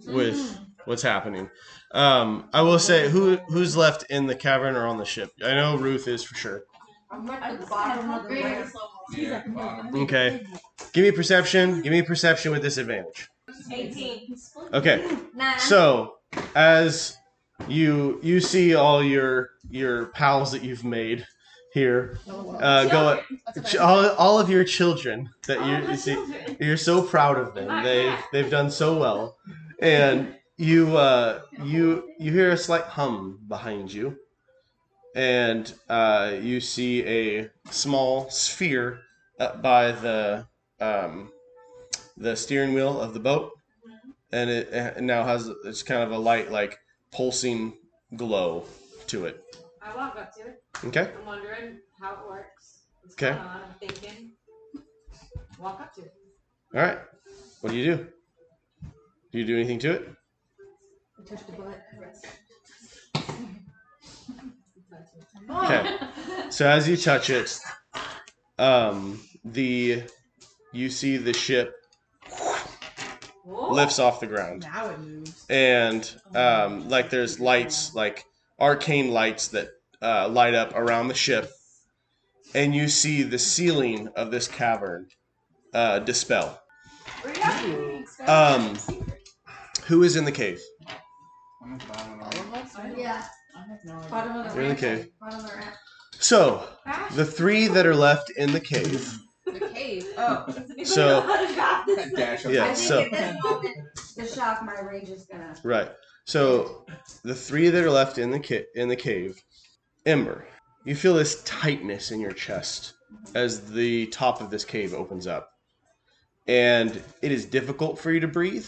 Speaker 8: Mm-hmm.
Speaker 7: with what's happening? Um, I will say who who's left in the cavern or on the ship. I know Ruth is for sure.
Speaker 3: I'm at the bottom of the race.
Speaker 4: Yeah,
Speaker 7: Okay, give me perception. Give me perception with disadvantage.
Speaker 9: 18.
Speaker 7: Okay.
Speaker 9: Nine.
Speaker 7: So as you you see all your your pals that you've made here uh, go ch- all, all of your children that you, you see you're so proud of them they they've done so well and you uh, you you hear a slight hum behind you and uh, you see a small sphere up by the um, the steering wheel of the boat and it, it now has it's kind of a light like pulsing glow to it
Speaker 9: I walk up to it.
Speaker 7: Okay.
Speaker 9: I'm wondering how it works. What's
Speaker 7: Okay.
Speaker 9: going on, I'm thinking. Walk up to it.
Speaker 7: all right what do you do do you do anything to it
Speaker 9: Touch the butt.
Speaker 7: Okay. So as you touch it, um, the you see the ship lifts off the ground,
Speaker 6: Now it moves. Oh
Speaker 7: and um, like there's lights, like arcane lights that uh, light up around the ship, and you see the ceiling of this cavern uh, dispel. Um, who is in the cave?
Speaker 3: Yeah.
Speaker 8: Bottom of the
Speaker 7: You're in the
Speaker 8: ramp.
Speaker 7: cave.
Speaker 8: Bottom of the ramp.
Speaker 7: So the three that are left in the cave
Speaker 8: The cave.
Speaker 6: Oh.
Speaker 7: So-
Speaker 4: Dash
Speaker 7: Yeah,
Speaker 8: I think
Speaker 7: so-
Speaker 8: at this moment, the shock my rage is gonna.
Speaker 7: Right. So the three that are left in the ca- in the cave, Ember, you feel this tightness in your chest as the top of this cave opens up, and it is difficult for you to breathe.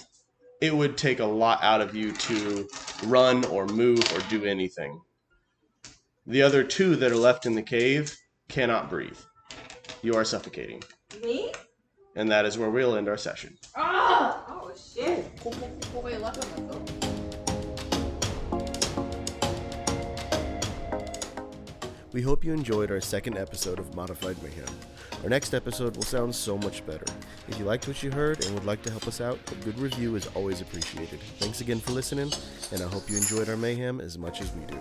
Speaker 7: It would take a lot out of you to run or move or do anything. The other two that are left in the cave cannot breathe. You are suffocating,
Speaker 9: Me?
Speaker 7: and that is where we'll end our session.
Speaker 9: Oh! Oh, shit.
Speaker 2: Wait, left on my phone.
Speaker 1: We hope you enjoyed our second episode of Modified Mayhem. Our next episode will sound so much better. If you liked what you heard and would like to help us out, a good review is always appreciated. Thanks again for listening, and I hope you enjoyed our mayhem as much as we do.